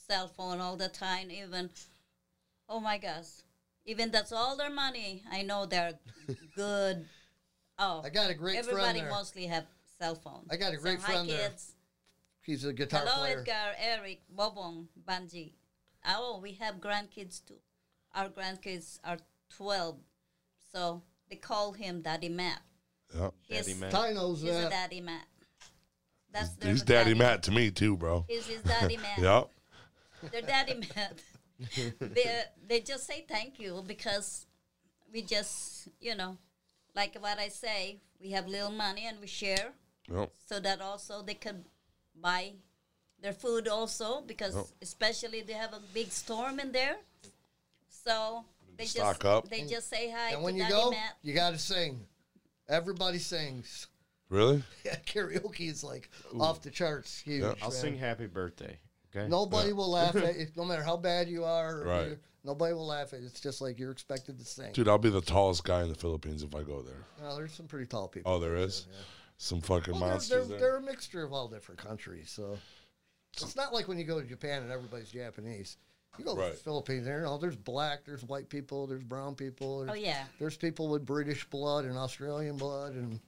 D: cell phone all the time, even. Oh my gosh. Even that's all their money. I know they're good. Oh,
B: I got a great friend
D: everybody
B: there.
D: mostly have cell phone.
B: I got a great
D: so,
B: friend
D: hi,
B: there.
D: kids.
B: He's a guitar
D: Hello,
B: player.
D: Edgar, Eric, Bobong, Banji. Oh, we have grandkids too. Our grandkids are 12, so they call him Daddy Matt.
A: Yeah.
D: He's,
C: Daddy Matt.
B: Ty knows
D: He's a
B: that.
D: Daddy Matt. That's their
A: He's Daddy Matt to me too, bro.
D: He's his Daddy Matt.
A: Yep.
D: They're Daddy Matt. they, they just say thank you because we just, you know, like what I say, we have little money and we share
A: Yep.
D: so that also they could buy their food also because
A: Oh.
D: especially they have a big storm in there so they
A: Stock
D: just
A: up.
D: they just say hi
B: And
D: to
B: when you
D: daddy
B: go,
D: matt
B: you got to sing. Everybody sings.
A: Really?
B: Yeah, karaoke is like off the charts, huge.
C: I'll
B: man.
C: sing happy birthday. Okay.
B: Nobody will laugh at it, no matter how bad you are. or
A: Right.
B: you- Nobody will laugh at it. It's just like you're expected to sing.
A: Dude, I'll be the tallest guy in the Philippines if I go there.
B: Now, there's some pretty tall people.
A: Oh, there is? Some fucking
B: Well, Oh, they're,
A: monsters
B: they're,
A: there.
B: they're a mixture of all different countries, so it's not like when you go to Japan and everybody's Japanese. You go to
A: Right.
B: the Philippines, there, oh, there's black, there's white people, there's brown people. There's,
D: oh yeah
B: There's people with British blood and Australian blood and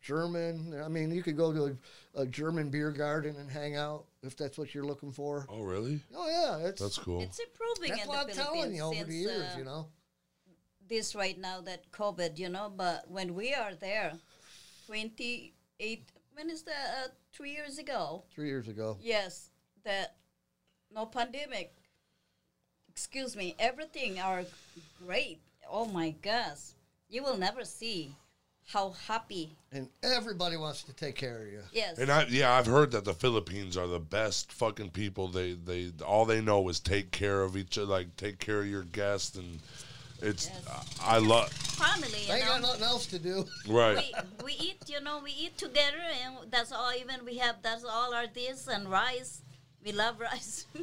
B: German. I mean, you could go to a, a German beer garden and hang out if that's what you're looking for.
A: Oh, really?
B: Oh yeah, it's
A: That's cool.
D: it's improving
B: that's
D: in
B: what I'm
D: the
B: telling
D: philippines
B: you over
D: since
B: the years.
D: uh,
B: you know,
D: this right now that covid you know but when we are there 28 when is that uh, three years ago
B: three years ago.
D: Yes, that no pandemic. Excuse me, everything are great. Oh my gosh, you will never see how happy.
B: and everybody wants to take care of you.
D: Yes,
A: And I yeah, I've heard that the Philippines are the best fucking people. They they all they know is take care of each other, like take care of your guests, and it's I, I love
D: family.
B: They ain't
D: you know?
B: got nothing else to do.
A: right.
D: we, we eat, you know, we eat together, and that's all. Even we have that's all our this and rice. We love rice.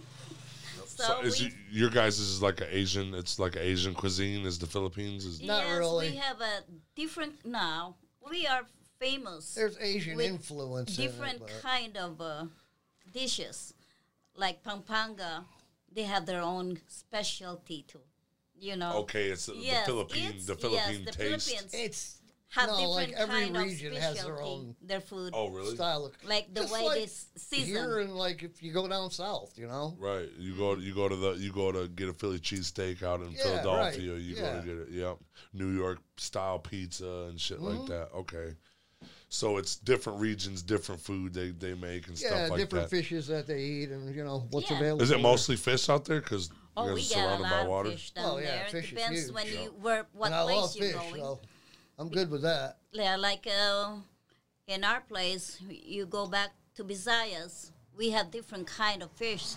D: so
A: So
D: we,
A: is it- your guys is like an Asian? It's like an Asian cuisine. Is the Philippines? Is,
B: Not
D: yes,
B: really.
D: we have a different now. We are famous.
B: There's Asian
D: With
B: influence. in it,
D: different
B: but-
D: kind of uh, dishes like pampanga they have their own specialty too you know
A: okay, it's the-
D: Yes,
A: the Philippine.
D: it's-
A: The Philippine
D: yes, the
A: taste.
D: Philippines
B: It's
D: have
B: no,
D: different
B: like every
D: kind
B: region
D: of
B: has
D: specialty,
B: their own
D: their food
A: Oh really?
B: style. Of,
D: like the
B: just
D: way
B: like
D: they s-
B: here
D: season
B: and like if you go down south, you know.
A: Right. You go. You go to the. You go to get a Philly cheesesteak out in
B: Yeah,
A: Philadelphia.
B: right,
A: You
B: yeah.
A: go to get it. Yep. New York style pizza and shit
B: Mm-hmm.
A: like that. Okay. So it's different regions, different food they, they make and
B: Yeah,
A: stuff like
B: different
A: that. Is
B: fishes that they eat, and you know what's
D: Yeah.
B: available.
A: it mostly fish out there? Because
D: oh
A: you
D: we
A: guys are
D: got a
A: surrounded
D: lot
A: by water.
D: of fish down
B: Oh, yeah,
D: there
B: fish is
D: it depends
B: huge.
D: when
B: Yeah.
D: you where what
B: and I love
D: place you're
B: fish,
D: going
B: so I'm good with that.
D: yeah like uh, in our place you go back to Visayas we have different kind of fish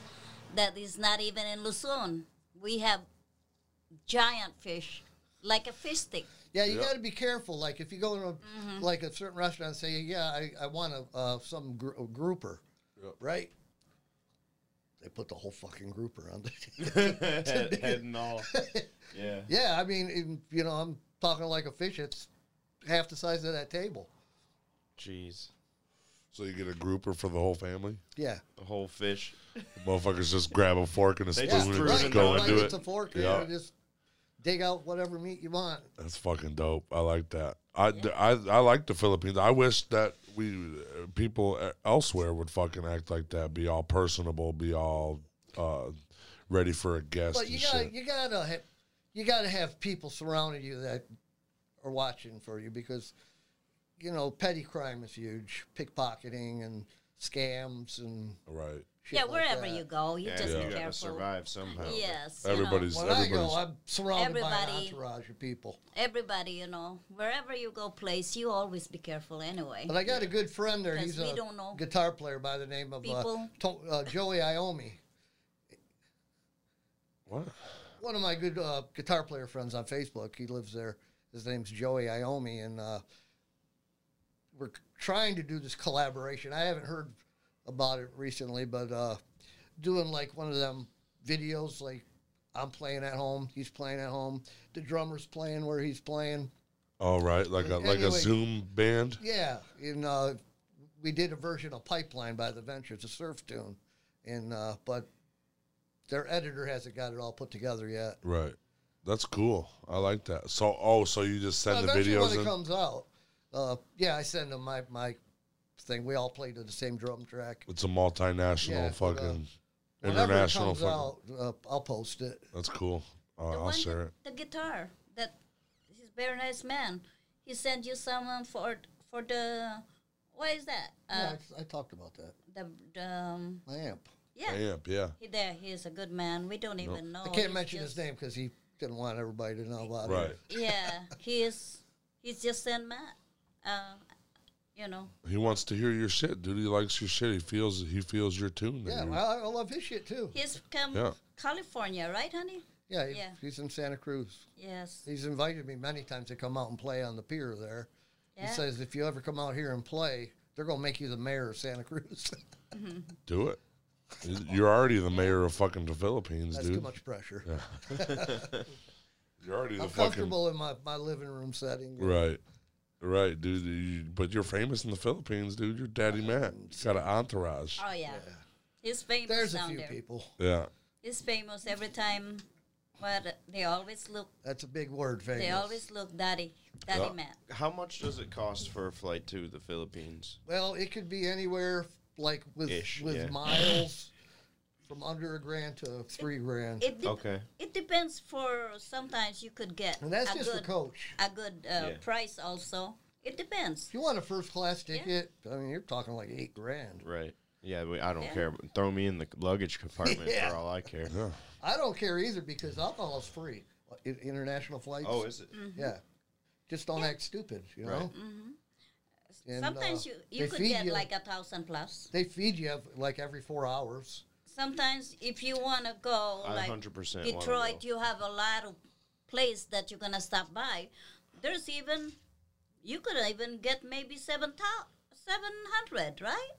D: that is not even in Luzon we have giant fish like a fish stick
B: Yeah, you
A: Yep.
B: got to be careful. Like if you go to a,
D: Mm-hmm.
B: like a certain restaurant, and say, "Yeah, I, I want a uh, some gr- a grouper,"
A: Yep.
B: right? They put the whole fucking grouper on. The-
C: Head and all. Yeah.
B: yeah, I mean, in- you know, I'm talking like a fish. It's half the size of that table.
C: Jeez.
A: So you get a grouper for the whole family.
B: Yeah,
C: The whole fish.
A: Motherfuckers just grab a fork and a
C: They
A: spoon
C: just
A: and
C: threw it
A: just
C: in
A: go
C: the-
A: into
B: like
A: it.
B: it's a fork.
A: Yeah.
B: Yeah, you just dig out whatever meat you want.
A: That's fucking dope. I like that. I, I, I like the Philippines. I wish that we uh, people e- elsewhere would fucking act like that. Be all personable. Be all uh, ready for a guest.
B: But
A: and
B: you gotta,
A: shit.
B: you gotta, ha- you gotta have people surrounding you that are watching for you because, you know, petty crime is huge, pickpocketing and scams and
A: right.
B: shit
D: yeah,
B: like
D: wherever
B: that.
D: you go, you
C: Yeah,
D: just
A: Yeah.
D: be
C: you gotta
D: careful.
C: survive somehow.
D: Yes, you know,
A: Everybody's
B: When I
A: everybody's
B: go, I'm surrounded by an
D: everybody-
B: entourage of people.
D: everybody, you know, wherever you go, place you always be careful anyway.
B: But I got a good friend there.
D: 'Cause
B: He's
D: we
B: a
D: don't know
B: guitar player by the name of uh,
D: people.
B: To- uh, Joey Iommi.
A: what?
B: one of my good uh, guitar player friends on Facebook. He lives there. His name's Joey Iommi, and uh, we're c- trying to do this collaboration. I haven't heard about it recently, but uh, doing like one of them videos, like I'm playing at home. He's playing at home. The drummer's playing where he's playing.
A: All Oh, right, like a like a
B: Anyway.
A: Zoom band.
B: Yeah, and uh, we did a version of Pipeline by the Ventures, a surf tune, and uh, but their editor hasn't got it all put together yet.
A: Right. That's cool. I like that. So oh, so you just send the
B: Eventually,
A: videos
B: when
A: in.
B: it comes out, uh, yeah, I send them my my thing. We all play to the same drum track.
A: It's a multinational
B: Yeah, but, uh,
A: fucking
B: Whenever it
A: international
B: comes
A: fucking.
B: out, uh, I'll post it.
A: That's cool. All
D: the
A: right, I'll
D: one
A: share it.
D: that- The guitar that he's very nice man. He sent you someone for for the what is that?
B: yeah,
D: Uh,
B: I, I talked about that.
D: The the um,
B: My amp.
D: yeah.
A: Amp, yeah.
D: He there. He is a good man. We don't even know.
B: I can't
D: oh, He's
B: mention
D: just-
B: his name because he didn't want everybody to know about
A: Right.
B: it.
D: Yeah, he is. He's just sent Matt. Uh, you know.
A: He wants to hear your shit, dude. He likes your shit. He feels he feels your tune. that
B: Yeah,
A: you-
B: well, I, I love his shit too.
D: He's come
A: Yeah.
D: California, right, honey?
B: Yeah, he-
D: Yeah.
B: he's in Santa Cruz.
D: Yes.
B: He's invited me many times to come out and play on the pier there.
D: Yeah.
B: He says if you ever come out here and play, they're gonna make you the mayor of Santa Cruz.
A: do it. You're already the mayor of fucking the Philippines,
B: That's
A: dude.
B: too much pressure.
A: You're already
B: I'm
A: the fucking
B: comfortable in my, my living room setting.
A: Right. Right, dude. You- but you're famous in the Philippines, dude. You're Daddy Matt. He's got an entourage.
D: Oh yeah. He's famous
B: There's a
D: down
B: few
D: there.
B: people.
A: Yeah.
D: He's famous every time. But they always look.
B: That's a big word,
D: They
B: famous.
D: always look daddy, daddy
C: Yeah.
D: Matt.
C: How much does it cost for a flight to the Philippines?
B: Well, it could be anywhere like with
C: Ish,
B: with
C: yeah.
B: miles from under a grand to three grand.
D: It dep
C: Okay.
D: It depends for sometimes you could get
B: and that's
D: a
B: just
D: good
B: for coach.
D: a good uh,
C: Yeah.
D: price also. It depends.
B: If you want a first class ticket, I mean you're talking like eight grand.
C: Right. Yeah, we, I don't
D: Yeah.
C: care. but Throw me in the luggage compartment
B: Yeah.
C: for all I care.
B: I don't care either because alcohol's free. I- International flights.
C: Oh, is it?
D: Mm.
B: Yeah. Just don't act stupid, you
C: Right.
B: know? And,
D: Mm-hmm. sometimes
B: uh,
D: you you
B: they
D: could
B: feed
D: get
B: you-
D: like a thousand plus.
B: They feed you like every four hours.
D: Sometimes if you wanna go
C: I
D: like
C: 100% wanna
D: Detroit,
C: go.
D: you have a lot of place that you're gonna stop by. There's even you could even get maybe seven thou- seven hundred, right?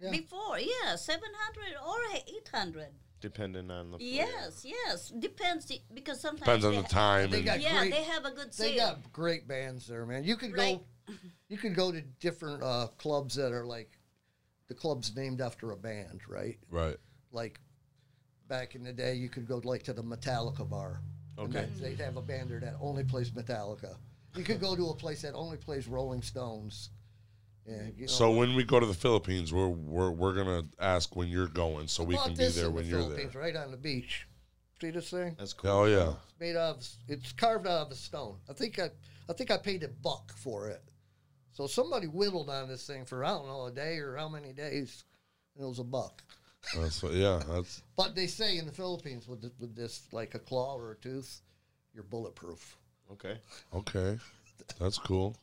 B: Yeah.
D: Before, yeah, seven hundred or eight hundred.
A: Oh,
C: Depending on the. flight.
D: Yes, yes, depends the- because sometimes
A: Depends on
D: they
A: the time.
B: They
A: and-
B: got-
D: Yeah,
B: Great.
D: they have a good sale.
B: They got great bands there, man. You could
D: Right.
B: go you could go to different uh, clubs that are like the clubs named after a band, right?
A: right.
B: Like back in the day you could go like to the Metallica bar. And
C: Okay.
B: that- they'd have a band there that only plays Metallica. You could go to a place that only plays Rolling Stones. Yeah, you know,
A: So when we go to the Philippines, we're we're, we're gonna ask when you're going, so we
B: Bought
A: can be
B: this
A: there
B: in the
A: when you're there.
B: Philippines, Right on the beach. See this thing?
C: That's cool.
A: Oh yeah,
B: It's made of. It's carved out of a stone. I think I, I think I paid a buck for it. So somebody whittled on this thing for I don't know a day or how many days, and it was a buck.
A: that's what, yeah. That's
B: But they say in the Philippines with this, with this like a claw or a tooth, you're bulletproof.
C: Okay.
A: okay. That's cool.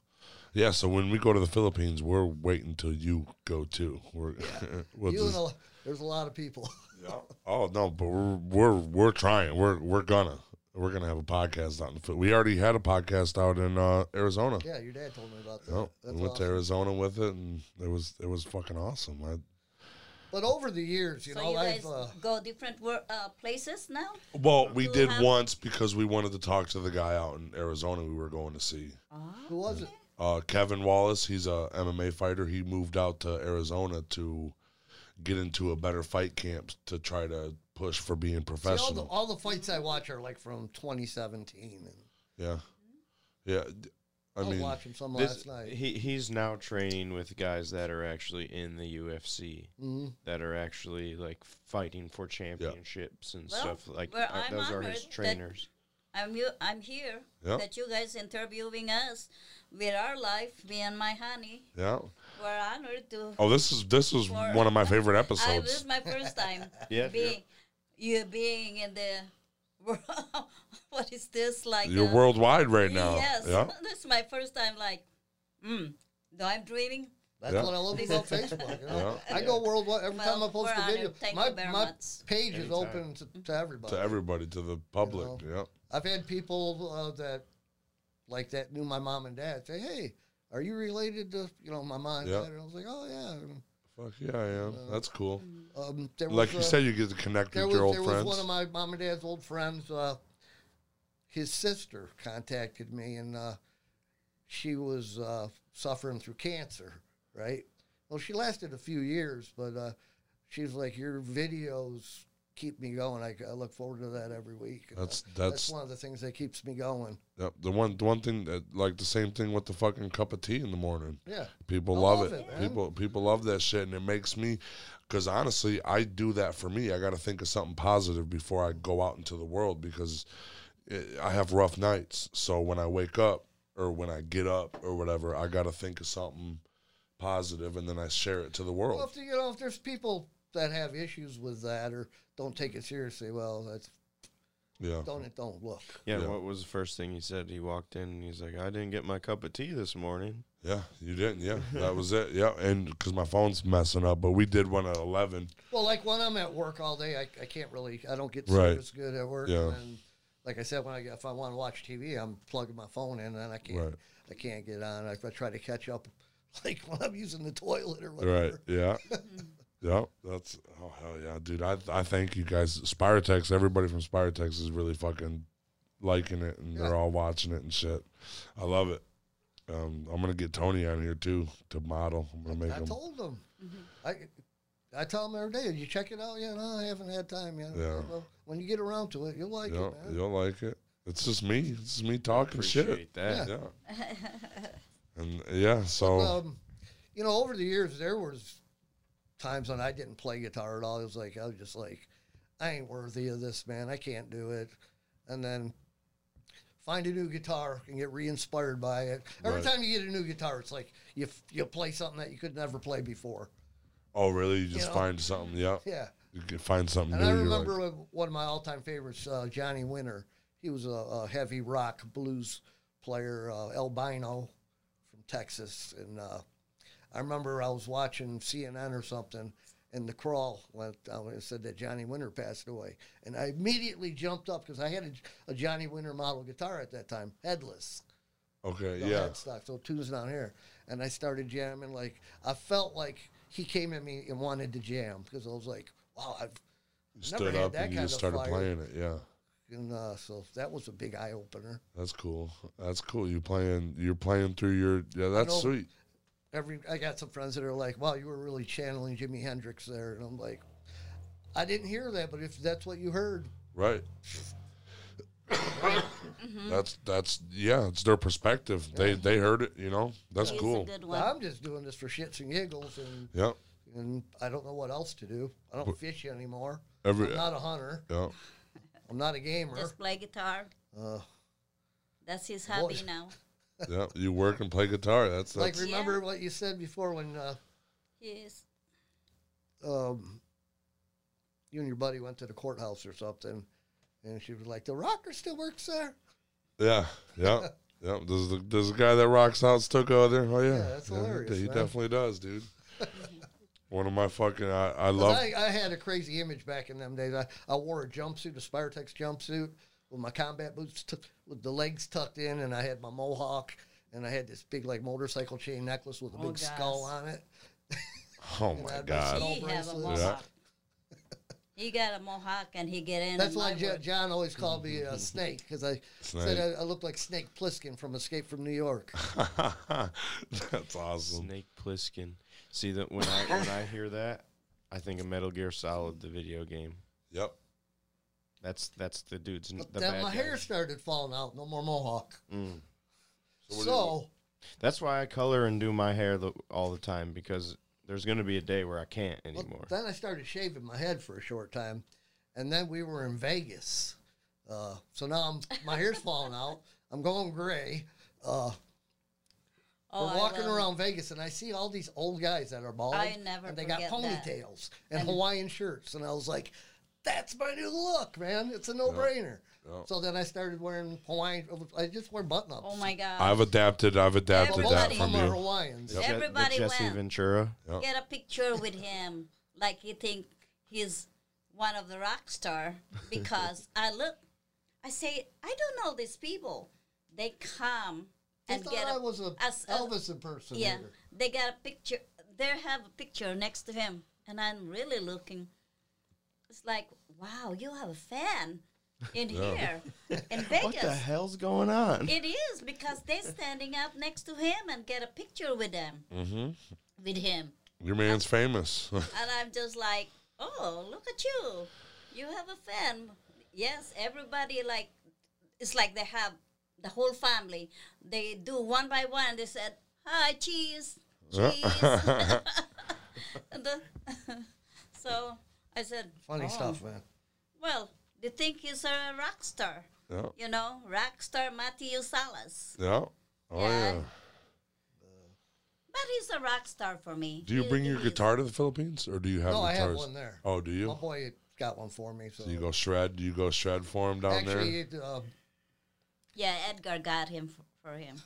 A: Yeah. So when we go to the Philippines, we're waiting till you go too. We're we'll
B: you
A: just-
B: and a, there's a lot of people.
A: oh no, but we're we're we're trying. We're we're gonna we're gonna have a podcast out in the Phil- we already had a podcast out in uh, Arizona.
B: yeah, your dad told me about that.
A: Oh, we
B: That's
A: went to
B: awesome.
A: Arizona with it, and it was it was fucking awesome. I,
B: But over the years, you
D: so
B: know,
D: you
B: I've
D: guys
B: uh,
D: go different wor- uh, places now?
A: Well, we
D: Who
A: did
D: have-
A: once because we wanted to talk to the guy out in Arizona we were going to see.
B: who was it?
A: Uh, Kevin Wallace, he's a MMA fighter. He moved out to Arizona to get into a better fight camp to try to push for being
B: See, all the
A: professional.
B: all the fights I watch are like from 2017, and
A: yeah,
B: Mm-hmm.
A: yeah. d- I
B: I, was
A: mean,
B: watching some
C: This,
B: last night.
C: he he's now training with guys that are actually in the UFC
B: Mm-hmm.
C: that are actually like fighting for championships and
D: Well,
C: stuff like
D: well,
C: uh,
D: I'm
C: those are
D: honored
C: his
D: that-
C: trainers.
D: I'm you, I'm here
A: Yeah.
D: that you guys interviewing us with our life, me and my honey.
A: yeah.
D: We're honored to.
A: Oh, this is this is
D: For-
A: one of my favorite
D: I, this
A: episodes.
D: is my first time
C: Yeah,
D: being you being in the world. what is this like?
A: You're
D: uh,
A: worldwide right now.
D: Yes,
A: Yeah.
D: this is my first time. Like, mm, though I'm dreaming.
B: That's
A: Yeah.
B: what I love about Facebook. You know? I go worldwide every
D: Well,
B: time I post
D: we're
B: a video.
D: honored. Thank
B: my
D: you very
B: my
D: much.
B: page is
C: Anytime.
B: open to,
D: Mm-hmm.
B: to everybody.
A: To everybody, to the public.
B: You
A: Yeah.
B: I've had people uh, that like that knew my mom and dad say, "Hey, are you related to you know my mom?" And
A: Yeah.
B: dad? And I was like, "Oh yeah." And
A: Fuck yeah, I am. That's cool.
B: Um, there was
A: Like you
B: a-
A: said, you get to connect
B: there
A: with
B: was,
A: your old
B: there was
A: friends.
B: one of my mom and dad's old friends. Uh, his sister contacted me, and uh, she was uh, suffering through cancer. Right. Well, she lasted a few years, but uh, she was like, "Your videos keep me going. I, I look forward to that every week." And, uh,
A: That's- that's-
B: that's one of the things that keeps me going.
A: Yep, the one, the one thing that, like the same thing with the fucking cup of tea in the morning.
B: Yeah.
A: People
B: I
A: love,
B: love
A: it.
B: it, man.
A: people people love that shit, and it makes me, because honestly, I do that for me. I got to think of something positive before I go out into the world because it, I have rough nights. So when I wake up or when I get up or whatever, I got to think of something positive, and then I share it to the world.
B: Well, if, you know, if there's people that have issues with that or don't take it seriously, well, that's
A: yeah,
B: don't it don't look.
C: Yeah,
A: Yeah.
C: What was the first thing he said? He walked in and he's like, "I didn't get my cup of tea this morning."
A: yeah, you didn't. Yeah, that was it. Yeah, and because my phone's messing up, but we did one at eleven.
B: Well, like when I'm at work all day, I, I can't really, I don't get
A: Right.
B: service good at work.
A: Yeah.
B: And then, like I said, when I get- if I want to watch TV, I'm plugging my phone in and I can't,
A: Right.
B: I can't get on. I, I try to catch up, like when I'm using the toilet or whatever.
A: Right. Yeah. yeah. That's oh hell yeah, dude. I I thank you guys. Spirotex, everybody from Spirotex is really fucking liking it and
B: Yeah.
A: they're all watching it and shit. I love it. Um, I'm gonna get Tony on here too to model. I'm gonna make
B: I
A: him.
B: told them, I, I tell them every day, did you check it out? Yeah, no, I haven't had time yet.
A: Yeah.
B: Well, when you get around to it, you'll like
A: Yeah,
B: it, man.
A: you'll like it. It's just me. It's just me talking shit.
C: Appreciate that.
A: Yeah. and yeah, so
B: um, you know, over the years, there was times when I didn't play guitar at all. It was like I was just like, I ain't worthy of this, man. I can't do it. And then find a new guitar and get re-inspired by it. Every
A: Right.
B: time you get a new guitar, it's like you f- you play something that you could never play before.
A: oh really? You just
B: know.
A: find something. Yeah.
B: Yeah.
A: You can find something
B: And
A: new.
B: I
A: you're like,
B: remember one of my all-time favorites, uh, Johnny Winter. He was a, a heavy rock blues player, uh, albino from Texas. And uh, I remember I was watching CNN or something, and the crawl went down and said that Johnny Winter passed away. And I immediately jumped up because I had a, a Johnny Winter model guitar at that time, headless
A: okay,
B: the
A: yeah.
B: headstock, so tunes down here. And I started jamming. Like I felt like he came at me and wanted to jam because I was like, wow, I've
A: You
B: never
A: stood
B: had
A: up
B: that
A: and you
B: kind
A: just
B: of
A: started
B: fire.
A: playing it, yeah.
B: and uh, so that was a big eye opener.
A: That's cool. That's cool. You playing? You're playing through your. Yeah, that's
B: know.
A: sweet.
B: Every I got some friends that are like, wow, you were really channeling Jimi Hendrix there, and I'm like, I didn't hear that, but if that's what you heard,
A: Right.
D: Mm-hmm.
A: That's that's yeah. It's their perspective. They they heard it. You know. That's
D: He's a
A: cool.
D: good one.
B: I'm just doing this for shits and giggles, and
A: Yeah.
B: and I don't know what else to do. I don't fish anymore.
A: Every-
B: I'm not a hunter.
A: Yeah.
B: I'm not a gamer.
D: Just play guitar.
B: Uh,
D: That's his hobby
B: Boy.
D: now.
A: Yeah. You work and play guitar. That's
B: like
A: that's
B: remember what you said before when. Uh,
D: He's
B: um, you and your buddy went to the courthouse or something, and she was like, "The rocker still works there."
A: yeah yeah. Yeah, there's the, there's a guy that rocks out still go there. Oh yeah,
B: that's
A: Yeah,
B: hilarious,
A: He, he
B: man.
A: definitely does, dude. One of my fucking I, I
B: 'Cause
A: love
B: I, I had a crazy image back in them days. I, I wore a jumpsuit, a Spyrotex jumpsuit, with my combat boots tu- with the legs tucked in, and I had my mohawk, and I had this big like motorcycle chain necklace with a
D: Oh,
B: big skull
D: gosh.
B: on it.
A: oh my
B: I'd be
A: god.
B: so-
D: he have a
B: bracelets.
D: mohawk.
A: Yeah.
D: He got a mohawk and he get in.
B: That's
D: my
B: why Jo-
D: work.
B: John always called me a snake because I
A: Snake.
B: said I, I looked like Snake Plissken from Escape from New York.
A: that's awesome.
C: Snake Plissken. See that when I when I hear that, I think of Metal Gear Solid, the video game.
A: Yep.
C: That's that's the dude's n-
B: But
C: the
B: then
C: bad
B: my
C: guy.
B: hair started falling out. No more mohawk.
C: Mm.
A: So what do you-
B: so
C: That's why I color and do my hair the, all the time because there's gonna be a day where I can't
B: Well,
C: anymore.
B: then I started shaving my head for a short time, and then we were in Vegas. Uh, so now I'm my hair's falling out. I'm going gray. Uh,
D: Oh, I
B: we're walking
D: love it.
B: around Vegas, and I see all these old guys that are bald.
D: I never
B: And they got
D: forget that.
B: ponytails and, Hawaiian shirts, and I was like, "That's my new look, man. It's a no-brainer."
A: Yeah.
B: So then I started wearing Hawaiian. I just wear button-ups.
D: Oh my God.
A: I've adapted. I've adapted
B: Most
A: that
B: of
D: Everybody.
A: from
B: them are
A: you.
B: Hawaiians.
C: Je- the
D: Everybody
C: Jesse
D: went.
C: Ventura.
A: Yep.
D: Get a picture with him, like you think he's one of the rock star. Because I look, I say, I don't know these people. They come
B: They
D: and
B: thought
D: get
B: I
D: a,
B: was a
D: as a-
B: Elvis impersonator.
D: yeah. They got a picture. there have a picture next to him, and I'm really looking. It's like, wow, you have a fan in here in
C: What the
D: Vegas.
C: hell's going on?
D: It is because they're standing up next to him and get a picture with them, with him,
A: Your man's famous.
D: and I'm just like, oh, look at you, you have a fan. Yes, everybody like, it's like they have the whole family. They do one by one. They said, hi, cheese, cheese. the, so I said,
B: Funny
D: "Oh,
B: stuff, man.
D: Well, they think he's a rock star,
A: yeah.
D: you know, rock star Matthew Salas.
A: Yeah. Oh yeah.
D: Yeah. But he's a rock star for me.
A: Do you
D: He-
A: bring your
D: he is.
A: guitar to the Philippines, or do you have?
B: No, I have
A: guitars?
B: one there.
A: Oh, do
B: My
A: you?
B: boy got one for me. So,
A: Do you go shred? Do you go shred for him down
B: actually,
A: there?
B: it, uh,
D: Yeah, Edgar got him f- for him.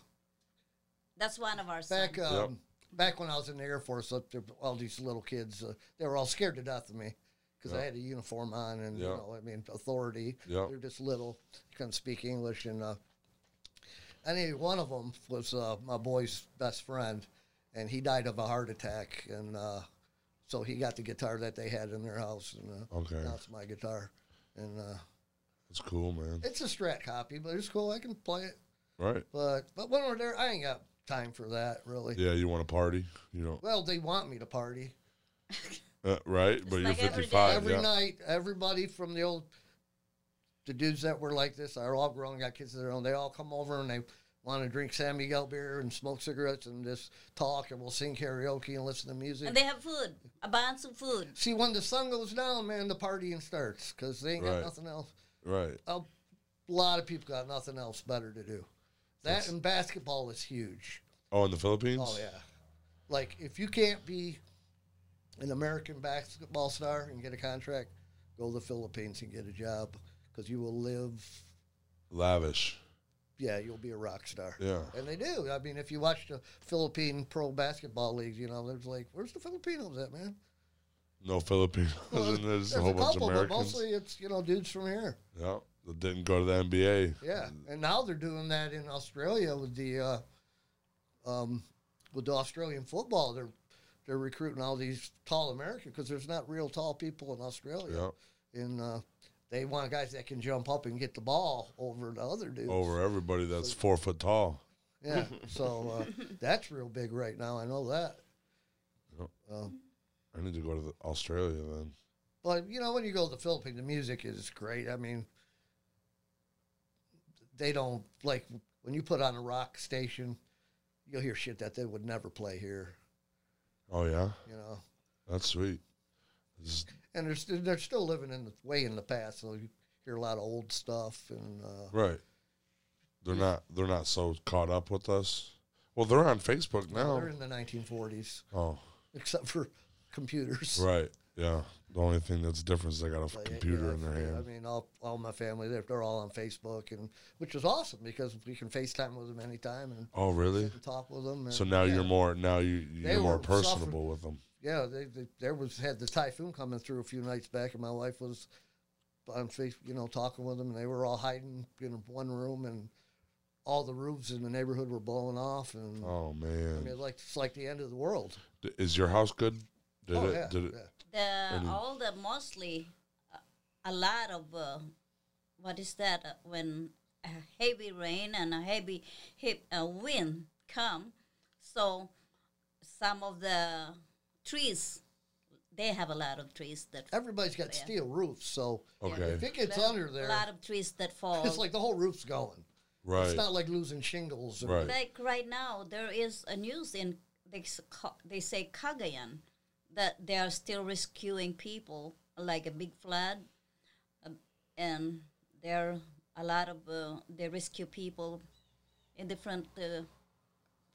D: That's one of our
B: back
D: sons.
B: um, back when I was in the Air Force, up there, all these little kids, uh, they were all scared to death of me because I had a uniform on and you
A: Yeah.
B: know, I mean, authority.
A: Yeah.
B: They're just little, couldn't speak English, and uh, any one of them was uh, my boy's best friend, and he died of a heart attack, and uh, so he got the guitar that they had in their house, and uh,
A: Okay,
B: that's my guitar, and uh,
A: that's cool, man.
B: it's a Strat copy, but it's cool. I can play it.
A: Right?
B: But but when we're there, I ain't got time for that really.
A: Yeah, you want to party? You know,
B: Well, they want me to party
A: uh, right? But
D: like
A: you're
D: every day,
A: 55.
B: every
A: Uh, yeah.
B: night. Everybody from the old, the dudes that were like this are all grown, got kids of their own. They all come over and they want to drink San Miguel beer and smoke cigarettes and just talk and we'll sing karaoke and listen to music.
D: And they have food, a bunch of food.
B: See, when the sun goes down, man, the partying starts because they ain't got
A: Right.
B: nothing else.
A: Right.
B: A lot of people got nothing else better to do. That and basketball is huge.
A: Oh, in the Philippines?
B: Oh yeah. Like if you can't be an American basketball star and get a contract, go to the Philippines and get a job because you will live.
A: Lavish.
B: Yeah, you'll be a rock star.
A: Yeah.
B: And they do. I mean, if you watch the Philippine pro basketball leagues, you know, there's like, where's the Filipinos at, man?
A: No Filipinos. and there's a whole bunch of
B: but
A: Americans.
B: mostly it's you know dudes from here.
A: yeah. That didn't go to the NBA.
B: Yeah, and now they're doing that in Australia with the uh, um, with the Australian football. They're they're recruiting all these tall Americans because there's not real tall people in Australia,
A: Yeah.
B: and uh, they want guys that can jump up and get the ball over the other dudes.
A: Over everybody that's four foot tall.
B: Yeah, so uh, that's real big right now. I know that.
A: Yeah.
B: Um,
A: I need to go to the Australia then.
B: But you know, when you go to the Philippines, the music is great. I mean, they don't like when you put on a rock station, you'll hear shit that they would never play here.
A: Oh yeah,
B: You know,
A: that's sweet. This-
B: and they're st- they're still living in the way in the past, so you hear a lot of old stuff. And uh,
A: right. They're not. They're not so caught up with us. Well, they're on Facebook now.
B: they're in the 1940s,
A: Oh,
B: except for computers.
A: right. Yeah. The only thing that's different is they got a f-
B: Like,
A: computer
B: Oh, yeah,
A: in their
B: yeah, I
A: hand.
B: mean, all, all my family they're, they're all on Facebook, and which is awesome because we can FaceTime with them anytime and
A: Oh, really?
B: talk with them. And,
A: So now
B: yeah.
A: you're more. Now you
B: They
A: you're more
B: were suffering.
A: personable with them.
B: yeah, they, they, there was had the typhoon coming through a few nights back, and my wife was on face, you know, talking with them, and they were all hiding in one room, and all the roofs in the neighborhood were blowing off, and
A: Oh
B: I
A: man,
B: mean, like it's like the end of the world.
A: D- is your house good? Did
B: oh
A: it?
B: yeah,
A: Did it?
B: yeah.
D: The
A: And-
D: all the mostly, uh, a lot of uh, what is that? Uh, when a heavy rain and a heavy hip, uh, wind come, so some of the trees, they have a lot of trees that
B: Everybody's got
D: Oh, Yeah.
B: steel roofs, so
A: Okay.
B: if it gets
D: Well,
B: under
D: a
B: there,
D: lot of trees that fall.
B: it's like the whole roof's going.
A: Right.
B: It's not like losing shingles. Or,
A: Right.
D: like right now there is a news in they, s- ca- they say Cagayan that they are still rescuing people like a big flood um, and there are a lot of uh, they rescue people in different uh,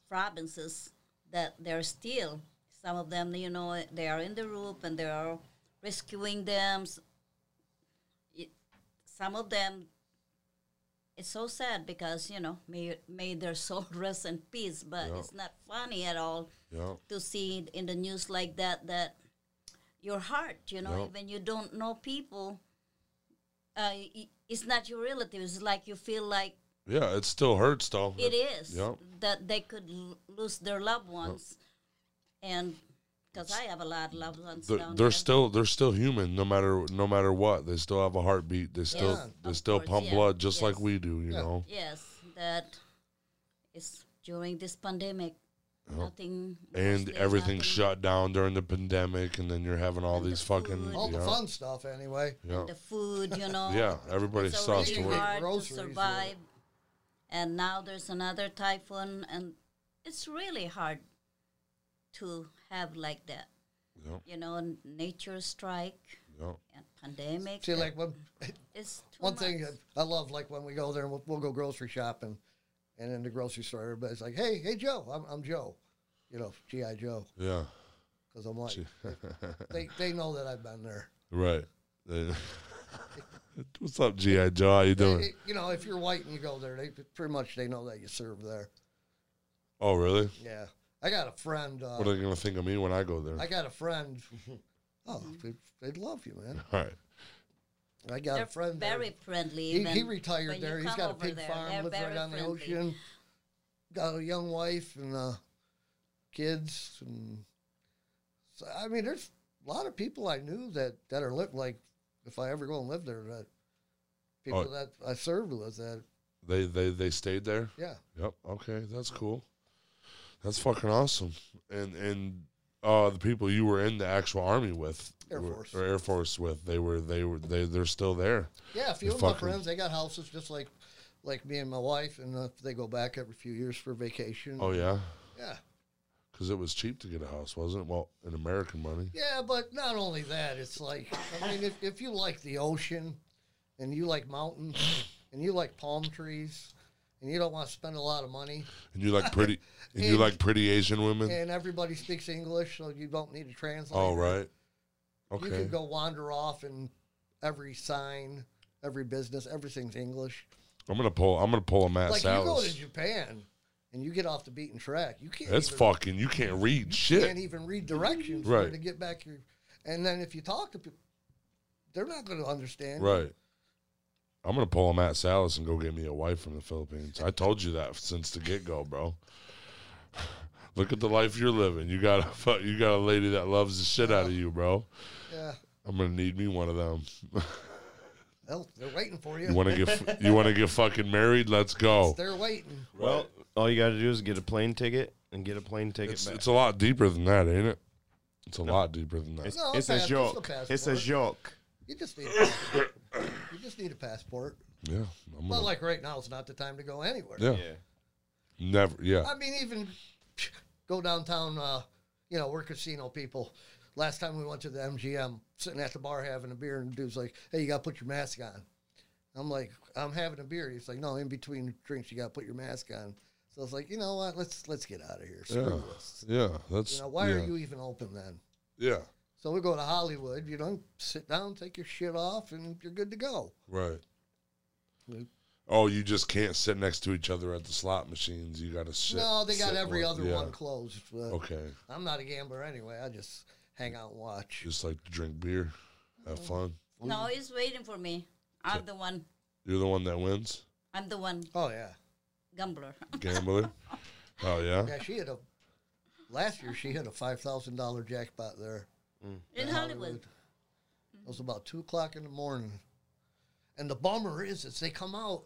D: provinces that they're still some of them you know they are in the roof and they are rescuing them S- it, some of them it's so sad because you know may may their soul rest in peace but
A: Yeah.
D: it's not funny at all
A: yeah.
D: to see in the news like that that your heart you know
A: Yeah.
D: even you don't know people uh, i- it's not your relatives like you feel like
A: Yeah. It still hurts though.
D: it is
A: Yeah.
D: that they could l- lose their loved ones and because I have a lot of loved ones
A: They're,
D: down
A: they're
D: there.
A: still they're still human no matter no matter what. They still have a heartbeat. They still
D: Yeah,
A: they
D: of
A: still
D: course,
A: pump
D: yeah,
A: blood just like
D: yes.
A: we do. You
B: Yeah.
A: know.
D: yes, that is during this pandemic. Nothing
A: And
D: mostly
A: everything
D: nothing.
A: shut down during the pandemic, and then you're having all
D: And the
A: these fucking
D: food.
B: All the
A: yeah,
B: fun stuff, anyway.
A: yeah,
D: The food, you know.
A: yeah. Everybody
D: it's
A: stops
D: already
A: to
B: Eating
A: work.
D: hard to
B: groceries, yeah.
D: survive, and now there's another typhoon, and it's really hard to have like that.
A: Yeah,
D: You know, n- nature strike
A: yeah.
D: and pandemic.
B: See, like when
D: it's too
B: one thing
D: much.
B: I I love, like when we go there and we'll, we'll go grocery shopping, and in the grocery store, everybody's like, "Hey, hey, Joe, I'm, I'm Joe," you know, GI Joe,
A: Yeah,
B: because I'm like, they, they know that I've been there.
A: right. Uh, What's up, GI Joe? How you
B: They-
A: doing?
B: it- you know, if you're white and you go there, they pretty much they know that you serve there.
A: Oh, really?
B: Yeah, I got a friend. Uh,
A: What are they gonna think of me when I go
B: I
A: there?
B: got a friend. Oh, they, they love you, man.
A: All right.
B: I got
D: They're
B: a friend. there.
D: very friendly.
B: He,
D: even
B: he retired
D: when you
B: there. He's
D: come
B: got a
D: over
B: pig
D: there.
B: farm,
D: They're
B: lives right
D: very
B: on the
D: friendly.
B: ocean. Got a young wife and uh, kids, and so I mean, there's a lot of people I knew that that are lit. Like, if I ever go and live there, that people
A: Oh.
B: that I served with, that
A: They they they stayed there.
B: yeah,
A: Yep. Okay, that's cool. That's fucking awesome. And and uh, the people you were in the actual army with,
B: Air
A: were-
B: Force.
A: or Air Force with, they were they were they they're still there.
B: yeah. A few
A: You
B: of my
A: fucking-
B: friends, they got houses just like like me and my wife, and uh, they go back every few years for vacation.
A: Oh yeah,
B: yeah.
A: because it was cheap to get a house, wasn't it? Well, in American money.
B: Yeah, but not only that, it's like I mean, if, if you like the ocean, and you like mountains, and you like palm trees, and you don't want to spend a lot of money,
A: And you like pretty, and you
B: And-
A: like pretty Asian women.
B: and everybody speaks English, so you don't need a translator.
A: Oh right.
B: You can
A: Okay.
B: go wander off, and every sign, every business, everything's English.
A: I'm gonna pull. I'm gonna pull a Matt
B: like you go to
A: Salas.
B: Japan, and you get off the beaten track. You can't.
A: That's
B: even,
A: fucking. You can't read shit.
B: Can't even read directions
A: Right.
B: right. to get back your. And then if you talk to people, they're not going to understand. you.
A: Right. I'm gonna pull a Matt Salas and go get me a wife from the Philippines. I told you that since the get go, bro. Look at the life you're living. You got a fu- you got a lady that loves the shit out of you, bro.
B: Yeah.
A: I'm gonna need me one of them.
B: Well, they're waiting for you.
A: You want to get f- you want to get fucking married? Let's go.
B: They're waiting.
C: Well, all you got to do is get a plane ticket and get a plane ticket
A: It's
C: back.
A: it's a lot deeper than that, ain't it? It's a lot deeper than that.
C: It's,
B: No,
C: it's
B: a
C: a
B: pass-
C: joke.
B: just a
C: It's a
B: passport.
C: joke.
B: You just need. A passport. you just need a passport.
A: Yeah, I'm
B: But
A: gonna,
B: like right now, it's not the time to go anywhere.
A: yeah, never. Yeah,
B: I mean, even go downtown. Uh, you know, we're casino people. Last time we went to the MGM, sitting at the bar having a beer, and the dude's like, "Hey, you got to put your mask on." I'm like, "I'm having a beer." He's like, "No, in between drinks, you got to put your mask on." So I was like, "You know what? Let's let's get out of here. Screw
A: yeah,
B: this.
A: yeah. That's
B: You know, why
A: yeah.
B: are you even open then?"
A: Yeah,
B: So we go to Hollywood, you know, sit down, take your shit off, and you're good to go.
A: right.
B: Nope.
A: Oh, you just can't sit next to each other at the slot machines. You got to sit.
B: no, they got
A: sit
B: every
A: one-
B: other
A: yeah.
B: one closed. but
A: Okay,
B: I'm not a gambler anyway. I just hang out and watch.
A: just like to drink beer, have
B: Mm-hmm.
A: fun.
D: No, it's waiting for me. I'm the one.
A: You're the one that wins,
D: I'm the one
B: Oh yeah,
D: gambler.
A: gambler. oh yeah,
B: yeah. She had a last year. She hit a five thousand dollar jackpot there
D: In Hollywood.
B: It was about two o'clock in the morning, and the bummer is, is they come out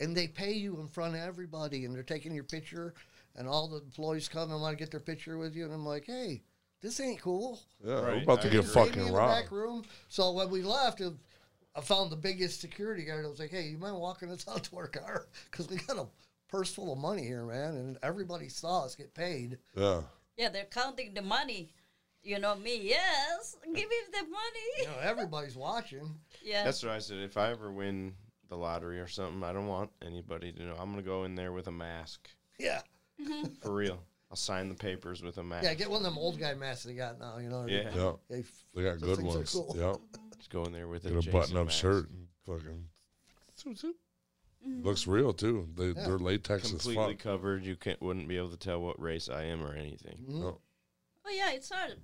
B: and they pay you in front of everybody, and they're taking your picture, and all the employees come and want to get their picture with you, and I'm like, hey, this ain't cool.
A: yeah. We're
C: Right,
A: about to
C: I
A: get
B: Leave
C: agree.
B: me
A: fucking
B: in The
A: robbed.
B: back room. So when we left, it, I found the biggest security guard. I was like, "Hey, you mind walking us out to our car? Because we got a purse full of money here, man, and everybody saw us get paid."
A: Yeah,
D: Yeah, they're counting the money. You know me, yes. Give him the
B: You
D: money.
B: know, everybody's watching.
D: Yeah.
C: That's what I said. If I ever win the lottery or something, I don't want anybody to know. I'm gonna go in there with a mask
B: Yeah,
C: for real. I'll sign the papers with a mask.
B: yeah. Get one of them old guy masks they got now. You know.
C: Yeah.
A: yeah.
B: They, f-
A: They got
B: those
A: good
B: things are
A: ones.
B: cool.
A: Yep.
C: Just go in there with
A: Get a
C: Jason
A: button-up
C: mask.
A: shirt and fucking.
B: Mm-hmm.
A: Looks real too. They they're latex as
C: completely
A: fuck.
C: covered. You can't wouldn't be able to tell what race I am or anything.
A: No.
D: Oh yeah, it's hard.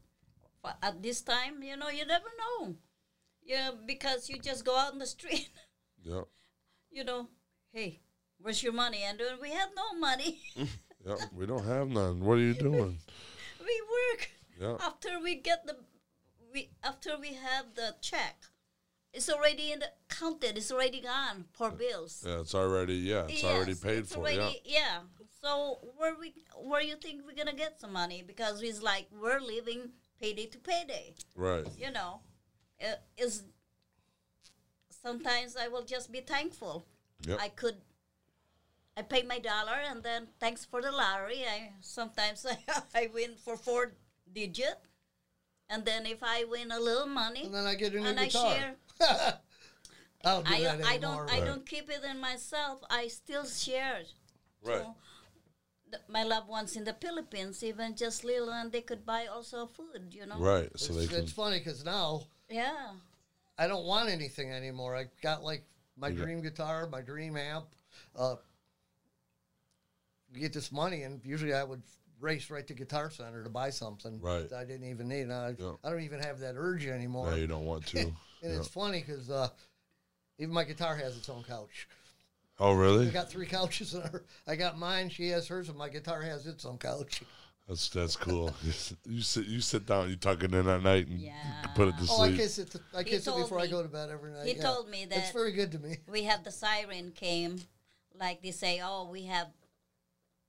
D: But at this time, you know, you never know. Yeah, because you just go out in the street,
A: Yeah,
B: Mm-hmm.
D: you know, hey, where's your money? And uh, we had no money.
A: yeah. We don't have none. What are you doing?
D: we work.
A: Yeah.
D: After we get the, we after we have the check, it's already in the counted. It's already gone for bills.
A: Yeah, it's already yeah, it's already
D: Yes,
A: paid
D: it's
A: for. yeah.
D: already- yeah. So where we where you think we're gonna get some money? Because it's like we're living payday to payday.
A: Right.
D: You know, it is. Sometimes I will just be thankful.
A: Yep.
D: I could. I pay my dollar and then thanks for the lottery. I sometimes I, I win for four digit, and then if I win a little money,
B: And then I get a new
D: and I
B: guitar.
D: share.
B: I don't do
D: I,
B: that
D: I
B: anymore.
D: don't I don't keep it in myself. I still share it
A: right.
D: know, th- my loved ones in the Philippines, even just little, and they could buy also food, you know?
A: Right. So
B: It's,
A: they can
B: it's funny because now
D: Yeah.
B: I don't want anything anymore. I got like my dream guitar, my dream amp. Uh, you get this money, and usually I would race right to Guitar Center to buy something
A: Right.
B: that I didn't even need. And I,
A: Yeah.
B: I don't even have that urge anymore.
A: No, you don't want to.
B: And
A: Yeah.
B: it's funny because uh, even my guitar has its own couch.
A: Oh
B: I
A: really?
B: got three couches. In her. I got mine. She has hers, and my guitar has its own couch.
A: That's that's cool. you sit you sit down, you tuck it in at night and
D: Yeah.
A: put it to
B: Oh, I
A: sleep.
B: kiss it. I
D: He
B: kiss it
D: told
B: before I
D: me-
B: go to bed every night.
D: he
B: yeah.
D: told me
B: it's
D: that-
B: very good to me.
D: We have the siren came, like they say, oh, we have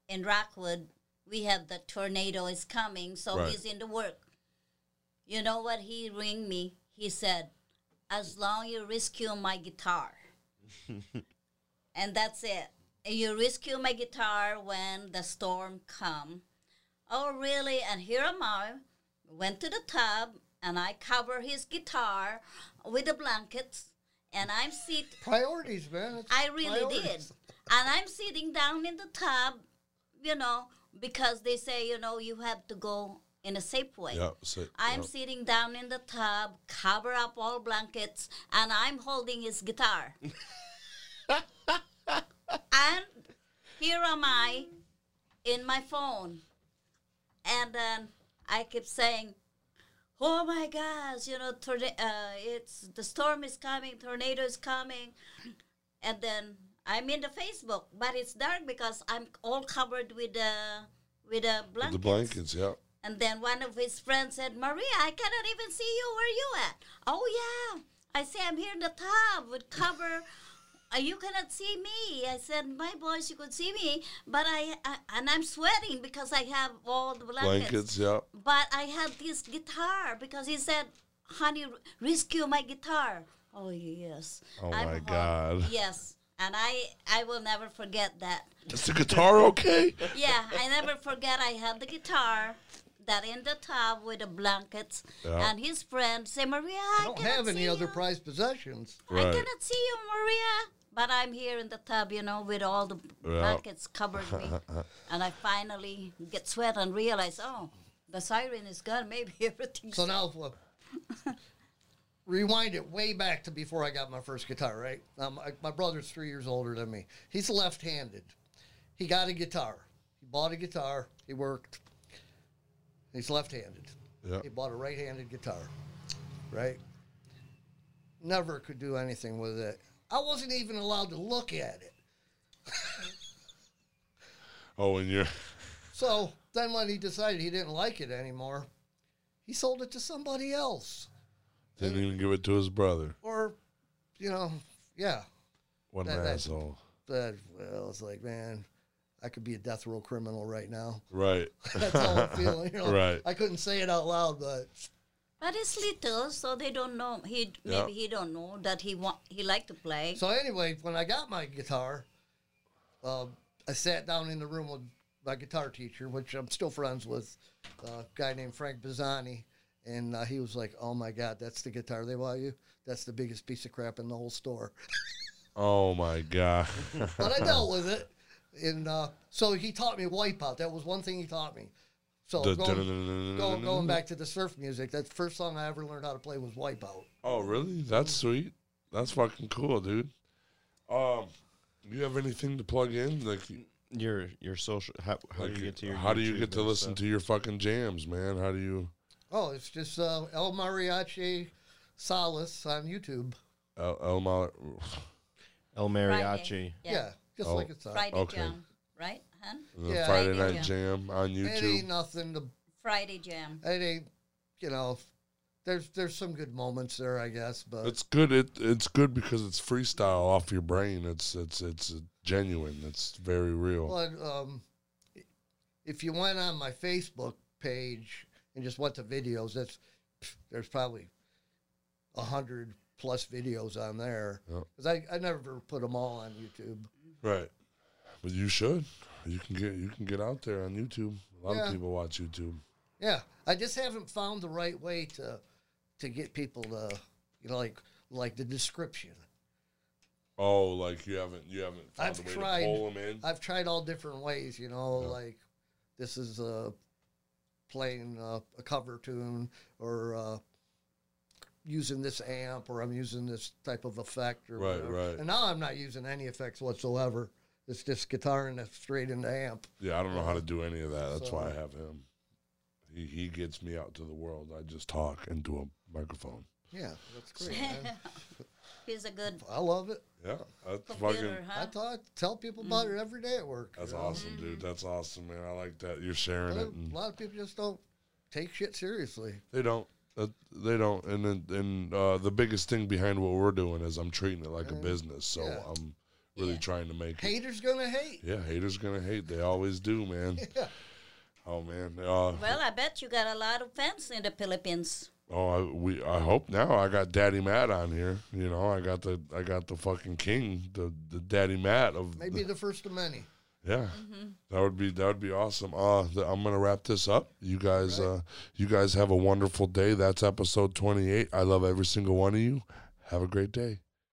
D: in Rockwood, we have the tornado is coming, so
A: Right.
D: he's in the work. You know what he ring me? He said, as long you rescue my guitar. and that's it. And you rescue my guitar when the storm come. Oh, really? And here am I. Went to the tub and I cover his guitar with the blankets and I'm sit.
B: Priorities, man. It's
D: I really did.
B: priorities.
D: And I'm sitting down in the tub, you know, because they say, you know, you have to go in a safe way.
A: Yeah. So,
D: I'm
A: yeah.
D: sitting down in the tub, cover up all blankets, and I'm holding his guitar. and here am I in my phone. And then I keep saying, Oh my gosh, you know, torna- uh, it's the storm is coming, tornado is coming. And then I'm in the Facebook, but it's dark because I'm all covered with uh, with a
A: With
D: blanket.
A: the blankets, yeah.
D: And then one of his friends said, Maria, I cannot even see you. Where you at? Oh, yeah. I say, I'm here in the tub with cover. Uh, you cannot see me. I said, my boys, you could see me. But I, I and I'm sweating because I have all the blankets.
A: Blankets, yeah.
D: But I had this guitar because he said, honey, r- rescue my guitar. Oh, yes.
A: Oh,
D: I'm
A: my
D: home.
A: God.
D: Yes. And I, I will never forget that
A: Is the guitar okay?
D: yeah, I never forget. I had the guitar that in the tub with the blankets,
A: Yeah.
D: and his friend say, "Maria,
B: I
D: I,
B: don't
D: cannot
B: have any
D: see
B: other
D: you.
B: prized possessions.
D: I
A: Right.
D: cannot see you, Maria." But I'm here in the tub, you know, with all the
A: Yeah.
D: blankets covered me, and I finally get sweat and realize, oh, the siren is gone. Maybe everything's
B: So now, uh, rewind it way back to before I got my first guitar. Right, um, my, my brother's three years older than me. He's left-handed. He got a guitar. He bought a guitar. He worked. He's left-handed.
A: Yeah.
B: He bought a right-handed guitar. Right. Never could do anything with it. I wasn't even allowed to look at it.
A: Oh, and you're
B: So then, when he decided he didn't like it anymore, he sold it to somebody else.
A: didn't even give it to his brother.
B: or you know, yeah.
A: What an
B: That- that-
A: asshole.
B: But well, it's like, man, I could be a death row criminal right now.
A: Right.
B: That's all I'm feeling. You know?
A: Right.
B: I couldn't say it out loud, but
D: But it's little, so they don't know. He
A: Yeah.
D: maybe he don't know that he want he like to play.
B: so anyway, when I got my guitar, uh, I sat down in the room with my guitar teacher, which I'm still friends with, uh, a guy named Frank Bizzani. And uh, he was like, "Oh my God, that's the guitar they bought you. That's the biggest piece of crap in the whole store."
A: Oh my god.
B: but I dealt with it. And uh, so he taught me Wipeout. That was one thing he taught me. So
A: The-
B: going, go- going back to the surf music, that first song I ever learned how to play was Wipeout.
A: oh really? That's sweet. That's fucking cool, dude. Um you have anything to plug in? Like,
B: Mm-hmm.
C: Your your social. How, how
A: like,
C: do you get to your?
A: how do you
C: YouTube
A: get to
C: and
A: listen
C: stuff?
A: to your fucking jams, man? How do you
B: Oh, it's just uh, El Mariachi Solace on YouTube.
A: El, El Mal-
C: El Mariachi?
D: Friday.
B: Yeah, just
A: Oh.
B: like it's on.
D: Friday
A: Okay.
D: jam, right, hon?
A: the
B: Yeah.
A: Friday
D: Friday
A: Night
D: Jam.
A: Jam on
B: It ain't
A: YouTube?
B: nothing to
D: Friday jam.
B: It ain't, you know, there's there's some good moments there, I guess, but
A: It's good. It it's good because it's freestyle off your brain. It's it's it's genuine. It's very real.
B: But um, if you went on my Facebook page and just went to videos, that's pff, there's probably a hundred plus videos on there
A: Yep.
B: because I, I never put them all on YouTube.
A: Right. But you should. You can get you can get out there on YouTube. A lot
B: Yeah.
A: of people watch YouTube.
B: Yeah, I just haven't found the right way to to get people to you know like like the description.
A: Oh, like you haven't you haven't found
B: I've
A: a way
B: tried.
A: to pull them in.
B: I've tried all different ways, you know, like this is uh, playing uh, a cover tune or uh, using this amp or I'm using this type of effect or
A: Right,
B: whatever.
A: right.
B: And now I'm not using any effects whatsoever. It's just guitar and it's straight into amp.
A: yeah, I don't know how to do any of that. That's why I
B: So-
A: have him. He he gets me out to the world. I just talk into a microphone.
B: Yeah, that's great. man.
D: He's a good
B: I love it.
A: Yeah, that's fucking.
D: computer,
B: I
D: huh?
B: talk, tell people about it every day at work.
A: That's
B: you know?
A: awesome, Mm. dude. That's awesome, man. I like that you're
B: A
A: sharing
B: lot
A: it.
B: of-
A: And
B: a lot of people just don't take shit seriously.
A: they don't. Uh, they don't. And then and uh, the biggest thing behind what we're doing is I'm treating it like a business. So
B: Uh, yeah.
A: I'm really
D: Yeah.
A: trying to make it.
B: Haters gonna hate.
A: Yeah, haters gonna hate. They always do, man.
B: Yeah.
A: Oh man. Uh,
D: Well, I bet you got a lot of fans in the Philippines.
A: oh, I, we. I hope now. I got Daddy Matt on here. You know, I got the. I got the fucking king, the the Daddy Matt of.
B: Maybe
A: the-
B: the first of many.
A: yeah. That would be that would be awesome. Uh, th- I'm gonna wrap this up. You guys, uh, you guys have a wonderful day. That's episode 28. I love every single one of you. Have a great day.